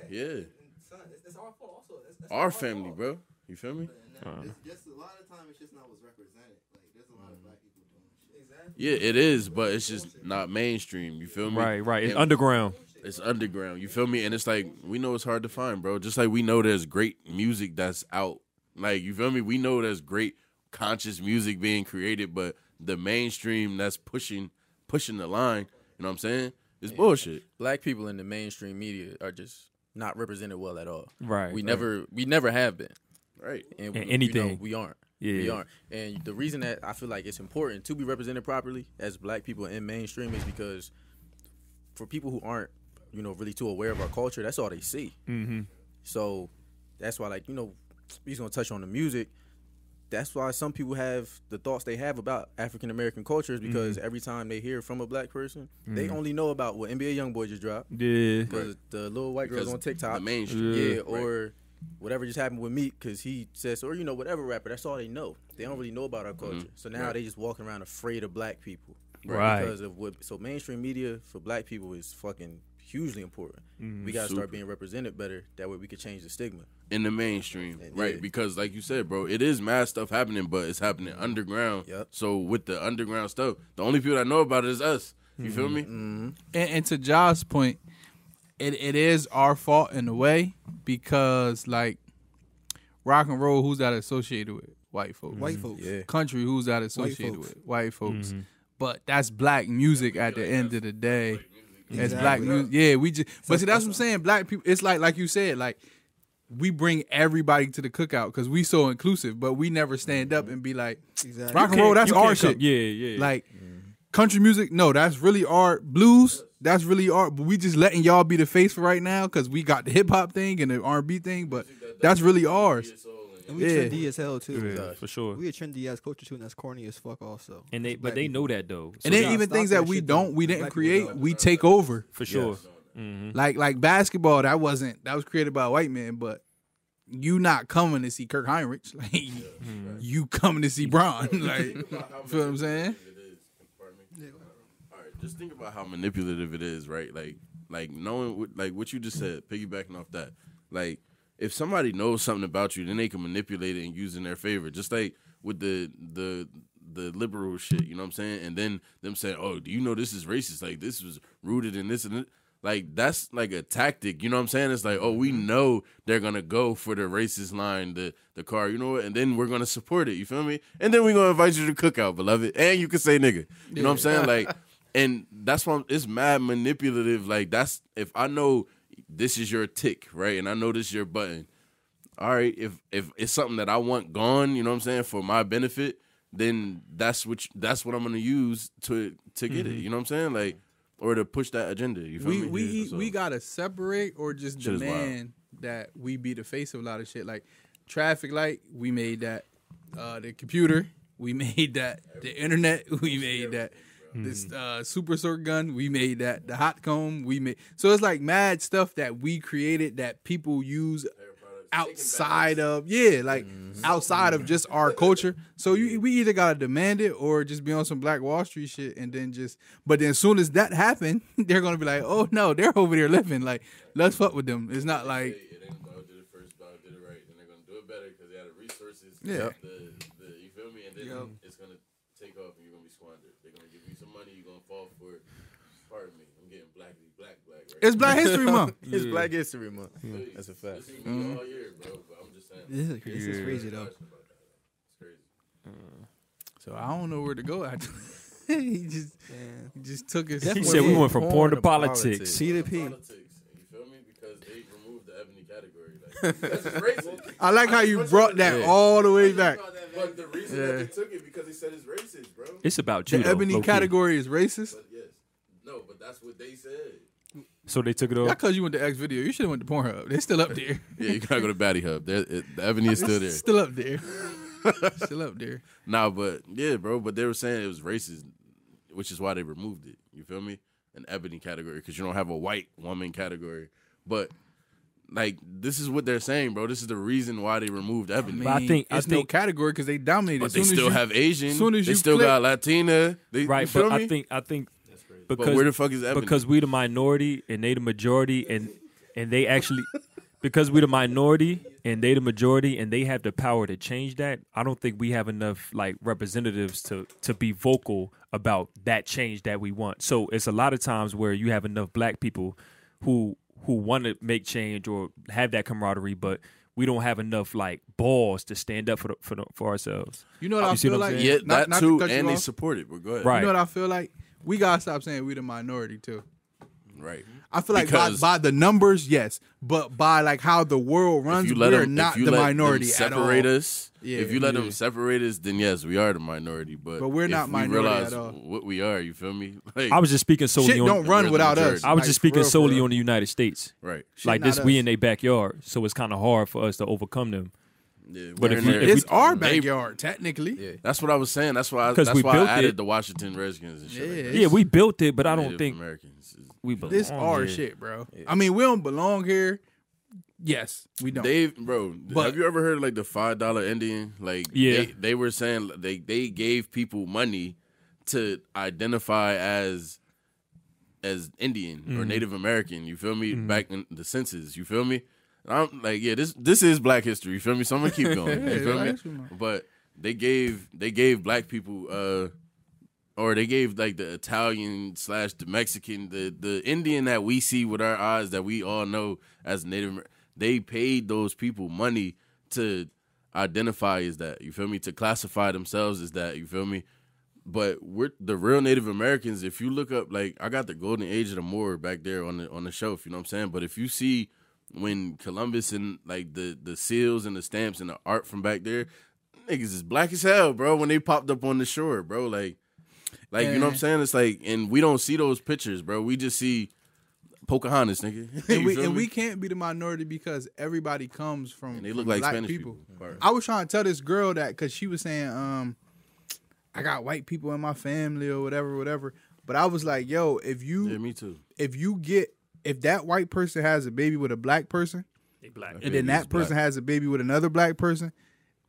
[SPEAKER 7] yeah, our family, bro. You feel me?
[SPEAKER 5] just a lot of time, it's just not what's represented. Like, there's a lot of black people doing shit.
[SPEAKER 7] Yeah, it is, but it's just not mainstream. You feel me?
[SPEAKER 1] Right, right. It's
[SPEAKER 7] And-
[SPEAKER 1] underground.
[SPEAKER 7] It's underground. You feel me? And it's like we know it's hard to find, bro. Just like we know there's great music that's out. Like you feel me? We know there's great conscious music being created, but the mainstream that's pushing pushing the line. You know what I'm saying? It's bullshit.
[SPEAKER 3] Black people in the mainstream media are just not represented well at all.
[SPEAKER 1] Right,
[SPEAKER 3] We
[SPEAKER 1] right.
[SPEAKER 3] never we never have been.
[SPEAKER 7] Right.
[SPEAKER 3] And,
[SPEAKER 1] And
[SPEAKER 3] we, anything.
[SPEAKER 1] anything.
[SPEAKER 3] we aren't.
[SPEAKER 1] Yeah.
[SPEAKER 3] We aren't. And the reason that I feel like it's important to be represented properly as black people in mainstream is because for people who aren't, you know, really too aware of our culture, that's all they see. Mm-hmm. So that's why, like, you know, he's going to touch on the music. That's why some people have the thoughts they have about African American cultures because every time they hear from a black person, they only know about what NBA YoungBoy just dropped
[SPEAKER 1] Yeah.
[SPEAKER 3] because the little white girls
[SPEAKER 7] Because
[SPEAKER 3] on TikTok,
[SPEAKER 7] the mainstream.
[SPEAKER 3] yeah,
[SPEAKER 7] Yeah, right.
[SPEAKER 3] or whatever just happened with Meek because he says, or you know, whatever rapper. That's all they know. They don't really know about our culture. So now they just walking around afraid of black people,
[SPEAKER 1] Right.
[SPEAKER 3] Because of what? So mainstream media for black people is fucking hugely important.
[SPEAKER 2] Mm-hmm.
[SPEAKER 3] we gotta start being represented better. That way we could change the stigma.
[SPEAKER 7] in the mainstream,
[SPEAKER 3] Yeah.
[SPEAKER 7] right? Because like you said, bro, it is mad stuff happening, but it's happening underground.
[SPEAKER 3] Yep.
[SPEAKER 7] So with the underground stuff, the only people that know about it is us. You feel me?
[SPEAKER 2] and, and to Josh's point, it, it is our fault in a way because like rock and roll, who's that associated with? White folks.
[SPEAKER 4] White folks.
[SPEAKER 3] Yeah.
[SPEAKER 2] Country, who's that associated
[SPEAKER 4] folks.
[SPEAKER 2] with? White folks. But that's black music at the end of the day. It's black music. Yeah, we just but see that's what I'm saying. Black people it's like like you said, like we bring everybody to the cookout because we so inclusive, but we never stand
[SPEAKER 4] Mm-hmm.
[SPEAKER 2] up and be like
[SPEAKER 4] Exactly.
[SPEAKER 2] rock and roll, that's
[SPEAKER 1] You can't
[SPEAKER 2] our
[SPEAKER 1] come-
[SPEAKER 2] shit.
[SPEAKER 1] Yeah, yeah.
[SPEAKER 2] Like
[SPEAKER 4] Mm-hmm.
[SPEAKER 2] country music, no, that's really art. Blues, that's really art. But we just letting y'all be the face for right now because we got the hip hop thing and the R and B thing, but that's really ours.
[SPEAKER 4] And we
[SPEAKER 2] Yeah.
[SPEAKER 4] trendy as hell too.
[SPEAKER 1] Yeah, for sure.
[SPEAKER 4] We a trendy as culture too, and that's corny as fuck also.
[SPEAKER 1] And they,
[SPEAKER 4] It's
[SPEAKER 1] but
[SPEAKER 4] black
[SPEAKER 1] they
[SPEAKER 4] people.
[SPEAKER 1] know that though. So
[SPEAKER 2] and then
[SPEAKER 1] they-
[SPEAKER 2] even
[SPEAKER 4] stop
[SPEAKER 2] things
[SPEAKER 4] that
[SPEAKER 2] that we
[SPEAKER 4] shit,
[SPEAKER 2] don't,
[SPEAKER 4] though.
[SPEAKER 2] we didn't
[SPEAKER 4] Black people
[SPEAKER 2] create,
[SPEAKER 4] don't.
[SPEAKER 2] we take over.
[SPEAKER 1] for sure.
[SPEAKER 2] Like like basketball, that wasn't that was created by a white man, but you not coming to see Kirk Heinrich, like
[SPEAKER 7] Mm-hmm.
[SPEAKER 2] you coming to see Bron, like feel what I'm saying?
[SPEAKER 7] All right, just think about how manipulative it is, right? Like, like knowing, what, like what you just said, piggybacking off that. Like, if somebody knows something about you, then they can manipulate it and use it in their favor. Just like with the the the liberal shit, you know what I'm saying? And then them saying, "Oh, do you know this is racist? Like, this was rooted in this and." This. Like that's like a tactic, you know what I'm saying? It's like, oh, we know they're gonna go for the racist line, the the car, you know what? And then we're gonna support it, you feel me? And then we're gonna invite you to cookout, beloved. And you can say nigga. You know what I'm saying? Like and that's why I'm- it's mad manipulative. Like that's if I know this is your tick, right? And I know this is your button. All right, if if it's something that I want gone, you know what I'm saying, for my benefit, then that's what you- that's what I'm gonna use to to get it. You know what I'm saying? Like or to push that agenda. You feel
[SPEAKER 2] Mm-hmm. we
[SPEAKER 7] me?
[SPEAKER 2] we
[SPEAKER 7] So-
[SPEAKER 2] we gotta separate or just
[SPEAKER 7] Shit is wild.
[SPEAKER 2] demand that we be the face of a lot of shit. Like traffic light, we made that. Uh, the computer, we made that. The internet, we made that.
[SPEAKER 7] Mm-hmm.
[SPEAKER 2] This uh, super circ gun, we made that. The hot comb, we made. So it's like mad stuff that we created that people use outside of yeah, like
[SPEAKER 1] Mm-hmm.
[SPEAKER 2] outside of just our culture. So you, we either gotta demand it or just be on some Black Wall Street shit, and then just. But then as soon as that happened, they're gonna be like, oh no, they're over there living. Like let's fuck with them. It's not like
[SPEAKER 7] it ain't about did it first, about did it right, then they're gonna do it better because they had the resources.
[SPEAKER 2] Yeah.
[SPEAKER 7] The, the, you feel me? And then it's gonna take off, and you're gonna be squandered. They're gonna give you some money, you're gonna fall for it. Pardon me, I'm getting black, black, black. Right?
[SPEAKER 2] it's Black History Month.
[SPEAKER 3] It's Black History Month. That's a fact.
[SPEAKER 7] This is me all year, bro. But I'm just saying.
[SPEAKER 4] This is, this is crazy though.
[SPEAKER 2] So I don't know where to go after. he just
[SPEAKER 4] Damn.
[SPEAKER 2] he just took his.
[SPEAKER 1] He
[SPEAKER 4] Definitely.
[SPEAKER 1] said we went from
[SPEAKER 3] Porn
[SPEAKER 1] porn to
[SPEAKER 3] to
[SPEAKER 1] politics.
[SPEAKER 3] politics.
[SPEAKER 4] See the P.
[SPEAKER 7] Politics, you feel me? Because they removed the ebony category. Like, that's just racist.
[SPEAKER 2] I like how you brought that all the way back.
[SPEAKER 7] But the reason that they took it because they said it's racist, bro.
[SPEAKER 1] It's about you.
[SPEAKER 2] The
[SPEAKER 1] though,
[SPEAKER 2] ebony
[SPEAKER 1] low-key.
[SPEAKER 2] category is racist.
[SPEAKER 7] But yes, no, but that's what they said.
[SPEAKER 1] So they took it off.
[SPEAKER 2] Not because you went to X video. You should have went to Pornhub. They're still up there.
[SPEAKER 7] Yeah, you gotta go to Batty Hub. There, it, the ebony is still there.
[SPEAKER 2] Still up there. still up there.
[SPEAKER 7] Nah, but yeah, bro. But they were saying it was racist, which is why they removed it. You feel me? An ebony category because you don't have a white woman category. But like, this is what they're saying, bro. This is the reason why they removed ebony.
[SPEAKER 1] But I think- I
[SPEAKER 2] it's no
[SPEAKER 1] think-
[SPEAKER 2] category because they dominated.
[SPEAKER 7] but
[SPEAKER 2] As
[SPEAKER 7] they
[SPEAKER 2] soon as
[SPEAKER 7] still
[SPEAKER 2] you-
[SPEAKER 7] have Asian.
[SPEAKER 2] soon as
[SPEAKER 7] they
[SPEAKER 2] you
[SPEAKER 7] still
[SPEAKER 2] click-
[SPEAKER 7] got Latina. They, you
[SPEAKER 1] right,
[SPEAKER 7] feel
[SPEAKER 1] but
[SPEAKER 7] me?
[SPEAKER 1] I think I think
[SPEAKER 7] but
[SPEAKER 1] because
[SPEAKER 7] where the fuck is ebony?
[SPEAKER 1] because we the minority and they the majority and and they actually because we the minority and they the majority and they have the power to change that i don't think we have enough like representatives to to be vocal about that change that we want so it's a lot of times where you have enough black people who who want to make change or have that camaraderie but we don't have enough like balls to stand up for the, for, the, for ourselves
[SPEAKER 2] You know what I
[SPEAKER 1] see
[SPEAKER 2] feel
[SPEAKER 1] what I'm
[SPEAKER 2] like?
[SPEAKER 1] saying?
[SPEAKER 7] yeah,
[SPEAKER 2] Not-
[SPEAKER 7] that
[SPEAKER 2] not to
[SPEAKER 7] too,
[SPEAKER 2] cut you
[SPEAKER 7] and they
[SPEAKER 2] off.
[SPEAKER 7] support it. We're good.
[SPEAKER 1] Right.
[SPEAKER 2] You know what I feel like? We gotta stop saying we the minority too.
[SPEAKER 7] right.
[SPEAKER 2] I feel like by,
[SPEAKER 7] Because-
[SPEAKER 2] by the numbers, yes, but by like how the world runs,
[SPEAKER 7] if you let
[SPEAKER 2] we're
[SPEAKER 7] them,
[SPEAKER 2] not
[SPEAKER 7] if you
[SPEAKER 2] the
[SPEAKER 7] let
[SPEAKER 2] minority
[SPEAKER 7] them
[SPEAKER 2] at all.
[SPEAKER 7] separate us, if
[SPEAKER 2] Yeah,
[SPEAKER 7] you let
[SPEAKER 2] yeah.
[SPEAKER 7] them separate us, then yes, we are the minority. But
[SPEAKER 2] But we're
[SPEAKER 7] if
[SPEAKER 2] not
[SPEAKER 7] we
[SPEAKER 2] minority
[SPEAKER 7] realize
[SPEAKER 2] at all.
[SPEAKER 7] What we are, you feel me? Like,
[SPEAKER 1] i was just speaking solely
[SPEAKER 2] Shit
[SPEAKER 1] on
[SPEAKER 2] don't run
[SPEAKER 7] the
[SPEAKER 2] without
[SPEAKER 7] majority.
[SPEAKER 2] us.
[SPEAKER 1] i was
[SPEAKER 2] Like,
[SPEAKER 1] just
[SPEAKER 2] for
[SPEAKER 1] speaking
[SPEAKER 2] real, for
[SPEAKER 1] solely
[SPEAKER 2] real.
[SPEAKER 1] on the united states
[SPEAKER 7] right.
[SPEAKER 1] like
[SPEAKER 2] not
[SPEAKER 1] this, we
[SPEAKER 2] us.
[SPEAKER 1] in their backyard, so it's kind of hard for us to overcome them.
[SPEAKER 7] Yeah,
[SPEAKER 1] But
[SPEAKER 7] we're
[SPEAKER 1] if
[SPEAKER 7] in
[SPEAKER 1] we-
[SPEAKER 7] there.
[SPEAKER 1] if
[SPEAKER 2] It's our
[SPEAKER 7] They-
[SPEAKER 2] backyard, technically.
[SPEAKER 3] Yeah.
[SPEAKER 7] that's what I was saying. That's why. I,
[SPEAKER 1] 'Cause
[SPEAKER 7] that's
[SPEAKER 1] we
[SPEAKER 7] why
[SPEAKER 1] built
[SPEAKER 7] I added
[SPEAKER 1] it.
[SPEAKER 7] the Washington Redskins and shit. like
[SPEAKER 2] Yeah,
[SPEAKER 7] that.
[SPEAKER 2] it's
[SPEAKER 1] Yeah, we built it, but I don't
[SPEAKER 7] Native
[SPEAKER 1] think
[SPEAKER 7] Americans.
[SPEAKER 1] we belong.
[SPEAKER 2] This our
[SPEAKER 1] here.
[SPEAKER 2] shit, bro. I mean, we don't belong here. Yes, we don't.
[SPEAKER 7] They bro,
[SPEAKER 2] But-
[SPEAKER 7] have you ever heard of, like the five dollar Indian? Like
[SPEAKER 1] Yeah.
[SPEAKER 7] they, they were saying they they gave people money to identify as as Indian
[SPEAKER 2] Mm-hmm.
[SPEAKER 7] or Native American. You feel me? Back in the census. You feel me? And I'm like, yeah, this this is Black history. You feel me? So I'm gonna keep going.
[SPEAKER 2] Yeah,
[SPEAKER 7] You feel
[SPEAKER 2] Black
[SPEAKER 7] me?
[SPEAKER 2] history month.
[SPEAKER 7] But they gave they gave Black people. uh or they gave like the Italian slash the Mexican, the the Indian that we see with our eyes that we all know as Native. Amer- They paid those people money to identify as that. You feel me? To classify themselves as that. You feel me? But we're the real Native Americans. If you look up, like I got the Golden Age of the Moor back there on the on the shelf. You know what I'm saying? But if you see when Columbus and like the the seals and the stamps and the art from back there, niggas is black as hell, bro. When they popped up on the shore, bro, like. Like you know what I'm
[SPEAKER 2] Yeah.
[SPEAKER 7] saying? It's like, and we don't see those pictures, bro. We just see Pocahontas, nigga.
[SPEAKER 2] and
[SPEAKER 7] You
[SPEAKER 2] we
[SPEAKER 7] feel
[SPEAKER 2] and
[SPEAKER 7] me?
[SPEAKER 2] we can't be the minority because everybody comes from.
[SPEAKER 7] And they look
[SPEAKER 2] from
[SPEAKER 7] like
[SPEAKER 2] black
[SPEAKER 7] Spanish
[SPEAKER 2] people.
[SPEAKER 7] people.
[SPEAKER 2] I was trying to tell this girl that because she was saying, um, I got white people in my family or whatever, whatever. But I was like, yo, if you
[SPEAKER 7] Yeah, me too.
[SPEAKER 2] if you get if that white person has a baby with a black person,
[SPEAKER 1] They black.
[SPEAKER 7] Okay.
[SPEAKER 2] and then
[SPEAKER 7] Baby is
[SPEAKER 2] that person
[SPEAKER 7] black.
[SPEAKER 2] has a baby with another black person,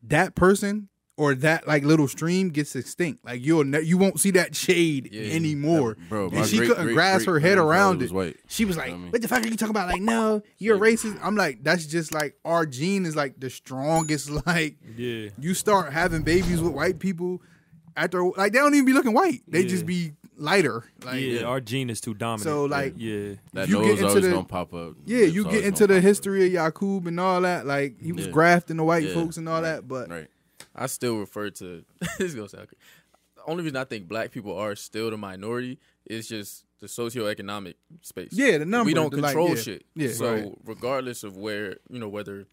[SPEAKER 2] that person or that like little stream gets extinct. Like you'll ne- you won't see that shade anymore.
[SPEAKER 7] Bro, my
[SPEAKER 2] and she
[SPEAKER 7] great-
[SPEAKER 2] couldn't
[SPEAKER 7] great-
[SPEAKER 2] grasp
[SPEAKER 7] great
[SPEAKER 2] her head
[SPEAKER 7] grandfather
[SPEAKER 2] around
[SPEAKER 7] was
[SPEAKER 2] it.
[SPEAKER 7] white.
[SPEAKER 2] She was like,
[SPEAKER 7] You know what I mean?
[SPEAKER 2] "What the fuck are you talking about? Like, no, you're racist." I'm like, "That's just like our gene is like the strongest. Like,
[SPEAKER 1] Yeah.
[SPEAKER 2] you start having babies with white people after like they don't even be looking white. They
[SPEAKER 1] Yeah.
[SPEAKER 2] just be lighter. Like,
[SPEAKER 1] yeah, our gene is too dominant.
[SPEAKER 2] So, like-
[SPEAKER 1] yeah,
[SPEAKER 7] That
[SPEAKER 2] you get
[SPEAKER 7] nose
[SPEAKER 2] into
[SPEAKER 7] always
[SPEAKER 2] the-
[SPEAKER 7] gonna pop up.
[SPEAKER 2] Yeah,
[SPEAKER 7] Lips
[SPEAKER 2] you
[SPEAKER 7] always
[SPEAKER 2] get into
[SPEAKER 7] gonna
[SPEAKER 2] the
[SPEAKER 7] pop up.
[SPEAKER 2] history of Yakub and all that. Like he was
[SPEAKER 7] Yeah.
[SPEAKER 2] grafting the white
[SPEAKER 7] Yeah.
[SPEAKER 2] folks and all that, but
[SPEAKER 7] Right.
[SPEAKER 3] I still refer to this is gonna sound crazy. The only reason I think black people are still the minority is just the socioeconomic space.
[SPEAKER 2] Yeah, the number,
[SPEAKER 3] We don't
[SPEAKER 2] the, like,
[SPEAKER 3] control
[SPEAKER 2] yeah.
[SPEAKER 3] shit.
[SPEAKER 2] Yeah,
[SPEAKER 3] So
[SPEAKER 2] right.
[SPEAKER 3] regardless of where you know whether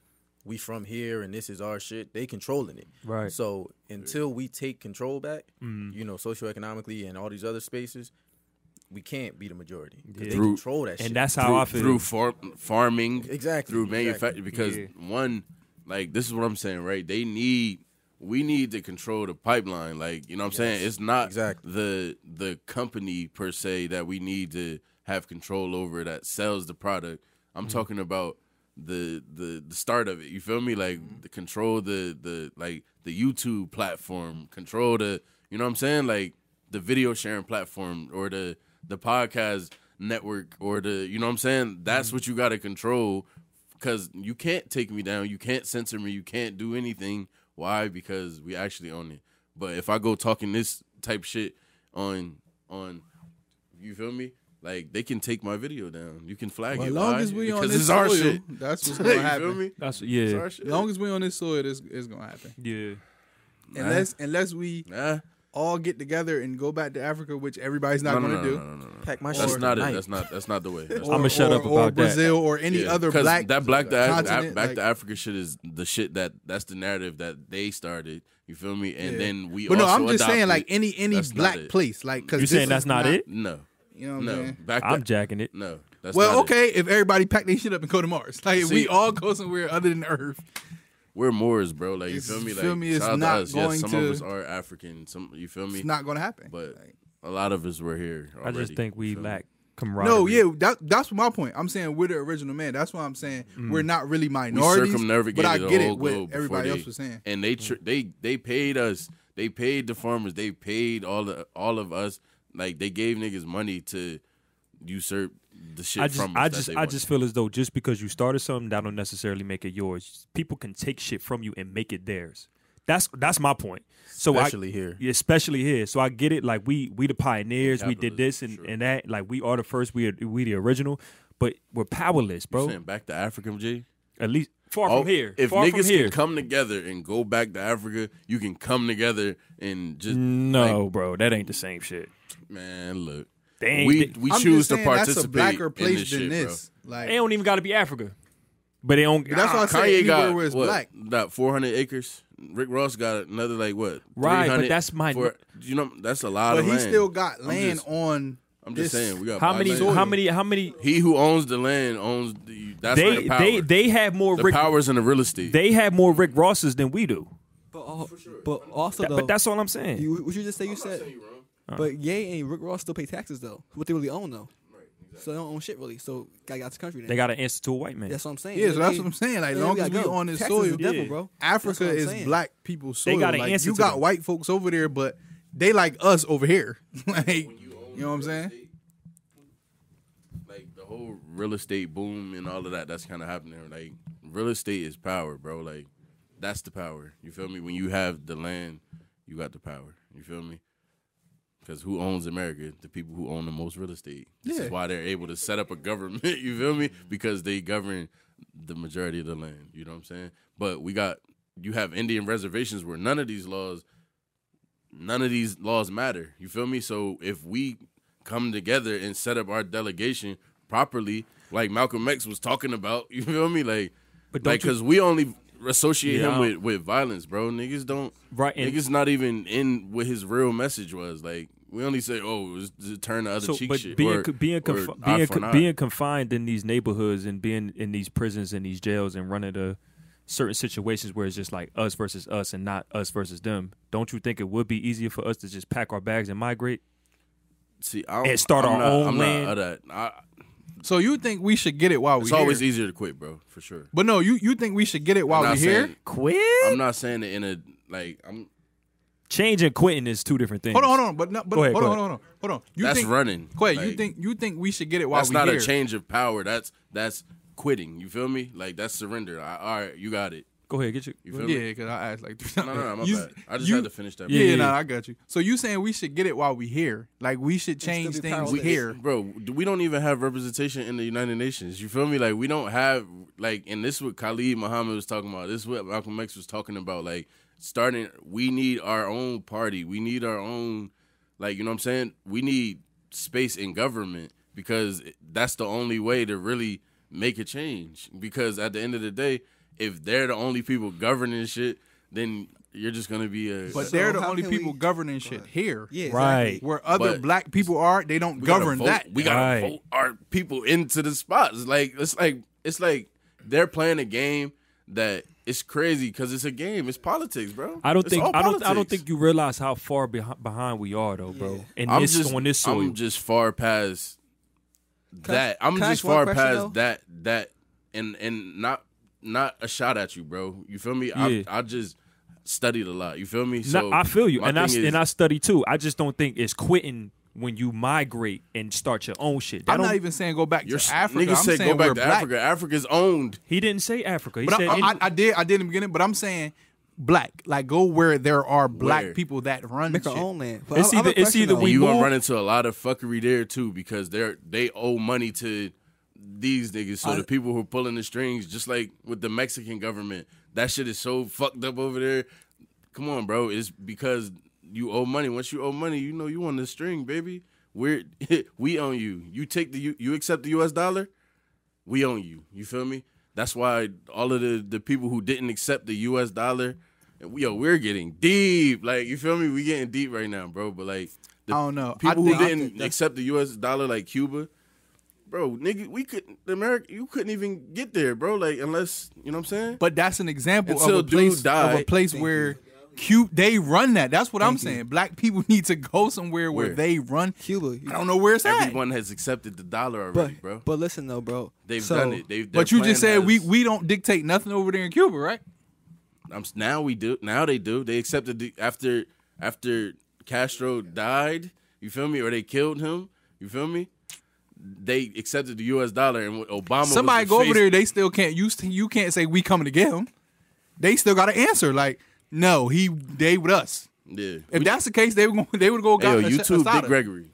[SPEAKER 3] we from here and this is our shit, they controlling it.
[SPEAKER 1] Right.
[SPEAKER 3] So until we take control back,
[SPEAKER 2] Mm-hmm.
[SPEAKER 3] you know, socioeconomically and all these other spaces, we can't be the majority 'cause they
[SPEAKER 7] Through-
[SPEAKER 3] control that shit.
[SPEAKER 1] and that's how
[SPEAKER 7] through,
[SPEAKER 1] I feel.
[SPEAKER 7] through far, farming,
[SPEAKER 3] Exactly,
[SPEAKER 7] through
[SPEAKER 3] exactly.
[SPEAKER 7] manufacturing. Because one, like this is what I'm saying, right? They need, we need to control the pipeline. Like you know, what I'm saying it's not
[SPEAKER 3] exactly.
[SPEAKER 7] the the company per se that we need to have control over that sells the product. I'm talking about the the the start of it. You feel me? Like the control the the like the YouTube platform, control the you know what I'm saying? Like the video sharing platform or the the podcast network or the you know what I'm saying? That's what you got to control cuz you can't take me down, you can't censor me, you can't do anything. Why? Because we actually own it. But if I go talking this type shit on on you feel me? Like they can take my video down. You can flag
[SPEAKER 2] as
[SPEAKER 7] it.
[SPEAKER 2] long
[SPEAKER 7] Why?
[SPEAKER 2] as we on
[SPEAKER 7] because
[SPEAKER 2] this
[SPEAKER 7] it's our
[SPEAKER 2] soil,
[SPEAKER 7] shit.
[SPEAKER 2] that's what's
[SPEAKER 7] you
[SPEAKER 2] gonna
[SPEAKER 7] feel
[SPEAKER 2] happen.
[SPEAKER 7] me?
[SPEAKER 1] That's
[SPEAKER 7] It's
[SPEAKER 1] yeah,
[SPEAKER 7] our shit.
[SPEAKER 2] As long as we on this soil, this is gonna happen.
[SPEAKER 1] yeah.
[SPEAKER 2] Unless unless we
[SPEAKER 7] Nah.
[SPEAKER 2] all get together and go back to Africa, which everybody's not
[SPEAKER 7] No, no,
[SPEAKER 2] gonna
[SPEAKER 7] no,
[SPEAKER 2] do.
[SPEAKER 7] no, no, no, no.
[SPEAKER 3] pack my
[SPEAKER 7] That's
[SPEAKER 3] shit
[SPEAKER 7] not
[SPEAKER 3] tonight.
[SPEAKER 7] it. That's not. That's not the way. That's
[SPEAKER 2] Or-
[SPEAKER 1] I'ma shut
[SPEAKER 2] or-
[SPEAKER 1] up
[SPEAKER 2] or
[SPEAKER 1] about that.
[SPEAKER 2] Brazil or any
[SPEAKER 7] Yeah,
[SPEAKER 2] other
[SPEAKER 7] 'cause
[SPEAKER 2] black
[SPEAKER 7] that black to Af-
[SPEAKER 2] continent,
[SPEAKER 7] back to
[SPEAKER 2] like-
[SPEAKER 7] Africa shit is the shit that that's the narrative that they started. You feel me? And
[SPEAKER 2] Yeah.
[SPEAKER 7] then we.
[SPEAKER 2] But no,
[SPEAKER 7] also
[SPEAKER 2] I'm just saying
[SPEAKER 7] adopted-
[SPEAKER 2] like any any
[SPEAKER 7] That's not
[SPEAKER 2] black
[SPEAKER 7] it.
[SPEAKER 2] place, like because
[SPEAKER 1] You saying that's not, it?
[SPEAKER 7] No,
[SPEAKER 2] You know what I'm
[SPEAKER 7] no.
[SPEAKER 2] saying?
[SPEAKER 7] Back.
[SPEAKER 1] I'm
[SPEAKER 7] to-
[SPEAKER 1] jacking it.
[SPEAKER 7] No, that's
[SPEAKER 2] Well,
[SPEAKER 7] not it.
[SPEAKER 2] okay, if everybody pack their shit up and go to Mars, like if we
[SPEAKER 7] See-
[SPEAKER 2] all go somewhere other than Earth,
[SPEAKER 7] We're Moors, bro. Like you
[SPEAKER 2] It's-
[SPEAKER 7] feel me? Like
[SPEAKER 2] feel me, it's
[SPEAKER 7] shout out to
[SPEAKER 2] not
[SPEAKER 7] us.
[SPEAKER 2] going
[SPEAKER 7] yes, some
[SPEAKER 2] to-
[SPEAKER 7] of us are African. Some you feel me?
[SPEAKER 2] it's not gonna happen.
[SPEAKER 7] but
[SPEAKER 2] Like-
[SPEAKER 7] a lot of us were here.
[SPEAKER 1] I
[SPEAKER 7] already,
[SPEAKER 1] just think we
[SPEAKER 7] you feel me?
[SPEAKER 1] lack camaraderie.
[SPEAKER 2] No, yeah, that, that's my point. I'm saying we're the original man. That's why I'm saying we're not really minorities.
[SPEAKER 7] Mm. circumnavigated
[SPEAKER 2] but I
[SPEAKER 7] the
[SPEAKER 2] get
[SPEAKER 7] whole
[SPEAKER 2] it what
[SPEAKER 7] globe before
[SPEAKER 2] everybody
[SPEAKER 7] they-
[SPEAKER 2] else was saying.
[SPEAKER 7] and they tr- they they paid us. They paid the farmers. They paid all the all of us. Like they gave niggas money to usurp the shit
[SPEAKER 1] I just,
[SPEAKER 7] from us.
[SPEAKER 1] I
[SPEAKER 7] that
[SPEAKER 1] just,
[SPEAKER 7] they
[SPEAKER 1] I
[SPEAKER 7] wanted.
[SPEAKER 1] just feel as though just because you started something, that don't necessarily make it yours. People can take shit from you and make it theirs. That's that's my point. So
[SPEAKER 3] Especially
[SPEAKER 1] I,
[SPEAKER 3] here.
[SPEAKER 1] yeah, especially here. So I get it. Like we, we the pioneers. We did
[SPEAKER 7] Capitalism,
[SPEAKER 1] this and,
[SPEAKER 7] sure.
[SPEAKER 1] and that. Like we are the first. We are, we the original. But we're powerless, bro.
[SPEAKER 7] Saying back to Africa, G.
[SPEAKER 1] At least far
[SPEAKER 7] Oh,
[SPEAKER 1] from here.
[SPEAKER 7] If
[SPEAKER 1] far
[SPEAKER 7] niggas
[SPEAKER 1] from here.
[SPEAKER 7] can come together and go back to Africa, you can come together and just
[SPEAKER 1] no, bro, that ain't the same shit.
[SPEAKER 7] like, man. Look,
[SPEAKER 1] They ain't-
[SPEAKER 7] we
[SPEAKER 1] they-
[SPEAKER 7] we
[SPEAKER 2] I'm
[SPEAKER 7] choose
[SPEAKER 2] just
[SPEAKER 7] to
[SPEAKER 2] saying
[SPEAKER 7] participate
[SPEAKER 2] That's a blacker place
[SPEAKER 7] in this
[SPEAKER 2] than
[SPEAKER 7] shit, bro.
[SPEAKER 2] this. Like,
[SPEAKER 1] They don't even got to be Africa. But they don't. Ah.
[SPEAKER 2] that's why I said
[SPEAKER 7] Uh, Kanye
[SPEAKER 2] anywhere
[SPEAKER 7] got
[SPEAKER 2] where it's
[SPEAKER 7] what,
[SPEAKER 2] black.
[SPEAKER 7] about 400 acres. Rick Ross got another like what?
[SPEAKER 1] Right, but
[SPEAKER 7] 300
[SPEAKER 1] that's my-
[SPEAKER 7] for- you know that's a lot
[SPEAKER 2] but
[SPEAKER 7] of
[SPEAKER 2] he
[SPEAKER 7] land.
[SPEAKER 2] still got
[SPEAKER 7] I'm
[SPEAKER 2] land
[SPEAKER 7] just-
[SPEAKER 2] on.
[SPEAKER 7] I'm just
[SPEAKER 2] this-
[SPEAKER 7] saying we got
[SPEAKER 1] how
[SPEAKER 7] black
[SPEAKER 1] many?
[SPEAKER 7] land.
[SPEAKER 1] How many? How many?
[SPEAKER 7] He who owns the land owns the that's where
[SPEAKER 1] They,
[SPEAKER 7] the power.
[SPEAKER 1] they, they have more
[SPEAKER 7] the
[SPEAKER 1] Rick.
[SPEAKER 7] powers in the real estate.
[SPEAKER 1] They have more Rick Rosses than we do.
[SPEAKER 4] But, al- but also
[SPEAKER 1] That-
[SPEAKER 4] though,
[SPEAKER 1] but that's all I'm saying.
[SPEAKER 4] you, what you just say you said. But Ye and Rick Ross still pay taxes though. What they really own though. So they don't own shit really. So guy got the country. Then.
[SPEAKER 1] they got to answer to a white man.
[SPEAKER 4] That's what I'm saying.
[SPEAKER 2] Yeah, so that's
[SPEAKER 4] They-
[SPEAKER 2] what I'm saying. Like,
[SPEAKER 4] they
[SPEAKER 2] long as
[SPEAKER 4] gotta
[SPEAKER 2] we
[SPEAKER 4] go.
[SPEAKER 2] on this
[SPEAKER 4] Taxes
[SPEAKER 2] soil,
[SPEAKER 4] is devil,
[SPEAKER 1] Yeah.
[SPEAKER 4] bro. That's
[SPEAKER 2] Africa
[SPEAKER 4] what I'm
[SPEAKER 2] is
[SPEAKER 4] saying.
[SPEAKER 2] black people's soil.
[SPEAKER 1] got an
[SPEAKER 2] like,
[SPEAKER 1] answer
[SPEAKER 2] you
[SPEAKER 1] to
[SPEAKER 2] got
[SPEAKER 1] them.
[SPEAKER 2] white folks over there, but they like us over here. like, you know what I'm saying?
[SPEAKER 7] whole real estate boom and all of that that's kind of happening. Like real estate is power, bro. Like that's the power. You feel me? When you have the land, you got the power. You feel me? Because who owns America? The people who own the most real estate. This
[SPEAKER 2] Yeah.
[SPEAKER 7] is why they're able to set up a government. You feel me? Because they govern the majority of the land. You know what I'm saying? But we got you have Indian reservations where none of these laws, none of these laws matter. You feel me? So if we come together and set up our delegation properly, like Malcolm X was talking about, you feel me? Like,
[SPEAKER 1] But don't
[SPEAKER 7] like
[SPEAKER 1] you-
[SPEAKER 7] because we only associate
[SPEAKER 1] Yeah, I
[SPEAKER 7] him
[SPEAKER 1] don't-
[SPEAKER 7] with with violence, bro. Niggas don't.
[SPEAKER 1] Right, and-
[SPEAKER 7] niggas not even in what his real message was. Like we only say, oh, it was the turn the other
[SPEAKER 1] So,
[SPEAKER 7] cheek
[SPEAKER 1] but
[SPEAKER 7] shit.
[SPEAKER 1] being
[SPEAKER 7] or-
[SPEAKER 1] co- being
[SPEAKER 7] or
[SPEAKER 1] confi-
[SPEAKER 7] eye
[SPEAKER 1] being
[SPEAKER 7] for
[SPEAKER 1] co-
[SPEAKER 7] an eye.
[SPEAKER 1] being confined in these neighborhoods and being in these prisons and these jails and running to certain situations where it's just like us versus us and not us versus them. Don't you think it would be easier for us to just pack our bags and migrate?
[SPEAKER 7] See, I don't-
[SPEAKER 1] and start
[SPEAKER 7] I'm
[SPEAKER 1] our
[SPEAKER 7] not-
[SPEAKER 1] own
[SPEAKER 7] I'm
[SPEAKER 1] land.
[SPEAKER 7] Not of that. I,
[SPEAKER 2] So you think we should get it while we?
[SPEAKER 7] it's always
[SPEAKER 2] here.
[SPEAKER 7] easier to quit, bro, for sure.
[SPEAKER 2] But no, you you think we should get it while
[SPEAKER 7] I'm
[SPEAKER 2] we
[SPEAKER 7] not
[SPEAKER 2] here?
[SPEAKER 7] saying-
[SPEAKER 1] Quit.
[SPEAKER 7] I'm not saying it in a like. I'm
[SPEAKER 1] Change and quitting is two different things.
[SPEAKER 2] Hold on, hold on. But no, but
[SPEAKER 1] Go ahead,
[SPEAKER 2] hold
[SPEAKER 1] go
[SPEAKER 2] on,
[SPEAKER 1] ahead.
[SPEAKER 2] hold on, hold on. You
[SPEAKER 7] That's
[SPEAKER 2] think,
[SPEAKER 7] running.
[SPEAKER 2] Quay, you
[SPEAKER 7] Like-
[SPEAKER 2] think you think we should get it while
[SPEAKER 7] that's
[SPEAKER 2] we
[SPEAKER 7] not
[SPEAKER 2] here?
[SPEAKER 7] a change of power. That's that's quitting. You feel me? Like that's surrender. I, all right, you got it.
[SPEAKER 1] Go ahead, get your.
[SPEAKER 7] You
[SPEAKER 2] Yeah,
[SPEAKER 7] feel me?
[SPEAKER 2] because I asked like three times.
[SPEAKER 7] No, no, no, my
[SPEAKER 2] You-
[SPEAKER 7] bad. I just
[SPEAKER 2] you-
[SPEAKER 7] had to finish that.
[SPEAKER 2] Yeah,
[SPEAKER 1] Yeah,
[SPEAKER 2] no,
[SPEAKER 1] yeah.
[SPEAKER 2] I got you. So you saying we should get it while we here? Like we should change
[SPEAKER 4] be
[SPEAKER 2] things
[SPEAKER 4] powerless.
[SPEAKER 2] here?
[SPEAKER 7] bro we don't even have representation in the united nations you feel me like we don't have like and this is what khalid muhammad was talking about this is what malcolm x was talking about like starting we need our own party we need our own like you know what i'm saying we need space in government because that's the only way to really make a change because at the end of the day if they're the only people governing shit then you're just gonna be a
[SPEAKER 2] But
[SPEAKER 7] a-
[SPEAKER 2] they're
[SPEAKER 5] So
[SPEAKER 2] the
[SPEAKER 5] how
[SPEAKER 2] only
[SPEAKER 5] can we-
[SPEAKER 2] people governing shit here.
[SPEAKER 5] Yeah,
[SPEAKER 1] Right.
[SPEAKER 5] exactly.
[SPEAKER 2] Where other
[SPEAKER 7] But-
[SPEAKER 2] black people are, they don't
[SPEAKER 7] gotta
[SPEAKER 2] govern
[SPEAKER 7] vote-
[SPEAKER 2] that.
[SPEAKER 7] We gotta
[SPEAKER 1] Right.
[SPEAKER 7] vote our people into the spots. Like it's like it's like they're playing a game that it's crazy because it's a game. It's politics, bro.
[SPEAKER 1] I don't
[SPEAKER 7] It's
[SPEAKER 1] think
[SPEAKER 7] all
[SPEAKER 1] I don't I don't
[SPEAKER 7] politics.
[SPEAKER 1] think you realize how far behi- behind we are though, bro. And
[SPEAKER 7] I'm
[SPEAKER 1] this
[SPEAKER 7] just
[SPEAKER 1] on this soil.
[SPEAKER 7] I'm just far past
[SPEAKER 4] I-
[SPEAKER 7] that. I'm
[SPEAKER 4] can I
[SPEAKER 7] just
[SPEAKER 4] ask one
[SPEAKER 7] far
[SPEAKER 4] question,
[SPEAKER 7] past
[SPEAKER 4] though?
[SPEAKER 7] that that and and not not a shot at you, bro. You feel me?
[SPEAKER 1] Yeah.
[SPEAKER 7] I I just studied a lot. You feel me?
[SPEAKER 1] No, I feel you,
[SPEAKER 7] my
[SPEAKER 1] and I
[SPEAKER 7] thing is-
[SPEAKER 1] and I study too. I just don't think it's quitting when you migrate and start your own shit. That
[SPEAKER 2] I'm
[SPEAKER 1] don't-
[SPEAKER 2] not even saying go back
[SPEAKER 7] you're,
[SPEAKER 2] to Africa.
[SPEAKER 7] niggas
[SPEAKER 2] I'm
[SPEAKER 7] said
[SPEAKER 2] saying
[SPEAKER 7] go back
[SPEAKER 2] we're
[SPEAKER 7] to
[SPEAKER 2] black.
[SPEAKER 7] Africa. Africa's owned.
[SPEAKER 1] he didn't say Africa. He
[SPEAKER 2] But
[SPEAKER 1] said
[SPEAKER 2] I, I,
[SPEAKER 1] in-
[SPEAKER 2] I did, I did in the beginning. But I'm saying black, like go where there are black
[SPEAKER 7] Where?
[SPEAKER 2] people that run
[SPEAKER 4] Make
[SPEAKER 2] shit.
[SPEAKER 4] our own land.
[SPEAKER 1] It's
[SPEAKER 4] I- I have
[SPEAKER 1] either-
[SPEAKER 4] a
[SPEAKER 1] it's
[SPEAKER 4] question,
[SPEAKER 1] either
[SPEAKER 4] though.
[SPEAKER 1] we-
[SPEAKER 7] you gonna
[SPEAKER 1] move-
[SPEAKER 7] run into a lot of fuckery there too because they're they owe money to these niggas. So the people who are pulling the strings, just like with the Mexican government, that shit is so fucked up over there. Come on, bro. It's because you owe money. Once you owe money, you know you on the string, baby. We're we own you. You take the you, you accept the U.S. dollar we own you. You feel me? That's why all of the, the people who didn't accept the U.S. dollar, and we- yo, we're getting deep. Like you feel me? We getting deep right now, bro. But like, the
[SPEAKER 2] I don't know. I
[SPEAKER 7] People
[SPEAKER 2] think-
[SPEAKER 7] who
[SPEAKER 2] I
[SPEAKER 7] didn't accept the U.S. dollar, like Cuba, bro, nigga, we could America, you couldn't even get there, bro. Like unless you know what I'm saying.
[SPEAKER 2] But that's an example
[SPEAKER 7] Until
[SPEAKER 2] of a
[SPEAKER 7] dude
[SPEAKER 2] place of a
[SPEAKER 7] died.
[SPEAKER 2] place where Cuba they run that. That's what I'm saying. Black people need to go somewhere where,
[SPEAKER 7] Where?
[SPEAKER 2] they run.
[SPEAKER 4] Cuba.
[SPEAKER 2] I don't know where it's at.
[SPEAKER 7] everyone has accepted the dollar already,
[SPEAKER 4] But,
[SPEAKER 7] bro.
[SPEAKER 4] but listen though, bro.
[SPEAKER 7] They've
[SPEAKER 4] So,
[SPEAKER 7] done it. They've, their
[SPEAKER 2] But you just
[SPEAKER 7] plan
[SPEAKER 2] said we
[SPEAKER 7] has-
[SPEAKER 2] we don't dictate nothing over there in Cuba, right?
[SPEAKER 7] I'm s- now we do now they do they accepted the, after after Castro died you feel me or they killed him you feel me they accepted the U.S. dollar and when Obama was
[SPEAKER 2] Somebody
[SPEAKER 7] the
[SPEAKER 2] go over
[SPEAKER 7] face-
[SPEAKER 2] there. They still can't. You st- you can't say we coming to get him. They still got to answer. Like no, he they with us.
[SPEAKER 7] yeah
[SPEAKER 2] If that's the case, they would go- they would go.
[SPEAKER 7] hey,
[SPEAKER 2] got
[SPEAKER 7] yo,
[SPEAKER 2] Ash-
[SPEAKER 7] YouTube
[SPEAKER 2] Asada.
[SPEAKER 7] Dick Gregory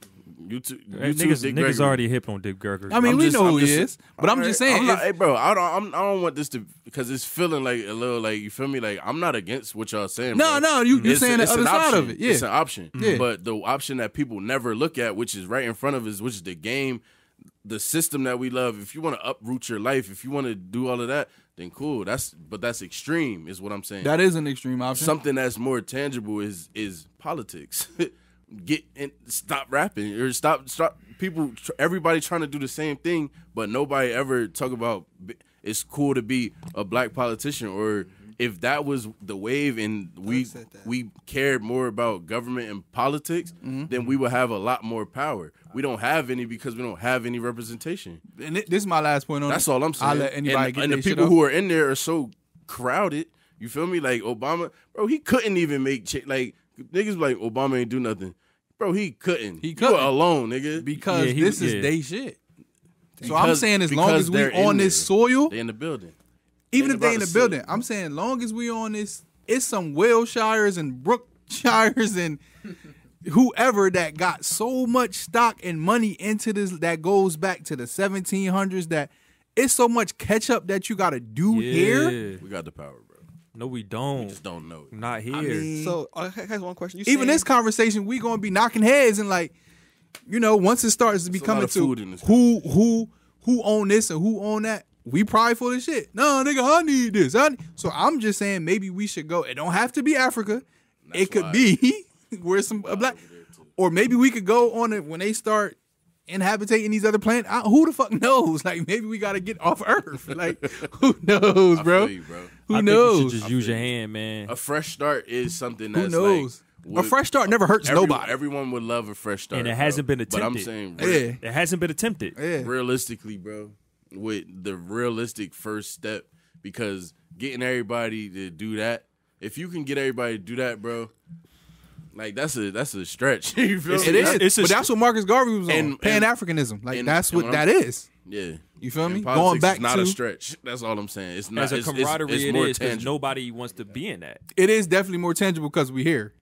[SPEAKER 7] YouTube
[SPEAKER 1] Hey,
[SPEAKER 7] YouTube
[SPEAKER 1] niggas, niggas
[SPEAKER 7] Dick Gregory.
[SPEAKER 1] already hip on Dick Gregory.
[SPEAKER 2] I mean,
[SPEAKER 7] I'm
[SPEAKER 2] we
[SPEAKER 7] just-
[SPEAKER 2] know
[SPEAKER 7] I'm
[SPEAKER 2] who he
[SPEAKER 7] just-
[SPEAKER 2] is, but I'm just saying.
[SPEAKER 7] I'm not,
[SPEAKER 2] if-
[SPEAKER 7] hey, bro, I don't, I'm, I don't want this to because it's feeling like a little like you feel me. Like I'm not against what y'all saying.
[SPEAKER 2] No,
[SPEAKER 7] bro.
[SPEAKER 2] no, you- you're
[SPEAKER 7] It's
[SPEAKER 2] saying the
[SPEAKER 7] it's
[SPEAKER 2] other
[SPEAKER 7] an
[SPEAKER 2] side of
[SPEAKER 7] option.
[SPEAKER 2] it, yeah. Mm-hmm.
[SPEAKER 7] it's an option.
[SPEAKER 2] Yeah.
[SPEAKER 7] But the option that people never look at, which is right in front of us, which is the game, the system that we love. If you want to uproot your life, if you want to do all of that, then cool. That's but that's extreme, is what I'm saying
[SPEAKER 2] that is an extreme option.
[SPEAKER 7] something that's more tangible is is politics. Get and stop rapping or stop stop people. Tr- everybody trying to do the same thing, but nobody ever talk about b- it's cool to be a black politician or if that was the wave and we
[SPEAKER 4] said that. Mm-hmm.
[SPEAKER 7] we cared more about government and politics, then we would have a lot more power. We don't have any because we don't have any representation.
[SPEAKER 2] and thi- this is my last point on.
[SPEAKER 7] That's
[SPEAKER 2] it.
[SPEAKER 7] all I'm saying.
[SPEAKER 2] I'll let anybody
[SPEAKER 7] and,
[SPEAKER 2] get
[SPEAKER 7] and the
[SPEAKER 2] their shit
[SPEAKER 7] people
[SPEAKER 2] off.
[SPEAKER 7] who are in there are so crowded. You feel me? Like Obama, bro, he couldn't even make cha- like niggas like Obama ain't do nothing. Bro, he couldn't.
[SPEAKER 2] He
[SPEAKER 7] You
[SPEAKER 2] couldn't.
[SPEAKER 7] were alone, nigga.
[SPEAKER 2] because
[SPEAKER 1] Yeah, he-
[SPEAKER 2] this is
[SPEAKER 1] yeah.
[SPEAKER 2] they shit. so I'm
[SPEAKER 7] Because-
[SPEAKER 2] saying as long
[SPEAKER 7] because
[SPEAKER 2] as we
[SPEAKER 7] they're
[SPEAKER 2] on
[SPEAKER 7] in
[SPEAKER 2] this
[SPEAKER 7] there.
[SPEAKER 2] soil,
[SPEAKER 7] They in the building.
[SPEAKER 2] even
[SPEAKER 7] ain't
[SPEAKER 2] if they
[SPEAKER 7] about
[SPEAKER 2] in
[SPEAKER 7] to
[SPEAKER 2] the
[SPEAKER 7] see
[SPEAKER 2] building, I'm saying long as we on this, it's some Wilshires and Brookshires and whoever that got so much stock and money into this that goes back to the 1700s that it's so much catch up that you got to do here.
[SPEAKER 1] Yeah.
[SPEAKER 7] We got the power, bro.
[SPEAKER 1] No, we don't.
[SPEAKER 7] Just don't know it.
[SPEAKER 1] Not here.
[SPEAKER 4] So I I has one question. You
[SPEAKER 2] Even
[SPEAKER 4] saying-
[SPEAKER 2] this conversation, we gonna be knocking heads and like, you know, once it starts to
[SPEAKER 7] It's a lot
[SPEAKER 2] becoming
[SPEAKER 7] of
[SPEAKER 2] to
[SPEAKER 7] food in this
[SPEAKER 2] who who who own this and who own that, we prideful as shit. No, nigga, I need this. I need. So I'm just saying maybe we should go. It don't have to be Africa. it could
[SPEAKER 7] why-
[SPEAKER 2] be where some a black, or maybe we could go on it when they start inhabitating these other planets. I, who the fuck knows? Like maybe we gotta get off Earth. Like who knows,
[SPEAKER 7] I
[SPEAKER 2] bro?
[SPEAKER 7] feel you, bro.
[SPEAKER 2] Who
[SPEAKER 1] I
[SPEAKER 2] knows?
[SPEAKER 1] Think you should just use your hand, man.
[SPEAKER 7] A fresh start is something
[SPEAKER 2] Who
[SPEAKER 7] that's
[SPEAKER 2] knows?
[SPEAKER 7] like would-
[SPEAKER 2] a fresh start never hurts
[SPEAKER 7] every-
[SPEAKER 2] nobody.
[SPEAKER 7] Everyone would love a fresh start,
[SPEAKER 1] And it hasn't
[SPEAKER 7] bro.
[SPEAKER 1] been
[SPEAKER 7] But I'm
[SPEAKER 1] attempted.
[SPEAKER 7] saying,
[SPEAKER 2] Yeah.
[SPEAKER 1] It hasn't been attempted.
[SPEAKER 2] yeah.
[SPEAKER 7] realistically, bro, with the realistic first step, because getting everybody to do that, if you can get everybody to do that, bro, like that's a that's a stretch. you feel
[SPEAKER 1] It's-
[SPEAKER 7] me?
[SPEAKER 2] It
[SPEAKER 1] It's
[SPEAKER 2] is.
[SPEAKER 1] a-
[SPEAKER 2] but that's what Marcus Garvey was on.
[SPEAKER 7] And-
[SPEAKER 2] Pan
[SPEAKER 7] and-
[SPEAKER 2] Africanism. Like
[SPEAKER 7] and-
[SPEAKER 2] that's
[SPEAKER 7] and
[SPEAKER 2] what
[SPEAKER 7] what I'm-
[SPEAKER 2] that is.
[SPEAKER 7] Yeah,
[SPEAKER 2] You feel me?
[SPEAKER 7] And
[SPEAKER 2] Going
[SPEAKER 7] politics
[SPEAKER 2] back
[SPEAKER 7] is not
[SPEAKER 2] to
[SPEAKER 7] a stretch. That's all I'm saying. It's not
[SPEAKER 1] As a
[SPEAKER 7] it's- it's-
[SPEAKER 1] camaraderie,
[SPEAKER 7] it's,
[SPEAKER 1] it
[SPEAKER 7] more
[SPEAKER 1] is because
[SPEAKER 7] tangible.
[SPEAKER 1] nobody wants to be in that.
[SPEAKER 2] it is definitely more tangible because we here.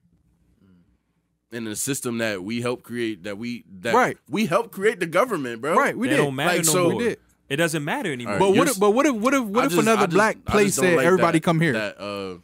[SPEAKER 7] in the system that we help create, that we that
[SPEAKER 2] Right.
[SPEAKER 7] we help create the government, bro.
[SPEAKER 2] Right, we
[SPEAKER 1] That
[SPEAKER 2] did.
[SPEAKER 1] don't matter
[SPEAKER 7] Like,
[SPEAKER 1] no
[SPEAKER 7] so-
[SPEAKER 1] more.
[SPEAKER 2] We did.
[SPEAKER 1] It doesn't matter anymore.
[SPEAKER 2] But
[SPEAKER 7] You're
[SPEAKER 2] what? If,
[SPEAKER 7] s-
[SPEAKER 2] but what if? What if? What
[SPEAKER 7] I
[SPEAKER 2] if
[SPEAKER 7] just- I
[SPEAKER 2] another
[SPEAKER 7] just-
[SPEAKER 2] black
[SPEAKER 7] I just
[SPEAKER 2] place
[SPEAKER 7] don't
[SPEAKER 2] said
[SPEAKER 7] like
[SPEAKER 2] everybody
[SPEAKER 7] that-
[SPEAKER 2] come here?
[SPEAKER 7] That, uh,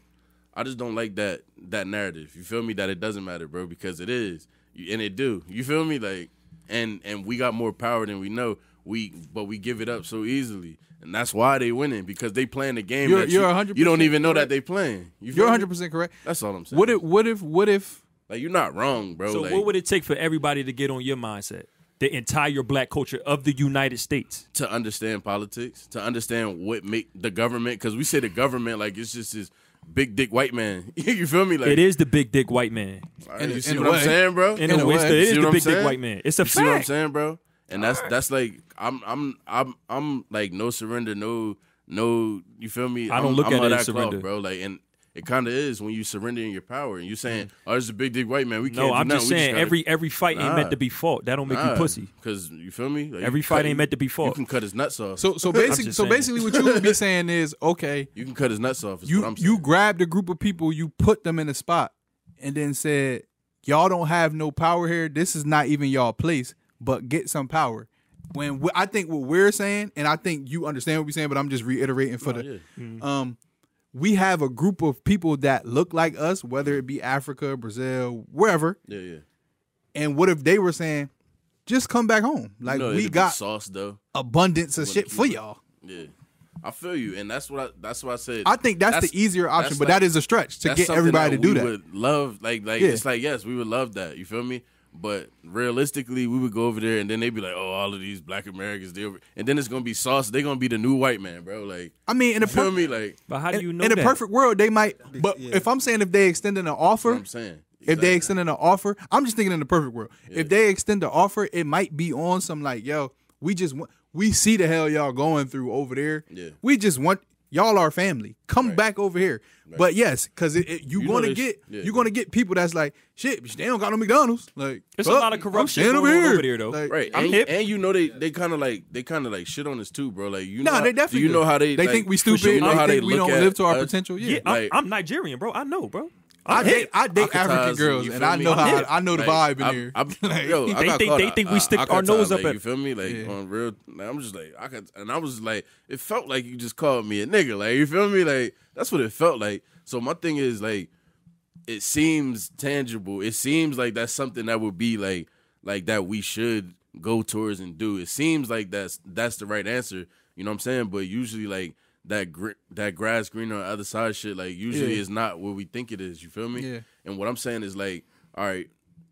[SPEAKER 7] I just don't like that that narrative. You feel me? That it doesn't matter, bro, because it is, You- and it do. You feel me? Like, and and we got more power than we know. We but we give it up so easily, and that's why they winning because they playing the game.
[SPEAKER 2] You're-
[SPEAKER 7] that
[SPEAKER 2] you're
[SPEAKER 7] you-
[SPEAKER 2] 100%
[SPEAKER 7] You don't even know that they playing. You feel
[SPEAKER 2] You're
[SPEAKER 7] me?
[SPEAKER 2] 100 percent correct.
[SPEAKER 7] That's all I'm saying.
[SPEAKER 2] What if? What if? What if?
[SPEAKER 7] Like you're not wrong, bro.
[SPEAKER 1] so
[SPEAKER 7] like,
[SPEAKER 1] what would it take for everybody to get on your mindset? The entire black culture of the United States.
[SPEAKER 7] to understand politics, to understand what make the government, because we say the government like it's just this big dick white man. you feel me? Like
[SPEAKER 1] it is the big dick white man.
[SPEAKER 7] all right,
[SPEAKER 2] in a-
[SPEAKER 7] you see
[SPEAKER 2] in a
[SPEAKER 7] what
[SPEAKER 2] way.
[SPEAKER 7] I'm saying, bro?
[SPEAKER 1] In,
[SPEAKER 2] In
[SPEAKER 1] a
[SPEAKER 2] a
[SPEAKER 1] way, it's
[SPEAKER 2] way.
[SPEAKER 1] the-
[SPEAKER 7] You
[SPEAKER 1] it
[SPEAKER 7] see
[SPEAKER 1] is
[SPEAKER 7] what
[SPEAKER 1] the
[SPEAKER 7] I'm
[SPEAKER 1] big dick
[SPEAKER 7] saying?
[SPEAKER 1] white man. It's a
[SPEAKER 7] You see what I'm
[SPEAKER 1] fact.
[SPEAKER 7] saying, bro? And that's that's like I'm I'm I'm I'm like no surrender, no no. You feel me?
[SPEAKER 1] I don't
[SPEAKER 7] I'm-
[SPEAKER 1] look
[SPEAKER 7] I'm
[SPEAKER 1] at
[SPEAKER 7] of
[SPEAKER 1] it
[SPEAKER 7] that
[SPEAKER 1] as
[SPEAKER 7] cloth,
[SPEAKER 1] surrender.
[SPEAKER 7] bro. Like and. It kind of is when you surrendering your power and you saying, "Oh, this is a big dick white man. We
[SPEAKER 1] Mm.
[SPEAKER 7] can't."
[SPEAKER 1] No,
[SPEAKER 7] do
[SPEAKER 1] I'm just
[SPEAKER 7] nothing. We
[SPEAKER 1] saying
[SPEAKER 7] gotta-
[SPEAKER 1] every every fight ain't meant
[SPEAKER 7] Nah.
[SPEAKER 1] to be fought. That don't make you pussy.
[SPEAKER 7] Because you feel me? Like,
[SPEAKER 1] Every
[SPEAKER 7] you
[SPEAKER 1] fight
[SPEAKER 7] cut-
[SPEAKER 1] ain't meant to be
[SPEAKER 7] You
[SPEAKER 1] fought.
[SPEAKER 7] can cut his nuts off.
[SPEAKER 2] So so basically,
[SPEAKER 1] just
[SPEAKER 2] so
[SPEAKER 1] saying.
[SPEAKER 2] basically, what you would be saying is okay.
[SPEAKER 7] you can cut his nuts off. Is what
[SPEAKER 2] You
[SPEAKER 7] I'm saying.
[SPEAKER 2] you grabbed a group of people, you put them in a spot, and then said, "Y'all don't have no power here. This is not even y'all place. But get some power." When we, I think what we're saying, and I think you understand what we're saying, but I'm just reiterating for the
[SPEAKER 7] Mm-hmm.
[SPEAKER 2] um, we have a group of people that look like us, whether it be Africa, Brazil, wherever.
[SPEAKER 7] yeah, yeah.
[SPEAKER 2] And what if they were saying, just come back home? Like
[SPEAKER 7] You know, it'd
[SPEAKER 2] we
[SPEAKER 7] be
[SPEAKER 2] got
[SPEAKER 7] sauce though.
[SPEAKER 2] abundance of
[SPEAKER 7] Wouldn't
[SPEAKER 2] shit
[SPEAKER 7] you
[SPEAKER 2] for
[SPEAKER 7] like-
[SPEAKER 2] y'all.
[SPEAKER 7] Yeah, I feel you, and that's what I, that's what I said.
[SPEAKER 2] I think that's, the easier option,
[SPEAKER 7] that's
[SPEAKER 2] but
[SPEAKER 7] like-
[SPEAKER 2] that is a stretch to
[SPEAKER 7] that's
[SPEAKER 2] get
[SPEAKER 7] something
[SPEAKER 2] everybody to do
[SPEAKER 7] we
[SPEAKER 2] that.
[SPEAKER 7] Would love like like
[SPEAKER 2] Yeah.
[SPEAKER 7] it's like yes, we would love that. You feel me? But realistically, we would go over there, and then they'd be like, "Oh, all of these Black Americans, they over," and then it's gonna be sauce. They're gonna be the new white man, bro. Like,
[SPEAKER 2] I mean, in a
[SPEAKER 7] you feel
[SPEAKER 2] per-
[SPEAKER 7] me? Like,
[SPEAKER 1] But how do
[SPEAKER 2] in,
[SPEAKER 1] you know
[SPEAKER 2] in a
[SPEAKER 1] that?
[SPEAKER 2] perfect world, they might. But
[SPEAKER 4] yeah.
[SPEAKER 2] if I'm saying if they extended an offer,
[SPEAKER 7] what I'm saying.
[SPEAKER 2] if they
[SPEAKER 7] Exactly.
[SPEAKER 2] extend an offer, I'm just thinking in the perfect world. If they extend the offer, it might be on some like, yo, we just want, we see the hell y'all going through over there.
[SPEAKER 7] Yeah.
[SPEAKER 2] We just want y'all our family. Come back over here. But yes, because it, it- you,
[SPEAKER 7] You know
[SPEAKER 2] gonna
[SPEAKER 7] they-
[SPEAKER 2] get
[SPEAKER 7] yeah.
[SPEAKER 2] you're gonna get people that's like, shit, bitch, they don't got no McDonald's. Like,
[SPEAKER 1] It's a
[SPEAKER 2] fuck,
[SPEAKER 1] lot of
[SPEAKER 2] I'm
[SPEAKER 1] corruption
[SPEAKER 2] staying
[SPEAKER 1] going on over there, though.
[SPEAKER 2] Like,
[SPEAKER 7] Right,
[SPEAKER 1] I'm
[SPEAKER 7] and,
[SPEAKER 1] hip.
[SPEAKER 7] and you know they they kind of like they kind of like shit on us too, bro. Like you
[SPEAKER 2] No,
[SPEAKER 7] know, how-
[SPEAKER 2] they definitely
[SPEAKER 7] do you
[SPEAKER 2] do.
[SPEAKER 7] know how they
[SPEAKER 2] They
[SPEAKER 7] like,
[SPEAKER 2] think we stupid.
[SPEAKER 7] You know
[SPEAKER 2] they
[SPEAKER 7] how
[SPEAKER 2] think we
[SPEAKER 7] look
[SPEAKER 2] don't
[SPEAKER 7] at
[SPEAKER 2] live to our
[SPEAKER 7] us?
[SPEAKER 2] potential. Yeah,
[SPEAKER 1] Yeah, I'm,
[SPEAKER 7] like-
[SPEAKER 1] I'm Nigerian, bro. I know, bro.
[SPEAKER 2] I
[SPEAKER 1] I'm
[SPEAKER 2] date
[SPEAKER 1] hip.
[SPEAKER 2] I date
[SPEAKER 7] Akataz,
[SPEAKER 2] African
[SPEAKER 7] you
[SPEAKER 2] girls,
[SPEAKER 7] feel
[SPEAKER 2] and I
[SPEAKER 7] me?
[SPEAKER 2] know
[SPEAKER 7] I'm
[SPEAKER 2] how
[SPEAKER 1] hip.
[SPEAKER 2] I know the
[SPEAKER 7] Like,
[SPEAKER 2] vibe in
[SPEAKER 7] I'm-
[SPEAKER 2] here.
[SPEAKER 7] I'm- yo, I
[SPEAKER 1] They
[SPEAKER 7] got
[SPEAKER 1] think-
[SPEAKER 7] caught
[SPEAKER 1] they
[SPEAKER 7] out.
[SPEAKER 1] think we
[SPEAKER 7] I-
[SPEAKER 1] stick
[SPEAKER 7] I
[SPEAKER 1] our
[SPEAKER 7] got
[SPEAKER 1] nose
[SPEAKER 7] tired,
[SPEAKER 1] up
[SPEAKER 7] like,
[SPEAKER 1] at-
[SPEAKER 7] You feel me? Like
[SPEAKER 2] Yeah.
[SPEAKER 7] on real. like, I'm just like I got, and I was like, it felt like you just called me a nigga. Like you feel me? Like that's what it felt like. So my thing is like, it seems tangible. It seems like that's something that would be like, like that we should go towards and do. It seems like that's that's the right answer. You know what I'm saying? But usually like. That gr- that grass green on the other side shit like usually
[SPEAKER 2] Yeah.
[SPEAKER 7] is not what we think it is. You feel me?
[SPEAKER 2] Yeah.
[SPEAKER 7] And what I'm saying is like, all right,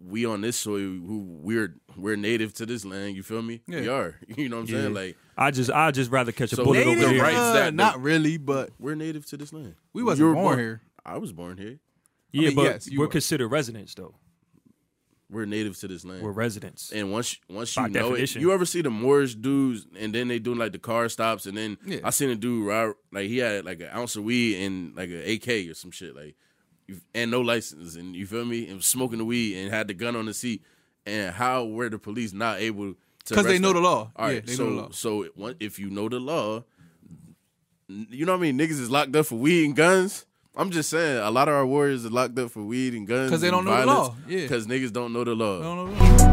[SPEAKER 7] we on this soil, who we're we're native to this land. You feel me? We
[SPEAKER 2] Yeah.
[SPEAKER 7] are. You know what I'm saying? Like
[SPEAKER 1] I just I just rather catch a
[SPEAKER 7] So
[SPEAKER 1] bullet
[SPEAKER 7] native-
[SPEAKER 1] over
[SPEAKER 2] Native,
[SPEAKER 1] here.
[SPEAKER 7] rights
[SPEAKER 2] uh,
[SPEAKER 7] that-
[SPEAKER 2] not really, but
[SPEAKER 7] we're native to this land.
[SPEAKER 2] We wasn't
[SPEAKER 7] You were
[SPEAKER 2] born here.
[SPEAKER 7] I was born here.
[SPEAKER 1] Yeah,
[SPEAKER 2] mean,
[SPEAKER 1] but
[SPEAKER 2] yes, you
[SPEAKER 1] we're
[SPEAKER 2] are.
[SPEAKER 1] considered residents though.
[SPEAKER 7] We're native to this land.
[SPEAKER 1] We're residents.
[SPEAKER 7] and once once you
[SPEAKER 1] By
[SPEAKER 7] know
[SPEAKER 1] definition.
[SPEAKER 7] it, you ever see the Moorish dudes, and then they doing like the car stops, and then
[SPEAKER 2] Yeah.
[SPEAKER 7] I seen a dude right, like he had like an ounce of weed and like an AK or some shit, like you- and no license, and you feel me, and smoking the weed and had the gun on the seat, and how were the police not able to
[SPEAKER 2] because they
[SPEAKER 7] arrest
[SPEAKER 2] know
[SPEAKER 7] them.
[SPEAKER 2] the law.
[SPEAKER 7] All right,
[SPEAKER 2] yeah, they
[SPEAKER 7] so
[SPEAKER 2] know the law.
[SPEAKER 7] so it- what- if you know the law, n- you know what I mean. Niggas is locked up for weed and guns. I'm just saying, a lot of our warriors are locked up for weed and guns
[SPEAKER 2] 'Cause they don't know the law, yeah.
[SPEAKER 7] because niggas don't know the law.
[SPEAKER 2] They don't know the law.